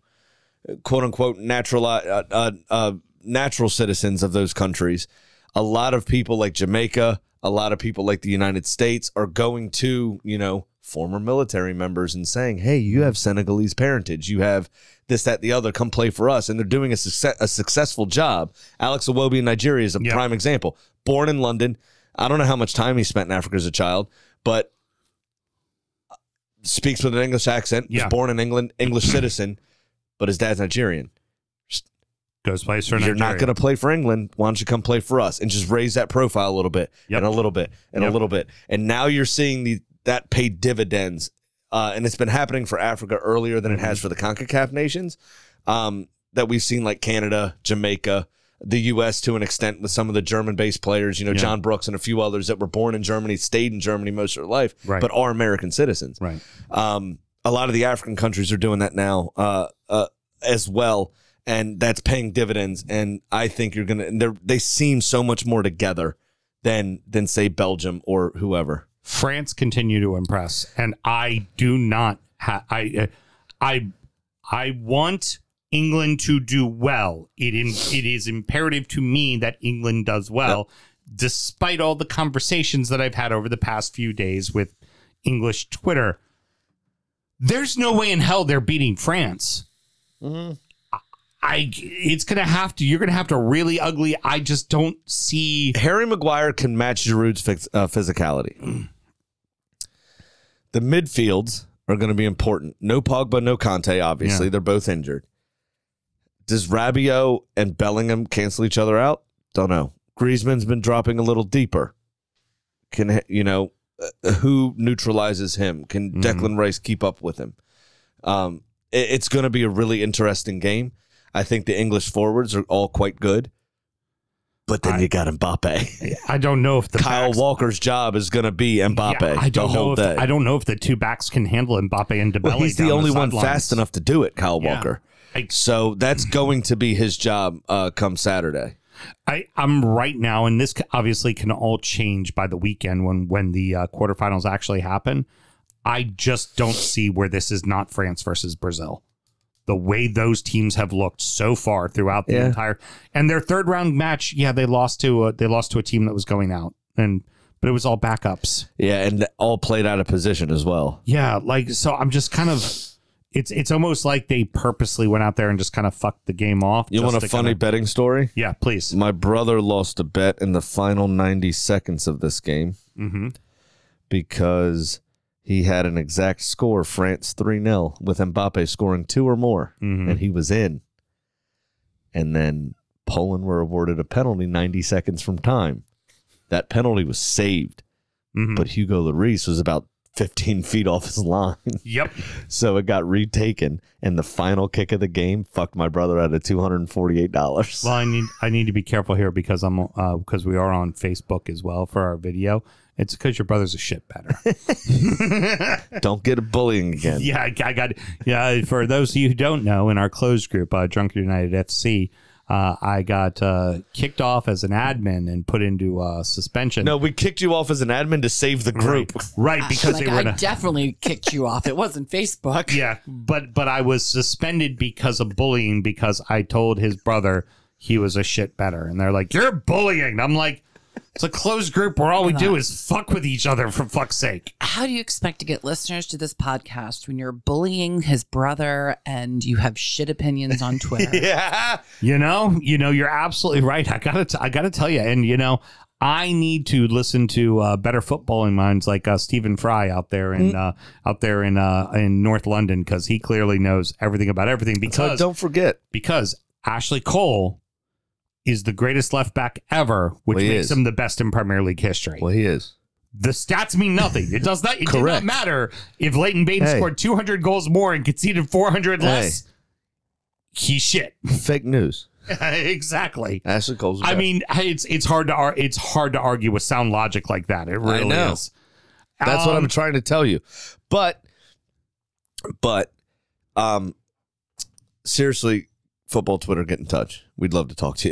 S6: quote unquote natural uh, uh, uh, natural citizens of those countries, a lot of people like Jamaica, a lot of people like the United States are going to, you know, former military members and saying, "Hey, you have Senegalese parentage. You have this, that, the other. Come play for us." And they're doing a, success, a successful job. Alex Awobi in Nigeria is a
S3: Yeah.
S6: prime example. Born in London, I don't know how much time he spent in Africa as a child, but speaks with an English accent.
S3: Yeah.
S6: Was born in England, English citizen, but his dad's Nigerian
S3: Goes place for
S6: you're not going to play for England. Why don't you come play for us and just raise that profile a little bit
S3: Yep.
S6: and a little bit and
S3: Yep.
S6: a little bit. And now you're seeing the that pay dividends, uh, and it's been happening for Africa earlier than it
S3: Mm-hmm.
S6: has for the Concacaf nations. Um, that we've seen like Canada, Jamaica, the U.S. to an extent with some of the German-based players. You know,
S3: Yeah.
S6: John Brooks and a few others that were born in Germany, stayed in Germany most of their life,
S3: Right.
S6: but are American citizens.
S3: Right.
S6: Um, a lot of the African countries are doing that now uh, uh, as well, and that's paying dividends. And I think you're gonna. They they seem so much more together than than say Belgium or whoever.
S3: France continue to impress, and I do not. Ha- I uh, I I want England to do well. It in, it is imperative to me that England does well, despite all the conversations that I've had over the past few days with English Twitter. There's no way in hell they're beating France. I it's gonna have to. You're gonna have to really ugly. I just don't see.
S6: Harry Maguire can match Giroud's phys- uh, physicality. The midfields are going to be important. No Pogba, no Conte. Obviously, they're both injured. Does Rabiot and Bellingham cancel each other out? Don't know. Griezmann's been dropping a little deeper. Can h- you know uh, who neutralizes him? Can
S3: Mm-hmm.
S6: Declan Rice keep up with him? Um, it- it's going to be a really interesting game. I think the English forwards are all quite good, but then
S3: I-
S6: you got Mbappe.
S3: I don't know if the
S6: Kyle
S3: backs-
S6: Walker's job is going to be Mbappe
S3: Yeah, I
S6: the
S3: don't know
S6: whole
S3: if
S6: day.
S3: I don't know if the two backs can handle Mbappe and Dembele.
S6: well, he's
S3: down
S6: the only one
S3: sidelines.
S6: fast enough to do it, Kyle
S3: Yeah.
S6: Walker.
S3: I-
S6: So that's going to be his job uh, come Saturday.
S3: I, I'm right now, and this c- obviously can all change by the weekend when when the uh, quarterfinals actually happen. I just don't see where this is not France versus Brazil. The way those teams have looked so far throughout the
S6: Yeah.
S3: entire and their third round match, yeah, they lost to a, they lost to a team that was going out, and but it was all backups.
S6: Yeah, and all played out of position as well.
S3: Yeah, like so I'm just kind of it's it's almost like they purposely went out there and just kind of fucked the game off.
S6: You
S3: just
S6: want
S3: to
S6: a funny
S3: kinda-
S6: betting story?
S3: yeah, please.
S6: My brother lost a bet in the final 90 seconds of this game
S3: Mm-hmm.
S6: because he had an exact score France 3 0 with Mbappe scoring two or more,
S3: Mhm.
S6: and he was in. And then Poland were awarded a penalty 90 seconds from time. That penalty was saved,
S3: Mhm.
S6: but Hugo Lloris was about 15 feet off his line.
S3: Yep.
S6: So it got retaken, and the final kick of the game fucked my brother out of two hundred and forty-eight dollars.
S3: Well, I need I need to be careful here because I'm uh because we are on Facebook as well for our video. It's because your brother's a shit better.
S6: Don't get a bullying again.
S3: yeah, I, I got yeah. For those of you who don't know, in our closed group, uh, Drunken United FC, uh, I got uh, kicked off as an admin and put into uh, suspension.
S6: No, we kicked you off as an admin to save the
S3: right,
S6: group.
S3: right, because
S5: like,
S3: they were.
S5: I
S3: in a-
S5: definitely kicked you off. It wasn't Facebook.
S3: yeah, but but I was suspended because of bullying because I told his brother he was a shit better, and they're like, "You're bullying." I'm like, "It's a closed group where all we do is fuck with each other for fuck's sake."
S5: How do you expect to get listeners to this podcast when you're bullying his brother and you have shit opinions on Twitter?
S6: Yeah.
S3: You know, you know, you're absolutely right. I gotta, t- I gotta tell you, and you know, I need to listen to uh, better footballing minds like uh, Stephen Fry out there in uh, out there in uh, in North London because he clearly knows everything about everything
S6: But
S3: because
S6: don't forget,
S3: because Ashley Cole is the greatest left back ever, which
S6: Well, he
S3: makes
S6: is.
S3: him the best in Premier League history.
S6: well, he is.
S3: The stats mean nothing. It does not. It did not
S6: Correct.
S3: matter if Leighton Baines
S6: Hey.
S3: scored 200 goals more and conceded 400 less. He's shit.
S6: Fake news.
S3: exactly.
S6: Ashley Cole's. the
S3: I
S6: best.
S3: mean, it's it's hard to ar- it's hard to argue with sound logic like that. It really
S6: know.
S3: is.
S6: That's what
S3: Um,
S6: I'm trying to tell you. But but um seriously, football Twitter, get in touch. We'd love to talk to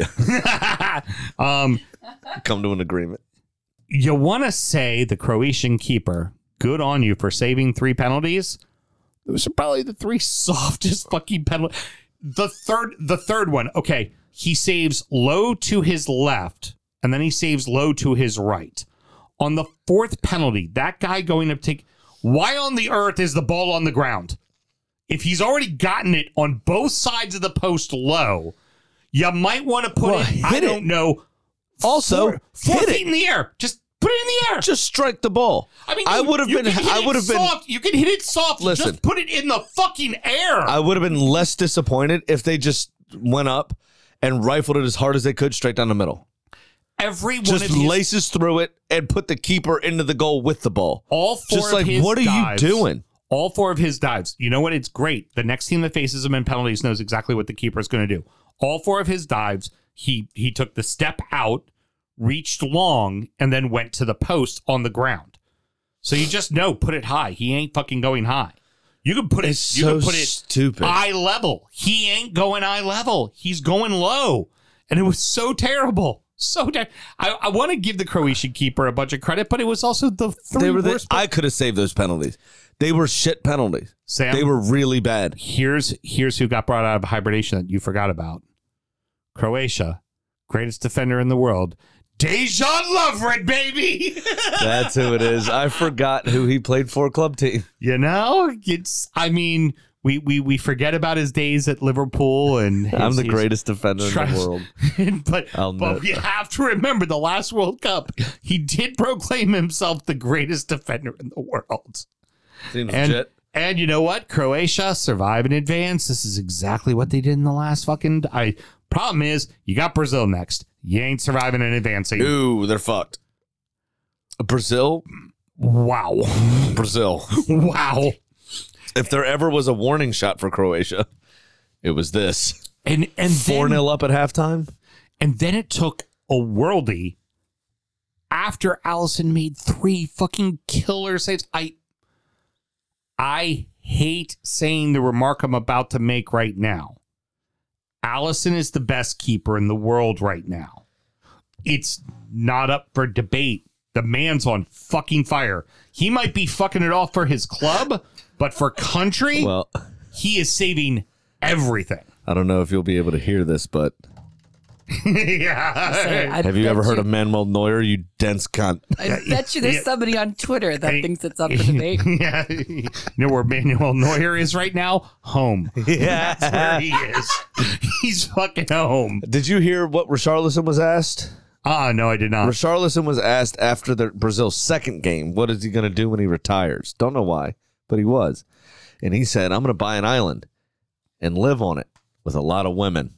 S6: you.
S3: um,
S6: Come to an agreement.
S3: you want to say the Croatian keeper, good on you for saving three penalties. Those are probably the three softest fucking penalties. The third, the third one. Okay, he saves low to his left, and then he saves low to his right. On the fourth penalty, that guy going to take. Why on the earth is the ball on the ground? If he's already gotten it on both sides of the post low, you might want to put
S6: Well,
S3: it. I
S6: hit it.
S3: don't know.
S6: Also,
S3: four, four
S6: hit
S3: feet
S6: it.
S3: in the air. Just put it in the air.
S6: Just strike the ball.
S3: I mean,
S6: I
S3: you-
S6: would have
S3: you
S6: been
S3: can hit
S6: I
S3: it
S6: would have been
S3: soft. You can hit it soft.
S6: Listen.
S3: just put it in the fucking air.
S6: I would have been less disappointed if they just went up and rifled it as hard as they could straight down the middle.
S3: Every one
S6: Just
S3: of these,
S6: laces through it and put the keeper into the goal with the ball.
S3: all four
S6: Just
S3: of
S6: like
S3: his
S6: what are
S3: dives-
S6: you doing?
S3: All four of his dives. You know what? It's great. The next team that faces him in penalties knows exactly what the keeper is going to do. All four of his dives, he he took the step out, reached long, and then went to the post on the ground. So you just know, put it high. He ain't fucking going high. You can put
S6: It's
S3: it. You
S6: so
S3: can put it
S6: stupid.
S3: eye level. He ain't going eye level. He's going low. And it was so terrible. So ter- I, I want to give the Croatian keeper a bunch of credit, but it was also the three
S6: They were the,
S3: worst.
S6: I could have saved those penalties. They were shit penalties.
S3: Sam,
S6: They were really bad.
S3: here's here's who got brought out of hibernation that you forgot about. Croatia, greatest defender in the world. Dejan Lovren, baby.
S6: That's who it is. I forgot who he played for club team.
S3: you know, it's. I mean, we we we forget about his days at Liverpool, and
S6: I'm
S3: his-
S6: the
S3: his-
S6: greatest defender in
S3: Trust-
S6: the world.
S3: but
S6: I'll
S3: but
S6: note
S3: we have to remember the last World Cup, he did proclaim himself the greatest defender in the world.
S6: Seems
S3: And
S6: legit.
S3: and you know what? Croatia survive in advance. This is exactly what they did in the last fucking. I problem is you got Brazil next. You ain't surviving in advance. either.
S6: Ooh, they're fucked. Brazil,
S3: Wow,
S6: Brazil.
S3: wow.
S6: if there ever was a warning shot for Croatia, it was this.
S3: And and
S6: Four
S3: then-
S6: 0 up at halftime.
S3: And then it took a worldie after Allison made three fucking killer saves. I I hate saying the remark I'm about to make right now. Allison is the best keeper in the world right now. It's not up for debate. The man's on fucking fire. He might be fucking it off for his club, but for country,
S6: Well,
S3: he is saving everything.
S6: I don't know if you'll be able to hear this, but
S3: yeah.
S5: So I
S6: have you
S5: bet
S6: ever heard of Manuel Neuer? You dense cunt.
S5: I bet you there's somebody on Twitter that
S3: Hey.
S5: thinks it's up for debate.
S3: yeah. You know where Manuel Neuer is right now? Home. That's where he is. He's fucking home.
S6: Did you hear what Richarlison was asked?
S3: Ah, no, I did not.
S6: Richarlison was asked after the Brazil's second game, what is he going to do when he retires? Don't know why, but he was. And he said, I'm going to buy an island and live on it with a lot of women.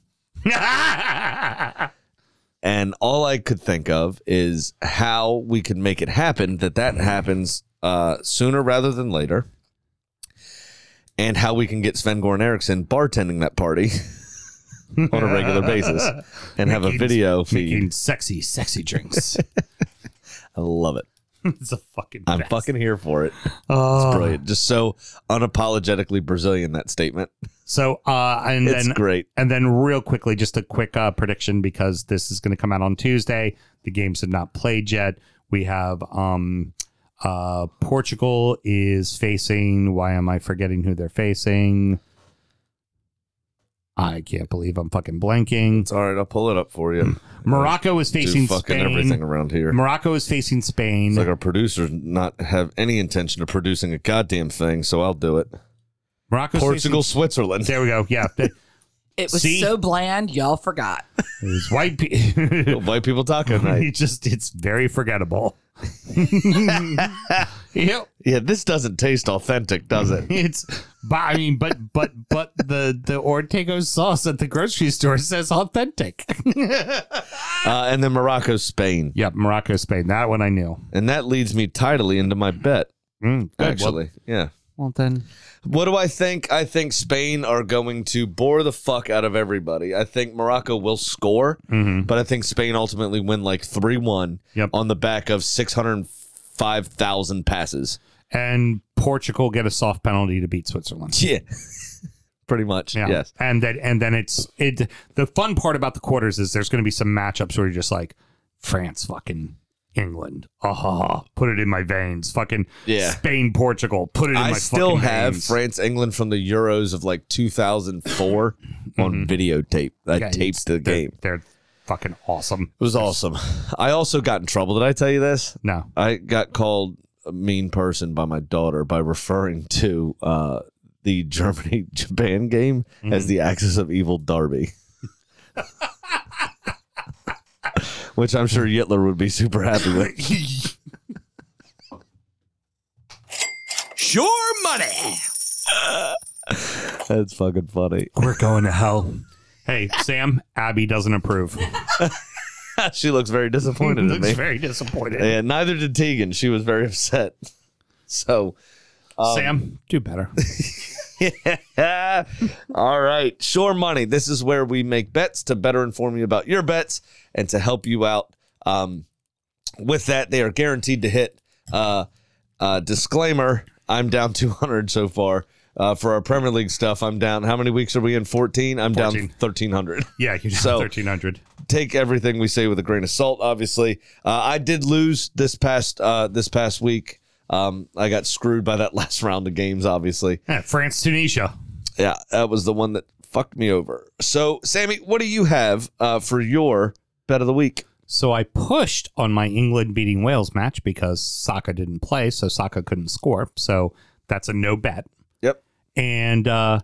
S6: And all I could think of is how we could make it happen that that happens uh, sooner rather than later. And how we can get Sven Goran Eriksson bartending that party on a regular basis and have a
S3: Making-
S6: video feed.
S3: Making sexy, sexy drinks.
S6: I love it.
S3: it's a fucking.
S6: I'm
S3: best.
S6: fucking here for it.
S3: Oh.
S6: It's brilliant. Just so unapologetically Brazilian, that statement.
S3: So, uh, and
S6: It's
S3: then
S6: great.
S3: And then, real quickly, just a quick uh, prediction because this is going to come out on Tuesday. The games have not played yet. We have um, uh, Portugal is facing. Why am I forgetting who they're facing? I can't believe I'm fucking blanking.
S6: It's all right. I'll pull it up for you.
S3: Morocco is
S6: Do
S3: facing
S6: fucking
S3: Hmm. Spain.
S6: everything around here.
S3: Morocco is facing Spain.
S6: It's like our producers not have any intention of producing a goddamn thing, so I'll do it.
S3: Morocco,
S6: Portugal, Switzerland.
S3: There we go. Yeah, it
S5: It was
S3: See?
S5: so bland, y'all forgot.
S3: was white. Pe-
S6: White people taco
S3: It
S6: night.
S3: just it's very forgettable. yep.
S6: Yeah, this doesn't taste authentic, does it?
S3: It's but I mean but but but the the Ortego sauce at the grocery store says authentic. Mm-hmm.
S6: Uh, and then Morocco, Spain.
S3: yep, Morocco Spain. That one I knew.
S6: And that leads me tidily into my bet,
S3: Mm, good.
S6: actually. yeah.
S5: Well then,
S6: What do I think? I think Spain are going to bore the fuck out of everybody. I think Morocco will score,
S3: mm-hmm.
S6: but I think Spain ultimately win like 3 1
S3: Yep.
S6: on the back of 605,000 passes.
S3: Well, and Portugal get a soft penalty to beat Switzerland.
S6: Yeah. Pretty much.
S3: Yeah.
S6: Yes.
S3: And then and then it's it the fun part about the quarters is there's gonna be some matchups where you're just like France fucking England, ah ha, ha. put it in my veins. Fucking
S6: Yeah.
S3: Spain, Portugal, put it in
S6: I
S3: my
S6: still
S3: fucking
S6: have
S3: veins.
S6: France England from the Euros of like 2004 on videotape.
S3: Mm-hmm.
S6: I
S3: Yeah, it's-
S6: taped the
S3: they're-
S6: game.
S3: They're fucking awesome.
S6: It was awesome. I also got in trouble. Did I tell you this?
S3: No.
S6: I got called a mean person by my daughter by referring to uh, the Germany Japan game as
S3: Mm-hmm.
S6: the Axis of Evil Derby. Which I'm sure Yitler would be super happy with.
S4: Sure money.
S6: That's fucking funny.
S3: We're going to hell. Hey, Sam, Abby doesn't approve.
S6: she looks very disappointed in
S3: Looks
S6: me.
S3: very disappointed.
S6: Yeah, neither did Tegan. She was very upset. So, um,
S3: Sam, do better.
S6: all right, sure money. This is where we make bets to better inform you about your bets and to help you out. Um, with that, they are guaranteed to hit. Uh, uh, disclaimer: I'm down 200 so far. Uh, for our Premier League stuff, I'm down. How many weeks are we in? 14. I'm
S3: 14.
S6: down 1300.
S3: Yeah, you
S6: So-
S3: 1300.
S6: take everything we say with a grain of salt. Obviously, uh, I did lose this past uh, this past week. Um, I got screwed by that last round of games. Obviously,
S3: Yeah, France, Tunisia.
S6: yeah, that was the one that fucked me over. So, Sammy, what do you have uh, for your bet of the week?
S3: So I pushed on my England beating Wales match because Saka didn't play, so Saka couldn't score. So that's a no bet.
S6: Yep.
S3: And uh,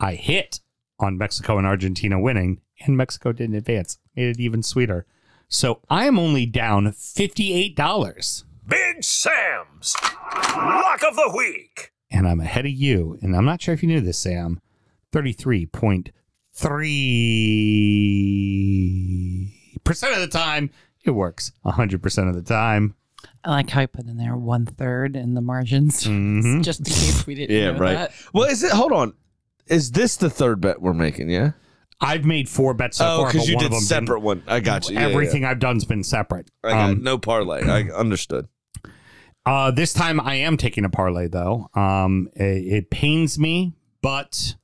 S3: I hit on Mexico and Argentina winning, and Mexico didn't advance. Made it even sweeter. So I am only down fifty-eight dollars,
S4: Big Sam's Lock of the Week.
S3: and I'm ahead of you. And I'm not sure if you knew this, Sam. Thirty-three point three percent of the time it works. hundred percent of the time.
S5: I like how I put in there one third in the margins,
S3: Mhm.
S5: just in case we didn't. know that.
S6: Well, is it? Hold on. Is this the third bet we're making? Yeah.
S3: I've made four bets so
S6: oh,
S3: far, but
S6: because you
S3: one
S6: did
S3: of them
S6: separate
S3: didn't-
S6: one. I got you. Yeah, yeah,
S3: Everything I've done's been separate.
S6: I got
S3: Um,
S6: no parlay. I understood.
S3: uh, this time I am taking a parlay though. Um, it, it pains me, but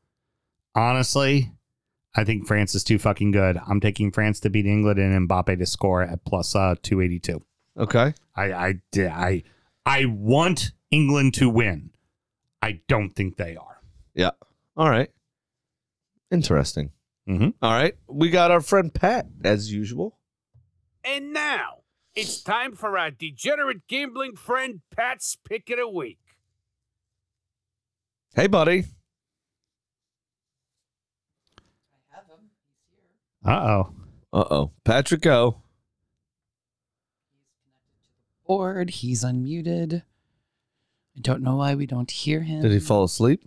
S3: honestly, I think France is too fucking good. I'm taking France to beat England and Mbappe to score at plus uh, 282.
S6: Okay.
S3: I I di- I I want England to win. I don't think they are.
S6: Yeah. All right. Interesting.
S3: Mhm.
S6: All right. We got our friend Pat as usual.
S7: And now it's time for our degenerate gambling friend Pat's pick of the week.
S6: Hey, buddy.
S3: Uh oh.
S6: Uh oh. Patrick O.
S5: Bored. He's unmuted. I don't know why we don't hear him.
S6: Did he fall asleep?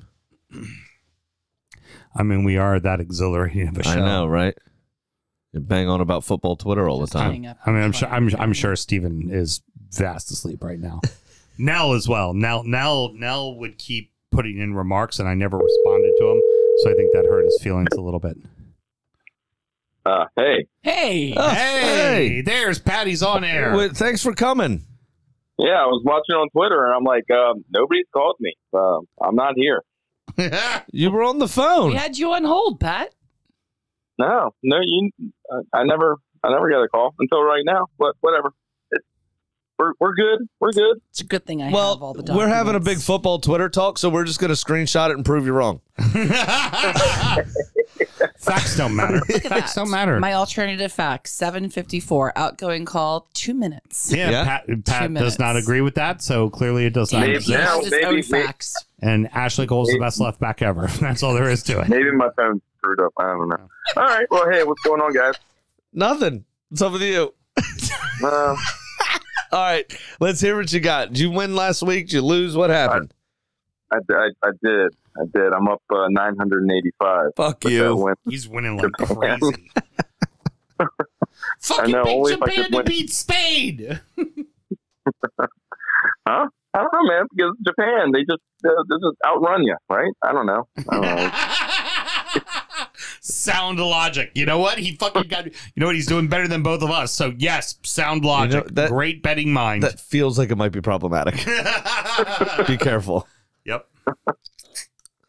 S3: I mean, we are that exhilarating of a show.
S6: I know, right? You bang on about football Twitter all the time.
S5: Hang up
S3: I mean, I'm
S5: and
S3: sure.
S5: try
S3: I'm,
S5: again.
S3: I'm sure Steven is fast asleep right now. Nell as well. Nell, Nell, Nell would keep putting in remarks, and I never responded to him. So I think that hurt his feelings a little bit.
S8: Uh, hey,
S5: Hey,
S6: Oh,
S3: Hey, there's Patty's on air.
S6: Well, thanks for coming.
S8: yeah, I was watching on Twitter, and I'm like, um, nobody's called me. Um, I'm not here.
S6: You were on the phone.
S5: we had you on hold, Pat.
S8: No, no, you. I, I never, I never got a call until right now. But whatever, It's we're we're good. We're good.
S5: It's a good thing I have all
S6: well,
S5: the
S6: we're having a big
S5: documents.
S6: football Twitter talk, so we're just going to screenshot it and prove you wrong.
S3: Facts don't matter.
S5: Look at
S3: Facts
S5: that.
S3: don't matter.
S5: My alternative facts: seven fifty-four outgoing call, two minutes.
S3: yeah,
S6: Yeah.
S3: Pat, Pat does
S5: minutes.
S3: not agree with that, so clearly it does not
S8: Maybe
S3: exist.
S8: now.
S5: Has its
S8: maybe-
S5: own
S8: may-
S5: facts.
S3: And Ashley Cole's the best left back ever. That's all there is to it.
S8: Maybe my phone's screwed up. I don't know. All right. Well, hey, what's going on, guys?
S6: Nothing. What's up with you?
S8: Uh,
S6: All right, let's hear what you got. Did you win last week? Did you lose? What happened?
S8: I, I, I did. I did. I'm up uh, 985.
S6: Fuck
S8: with that
S6: you.
S8: win.
S3: He's winning like crazy.
S8: I know. Only if I could win.
S3: Beat Spade.
S8: I don't know, man. Because Japan, they just they they just outrun you, right? I don't know. I don't know. Oh.
S3: sound logic. You know what? He fucking got. You know what? He's doing better than both of us. So yes, sound logic.
S6: know, that-
S3: Great betting mind.
S6: That feels like it might be problematic. Be careful.
S3: yep.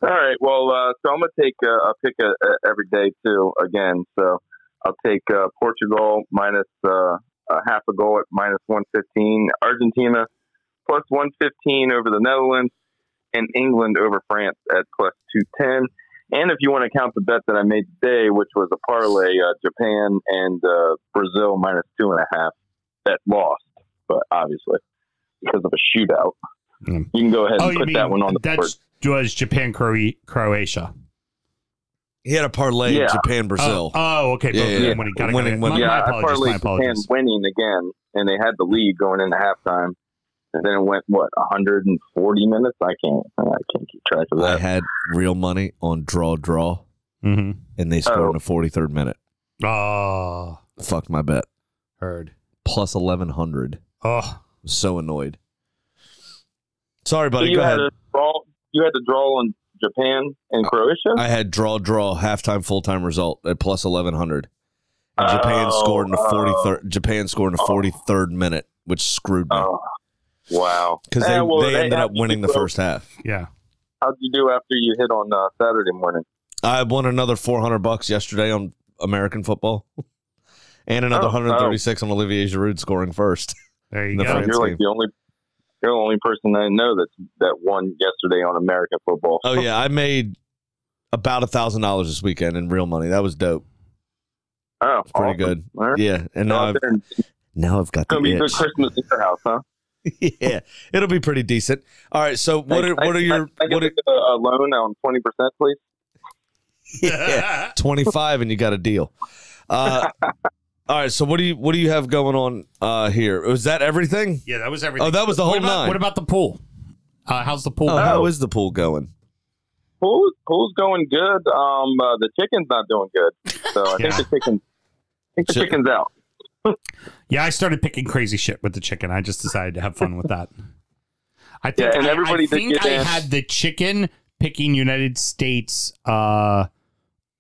S8: All right. Well, uh, so I'm gonna take uh, a pick uh uh every day too again. So I'll take uh, Portugal minus uh, a half a goal at minus 115, Argentina plus 115 over the Netherlands, and England over France at plus 210. And if you want to count the bet that I made today, which was a parlay, uh, Japan and uh, Brazil minus two and a half, that lost, but obviously because of a shootout.
S3: Mm.
S8: Hmm. Oh, You can go ahead and put that one on the board.
S3: that's was Japan Cro- Croatia.
S6: He had a parlay
S8: Yeah.
S6: in Japan, Brazil.
S3: Oh, oh, okay.
S6: Yeah,
S3: both of
S6: yeah.
S3: them when he got it.
S6: Winning,
S3: got it. My, my
S6: winning.
S8: yeah, I
S3: apologies. My
S8: parlayed Japan
S3: apologies.
S8: winning again, and they had the lead going into halftime. And then it went what 140 minutes. I can't, I can't keep track of
S6: I
S8: that.
S6: had real money on draw draw,
S3: hmm
S6: and they scored
S8: Oh.
S6: in the 43rd minute.
S3: Oh,
S6: Fucked my bet.
S3: heard.
S6: Plus 1100.
S3: Oh,
S6: So annoyed. Sorry,
S8: So
S6: buddy.
S8: you
S6: Go
S8: had
S6: ahead. Oh,
S8: a draw. You had to draw on Japan and Croatia.
S6: I had draw draw halftime full time result at plus 1100. And Japan
S8: Oh,
S6: scored in the
S8: oh.
S6: 43rd. Japan scored in the
S8: Oh.
S6: 43rd minute, which screwed me
S8: oh, wow!
S6: because they,
S8: Eh, well,
S6: they ended up
S8: how'd you
S6: winning
S8: do
S6: the
S8: after-
S6: first half.
S3: yeah.
S8: How'd you do after you hit on uh, Saturday morning?
S6: I won another 400 bucks yesterday on American football and another
S8: Oh,
S6: 136 on Olivier Giroud scoring first.
S3: There you
S6: The
S3: go.
S6: France
S8: You're like
S6: game.
S8: the only. You're the only person I know that that won yesterday on American football.
S6: Oh, yeah. I made about a $1,000 this weekend in real money. That was dope.
S8: oh,
S6: It's pretty
S8: awesome.
S6: good.
S8: All right.
S6: Yeah. And now I've,
S8: Out there, it's
S6: now I've got
S8: gonna be a
S6: the
S8: good
S6: itch.
S8: Christmas at your house, huh?
S6: yeah. It'll be pretty decent. All right. So what are,
S8: I-
S6: what are
S8: I-
S6: your
S8: I, get
S6: what are,
S8: a a uh, loan on twenty percent, please.
S6: yeah, 25 and you got a deal. Uh, all right. So what do you, what do you have going on uh, here? Was that everything?
S3: Yeah, that was everything.
S6: Oh, that was the whole
S3: what about,
S6: nine.
S3: What about the pool? Uh, how's the pool?
S6: Oh,
S3: going?
S6: how is the pool going?
S8: Pool's, pool's going good. Um, uh, the chicken's not doing good, so I
S3: Yeah.
S8: think the chicken, I think the
S6: Chicken.
S8: chicken's out.
S3: Yeah, I started picking crazy shit with the chicken. I just decided to have fun with that. I think
S8: Yeah, and
S3: I-
S8: everybody
S3: I,
S8: did
S3: think
S8: get
S3: I
S8: in.
S3: had the chicken picking United States uh,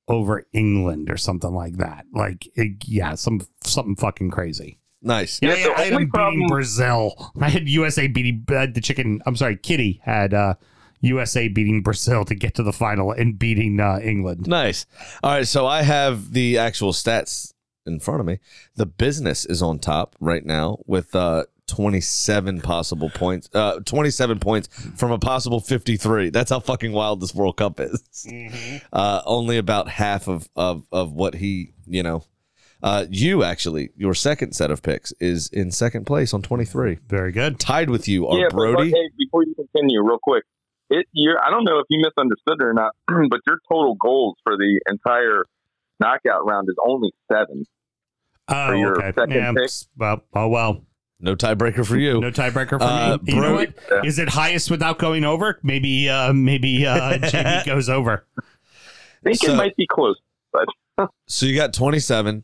S3: over England or something like that. Like, it- yeah, some something fucking crazy.
S6: Nice.
S3: Yeah,
S8: Yeah,
S3: yeah,
S8: the
S3: I had them
S8: only
S3: beating
S8: problem-
S3: Brazil. I had USA beating uh, the chicken. I'm sorry, Kitty had uh, USA beating Brazil to get to the final and beating uh, England.
S6: Nice. All right, so I have the actual stats in front of me. The business is on top right now with uh 27 possible points. Uh 27 points from a possible 53. That's how fucking wild this World Cup is.
S8: Mm-hmm.
S6: Uh only about half of of of what he, you know, uh you actually your second set of picks is in second place on 23.
S3: Very good.
S6: Tied with you are
S8: yeah, but
S6: uh, Brody.
S8: look, hey, before you continue, real quick, it you're I don't know if you misunderstood it or not, but your total goals for the entire knockout round is only seven.
S3: Oh,
S8: For your
S3: okay.
S8: second
S3: Yeah,
S8: pick?
S3: well, oh well.
S6: No tiebreaker for you.
S3: No tiebreaker for
S6: Uh,
S3: me. You know
S6: Brody-
S3: what? Is it highest without going over? Maybe uh maybe uh JB goes over.
S8: I think
S6: So-
S8: it might be close.
S6: So you got 27.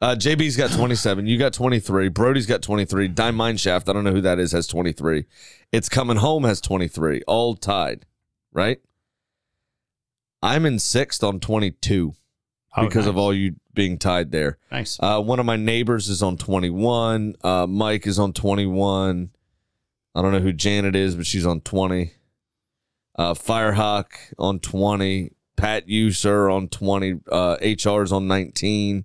S6: Uh, JB's got 27. You got 23. Brody's got 23. Dime Mineshaft, I don't know who that is, has 23. It's Coming Home has 23. All tied, right? I'm in sixth on 22
S3: Oh,
S6: because
S3: nice.
S6: of all you being tied there.
S3: nice.
S6: Uh, one of my neighbors is on 21. Uh, Mike is on 21. I don't know who Janet is, but she's on 20. Uh, Firehawk on 20. Pat User on 20. Uh, HR is on 19.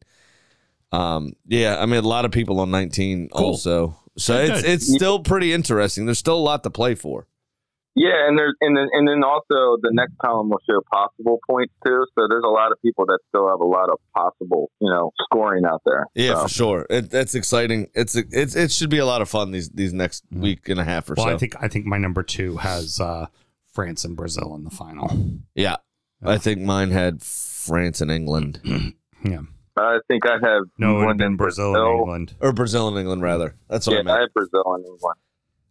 S6: Um, yeah, I mean, a lot of people on 19 also. So it's,
S3: good.
S6: it's still pretty interesting. There's still a lot to play for.
S8: Yeah, and there's and then and then also the next column will show possible points too. So there's a lot of people that still have a lot of possible, you know, scoring out there.
S6: Yeah,
S8: So,
S6: for sure. It, that's exciting. It's, it's it should be a lot of fun these these next week and a half or
S3: Mm-hmm. Well,
S6: so.
S3: I think I think my number two has uh, France and Brazil in the final.
S6: yeah, I think mine had France and England.
S8: I think I have
S3: No, it would have
S8: one
S3: been
S8: in
S3: Brazil and England.
S6: or Brazil and England rather. That's what
S8: Yeah,
S6: I
S8: I
S6: meant.
S8: have Brazil and England.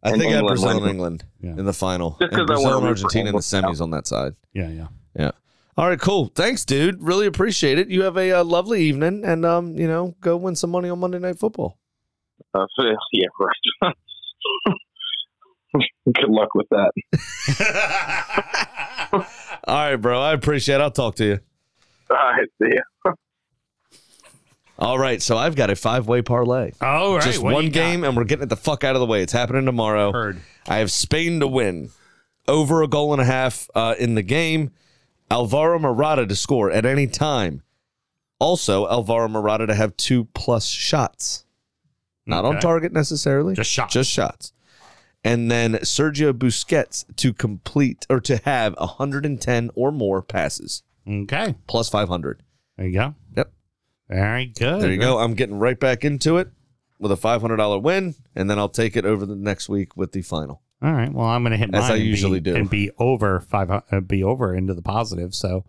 S6: I,
S8: and
S6: think I had
S8: England
S6: Brazil and
S8: won.
S6: England
S3: Yeah.
S6: in the final,
S8: Just 'cause I
S6: and Brazil
S8: wanna
S6: and
S8: root for
S6: Argentina in the
S8: England.
S6: semis on that side.
S3: Yeah, yeah.
S6: All right, cool. Thanks, dude. Really appreciate it. You have a uh, lovely evening, and um, you know, go win some money on Monday Night Football.
S8: Uh, so, yeah, right. Good luck with that.
S6: All right, bro. I appreciate. it. I'll talk to you.
S8: All right, see ya.
S6: All right, so I've got a five-way parlay.
S3: All Oh, right,
S6: Just
S3: what do
S6: one
S3: you got?
S6: game, and we're getting it the fuck out of the way. It's happening tomorrow.
S3: Heard.
S6: I have Spain to win over a goal and a half uh, in the game. Alvaro Morata to score at any time. Also, Alvaro Morata to have two plus shots. Not on
S3: Okay.
S6: target necessarily.
S3: Just shots.
S6: Just shots. And then Sergio Busquets to complete or to have 110 or more passes,
S3: Okay,
S6: plus 500.
S3: there you go.
S6: Yep.
S3: Very Oh, good.
S6: There you go. I'm getting right back into it with a $500 win, and then I'll take it over the next week with the final.
S3: All right. Well, I'm going to hit
S6: As
S3: mine
S6: I
S3: and
S6: usually
S3: be,
S6: do.
S3: and be over five, uh, be over into the positive. So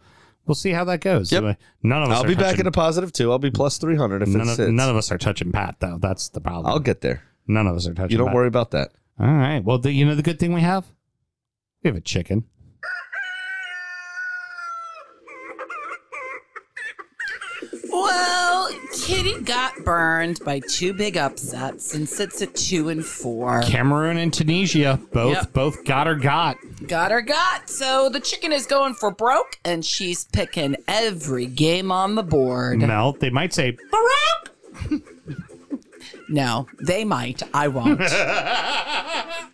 S3: we'll see how that goes.
S6: Yep.
S3: Uh, None of us.
S6: I'll
S3: are
S6: be back
S3: touching-
S6: in a positive too. I'll be plus 300 if
S3: None
S6: it
S3: of,
S6: sits.
S3: none of us are touching Pat though. That's the problem.
S6: I'll get there.
S3: none of us are touching.
S6: You don't
S3: Pat.
S6: worry about that.
S3: All right. Well, the, you know the good thing we have, we have a chicken.
S5: Well, Kitty got burned by two big upsets and sits at two and four.
S3: Cameroon and Tunisia both
S5: Yep.
S3: both got or got.
S5: Got her got. So the chicken is going for broke and she's picking every game on the board.
S3: Mel, they might say
S5: Broke? no, they might. I won't.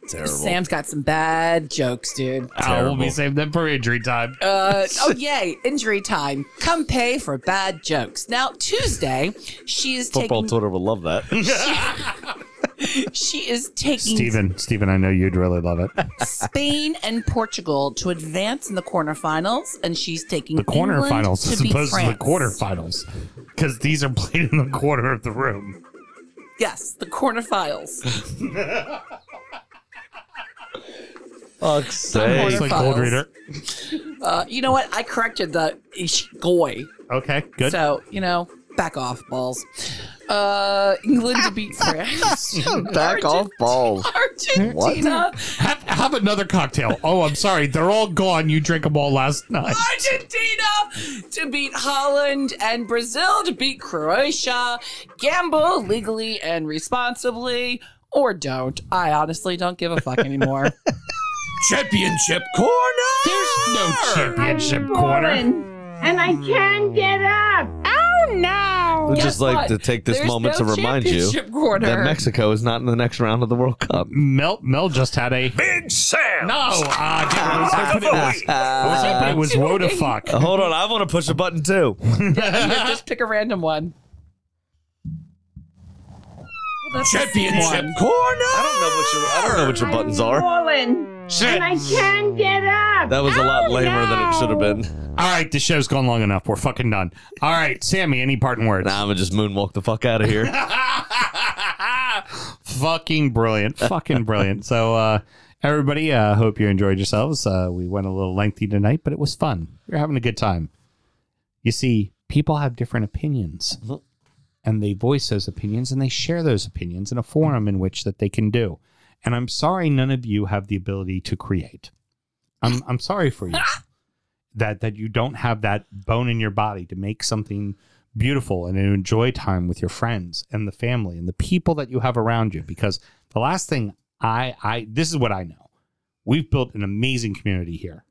S6: Terrible.
S5: Sam's got some bad jokes, dude.
S3: I will be saving them for injury time.
S5: Uh, oh, yay. Injury time. Come pay for bad jokes. Now, Tuesday, she is
S6: Football
S5: taking.
S6: Twitter will love that.
S5: she is taking
S3: Steven, Steven, I know you'd really love it.
S5: Spain and Portugal to advance in the quarterfinals, and she's taking
S3: The
S5: England
S3: quarterfinals
S5: to
S3: as
S5: beat
S3: opposed to the
S5: France.
S3: quarterfinals. Because these are played in the corner of the room.
S5: Yes, the quarterfinals.
S6: Fuck's sake.
S3: It's like Gold
S5: Quarterfinals.
S3: Reader.
S5: Uh, you know what? I corrected the ish goy.
S3: Okay, good.
S5: So you know, back off balls. Uh, England to beat France.
S6: Back off balls.
S5: Argentina.
S3: have, have another cocktail. Oh, I'm sorry. They're all gone. You drank them all last night.
S5: Ah! Argentina to beat Holland and Brazil to beat Croatia. Gamble legally and responsibly, or don't. I honestly don't give a fuck anymore.
S7: Championship corner!
S3: There's no championship corner.
S9: and I can't get up. Oh no!
S6: We'd
S5: Guess
S6: just like
S5: what?
S6: to take this
S5: There's
S6: moment
S5: no
S6: to remind you
S5: championship quarter.
S6: that Mexico is not in the next round of the World Cup.
S3: Mel, Mel just had a.
S7: Big Sam! Ah,
S3: No, uh, dude, I was hoping it was, I
S5: Ah.
S3: was, hoping it was woe to fuck.
S5: Oh.
S6: Uh, Hold on, I want to push a button too.
S5: Yeah, just pick a random one. Well, that's the same
S7: Championship
S5: one.
S7: corner!
S6: I don't know what your I don't know what your buttons are.
S9: Fallen,
S3: Shit.
S9: and I can't get up.
S6: That was a lot
S9: Oh,
S6: lamer than it should have
S9: no.
S6: been.
S3: All right, the show's gone long enough. We're fucking done. All right, Sammy, any parting words?
S6: Nah, I'm gonna just moonwalk the fuck out of here.
S3: fucking brilliant. Fucking brilliant. So, uh, everybody, uh, hope you enjoyed yourselves. Uh, we went a little lengthy tonight, but it was fun. We were having a good time. You see, people have different opinions and they voice those opinions and they share those opinions in a forum in which that they can do. And I'm sorry none of you have the ability to create. I'm, I'm sorry for you that that you don't have that bone in your body to make something beautiful and enjoy time with your friends and the family and the people that you have around you. Because the last thing I, I, this is what I know. We've built an amazing community here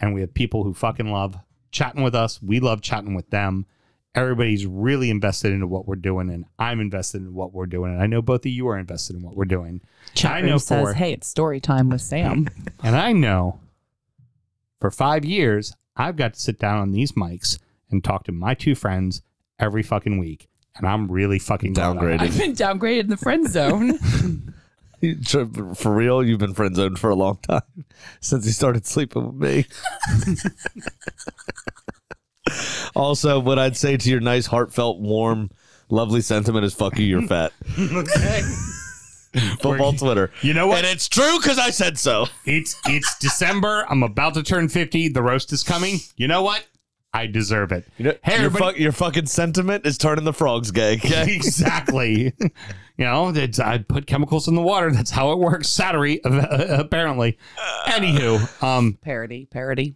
S3: and we have people who fucking love chatting with us. We love chatting with them. Everybody's really invested into what we're doing, and I'm invested in what we're doing, and I know both of you are invested in what we're doing. I know
S5: Chatroom
S3: for-
S5: says, "Hey, it's story time with Sam."
S3: And I know for five years, I've got to sit down on these mics and talk to my two friends every fucking week, and I'm really fucking glad I-
S6: Downgraded.
S5: I've been downgraded in the friend zone.
S6: You tri- For real, you've been friend zoned for a long time since you started sleeping with me. also, what I'd say to your nice, heartfelt, warm, lovely sentiment is "fuck you, you're fat." Football Twitter.
S3: You know what?
S6: And it's true because I said so.
S3: It's it's December. I'm about to turn 50. The roast is coming. You know what? I deserve it.
S6: You know,
S3: Hey,
S6: your,
S3: everybody-
S6: fuck- your fucking sentiment is turning the frogs gay. Okay?
S3: exactly. you know, it's, I put chemicals in the water. That's how it works. Saturday, apparently. Anywho, um,
S5: parody, parody.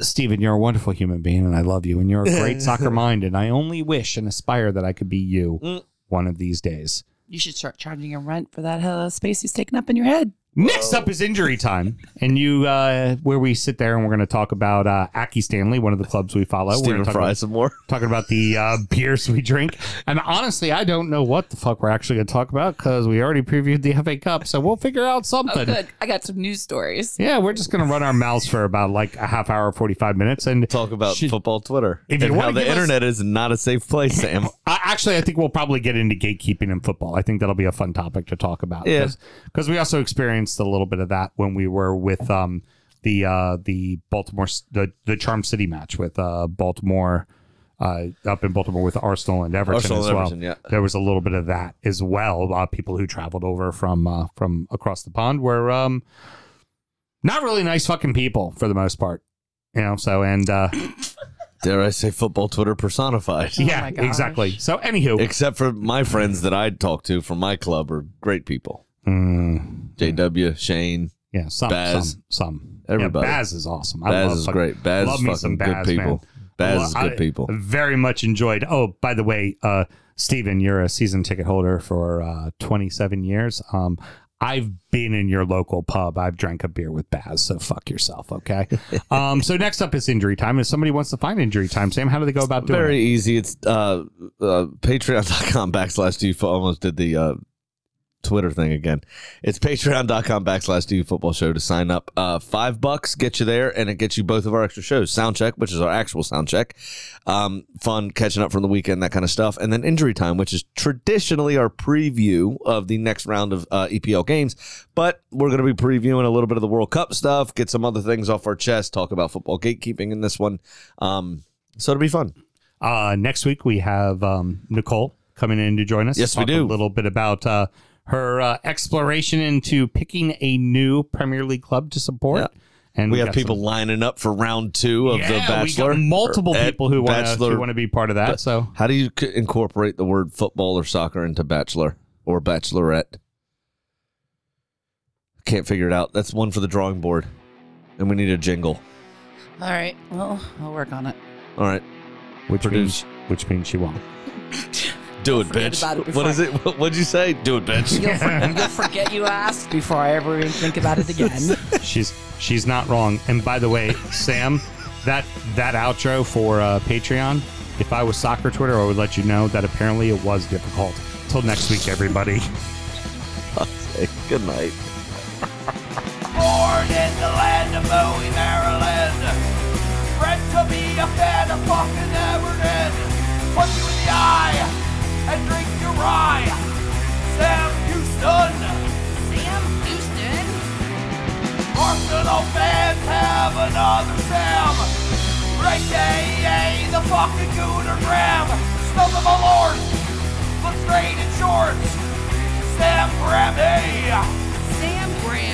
S3: Steven, you're a wonderful human being and I love you and you're a great soccer mind and I only wish and aspire that I could be you
S6: Mm.
S3: one of these days.
S5: You should start charging your rent for that uh, space he's taking up in your head.
S3: Next up is injury time, and you uh, where we sit there and we're going to talk about uh, Aki Stanley, one of the clubs we follow. We're
S6: Stephen
S3: gonna talk
S6: Fry
S3: about-
S6: some more.
S3: talking about the uh, beers we drink. And honestly, I don't know what the fuck we're actually going to talk about because we already previewed the FA Cup, so we'll figure out
S5: Oh,
S3: something.
S5: good. I got some news stories.
S3: Yeah, we're just going to run our mouths for about like a half hour, forty five minutes, and
S6: Talk about
S3: Should-
S6: football Twitter
S3: If you
S6: and
S3: wanna
S6: how the
S3: give us-
S6: internet is not a safe place, Sam.
S3: I, actually, I think we'll probably get into gatekeeping in football. I think that'll be a fun topic to talk about.
S6: Yeah.
S3: Because we also experienced a little bit of that when we were with um, the uh, the Baltimore the the Charm City match with uh, Baltimore uh, up in Baltimore with Arsenal and Everton
S6: Arsenal
S3: as
S6: and
S3: well.
S6: Everton, yeah.
S3: There was a little bit of that as well. Uh, people who traveled over from uh, from across the pond were um, not really nice fucking people for the most part. You know, so and uh,
S6: Dare I say football Twitter personified?
S5: Oh
S3: yeah,
S5: my gosh.
S3: exactly. So anywho,
S6: Except for my friends that I talk to from my club are great people.
S3: Mm.
S6: JW, Shane,
S3: Yeah, some,
S6: Baz.
S3: some, some.
S6: Everybody.
S3: Yeah, Baz is awesome. I
S6: Baz
S3: love
S6: is
S3: fucking-
S6: great. Baz
S3: love
S6: is
S3: me
S6: fucking
S3: some
S6: good
S3: Baz,
S6: people. Baz is
S3: Well,
S6: good
S3: I
S6: people.
S3: Very much enjoyed. Oh, by the way, uh, Steven, you're a season ticket holder for uh, 27 years. Um, I've been in your local pub. I've drank a beer with Baz, so fuck yourself, okay? um, so next up is injury time. If somebody wants to find injury time, Sam, how do they go about doing
S6: Very
S3: it?
S6: easy. It's uh, uh, patreon.com backslash do football. Almost did the uh, Twitter thing again. It's patreon.com backslash do football show to sign up. Uh, five bucks gets you there, and it gets you both of our extra shows Soundcheck, which is our actual soundcheck, um, fun catching up from the weekend, that kind of stuff. And then Injury Time, which is traditionally our preview of the next round of uh, EPL games. But we're going to be previewing a little bit of the World Cup stuff, get some other things off our chest, talk about football gatekeeping in this one. Um, so it'll be fun.
S3: Uh, next week, we have um, Nicole coming in to join us.
S6: Yes, we
S3: Talk
S6: do.
S3: A little bit about uh, her uh, exploration into picking a new Premier League club to support.
S6: Yeah.
S3: And
S6: we
S3: got
S6: have
S3: some-
S6: people lining up for round two of the Bachelor.
S3: We got multiple
S6: Or at
S3: people who want
S6: Bachelor-
S3: to want to be part of that. so
S6: How do you c- incorporate the word football or soccer into Bachelor or Bachelorette? Can't figure it out. That's one for the drawing board, and we need a jingle.
S5: All right. Well, I'll work on it.
S6: All right,
S3: which
S6: produce.
S3: means which means she won't.
S6: do it,
S5: Forget
S6: bitch.
S5: about it
S6: what
S5: before-
S6: is it? What, what'd you say? Do it, bitch.
S5: You'll, for- you'll forget you asked before I ever even think about it again.
S3: She's she's not wrong. And by the way, Sam, that that outro for uh, Patreon. If I was soccer Twitter, I would let you know that apparently it was difficult. Till next week, everybody.
S6: Good night.
S4: born in the land of Bowie, Maryland. Bred to be a fan of fucking Everton. Punch you in the eye and drink your rye. Sam Houston. Sam Houston? Arsenal fans have another Sam. Right day, the fucking Gooner Graham. Stump of a lord. Looks great in shorts. Sam Grammy. Sam Grammy.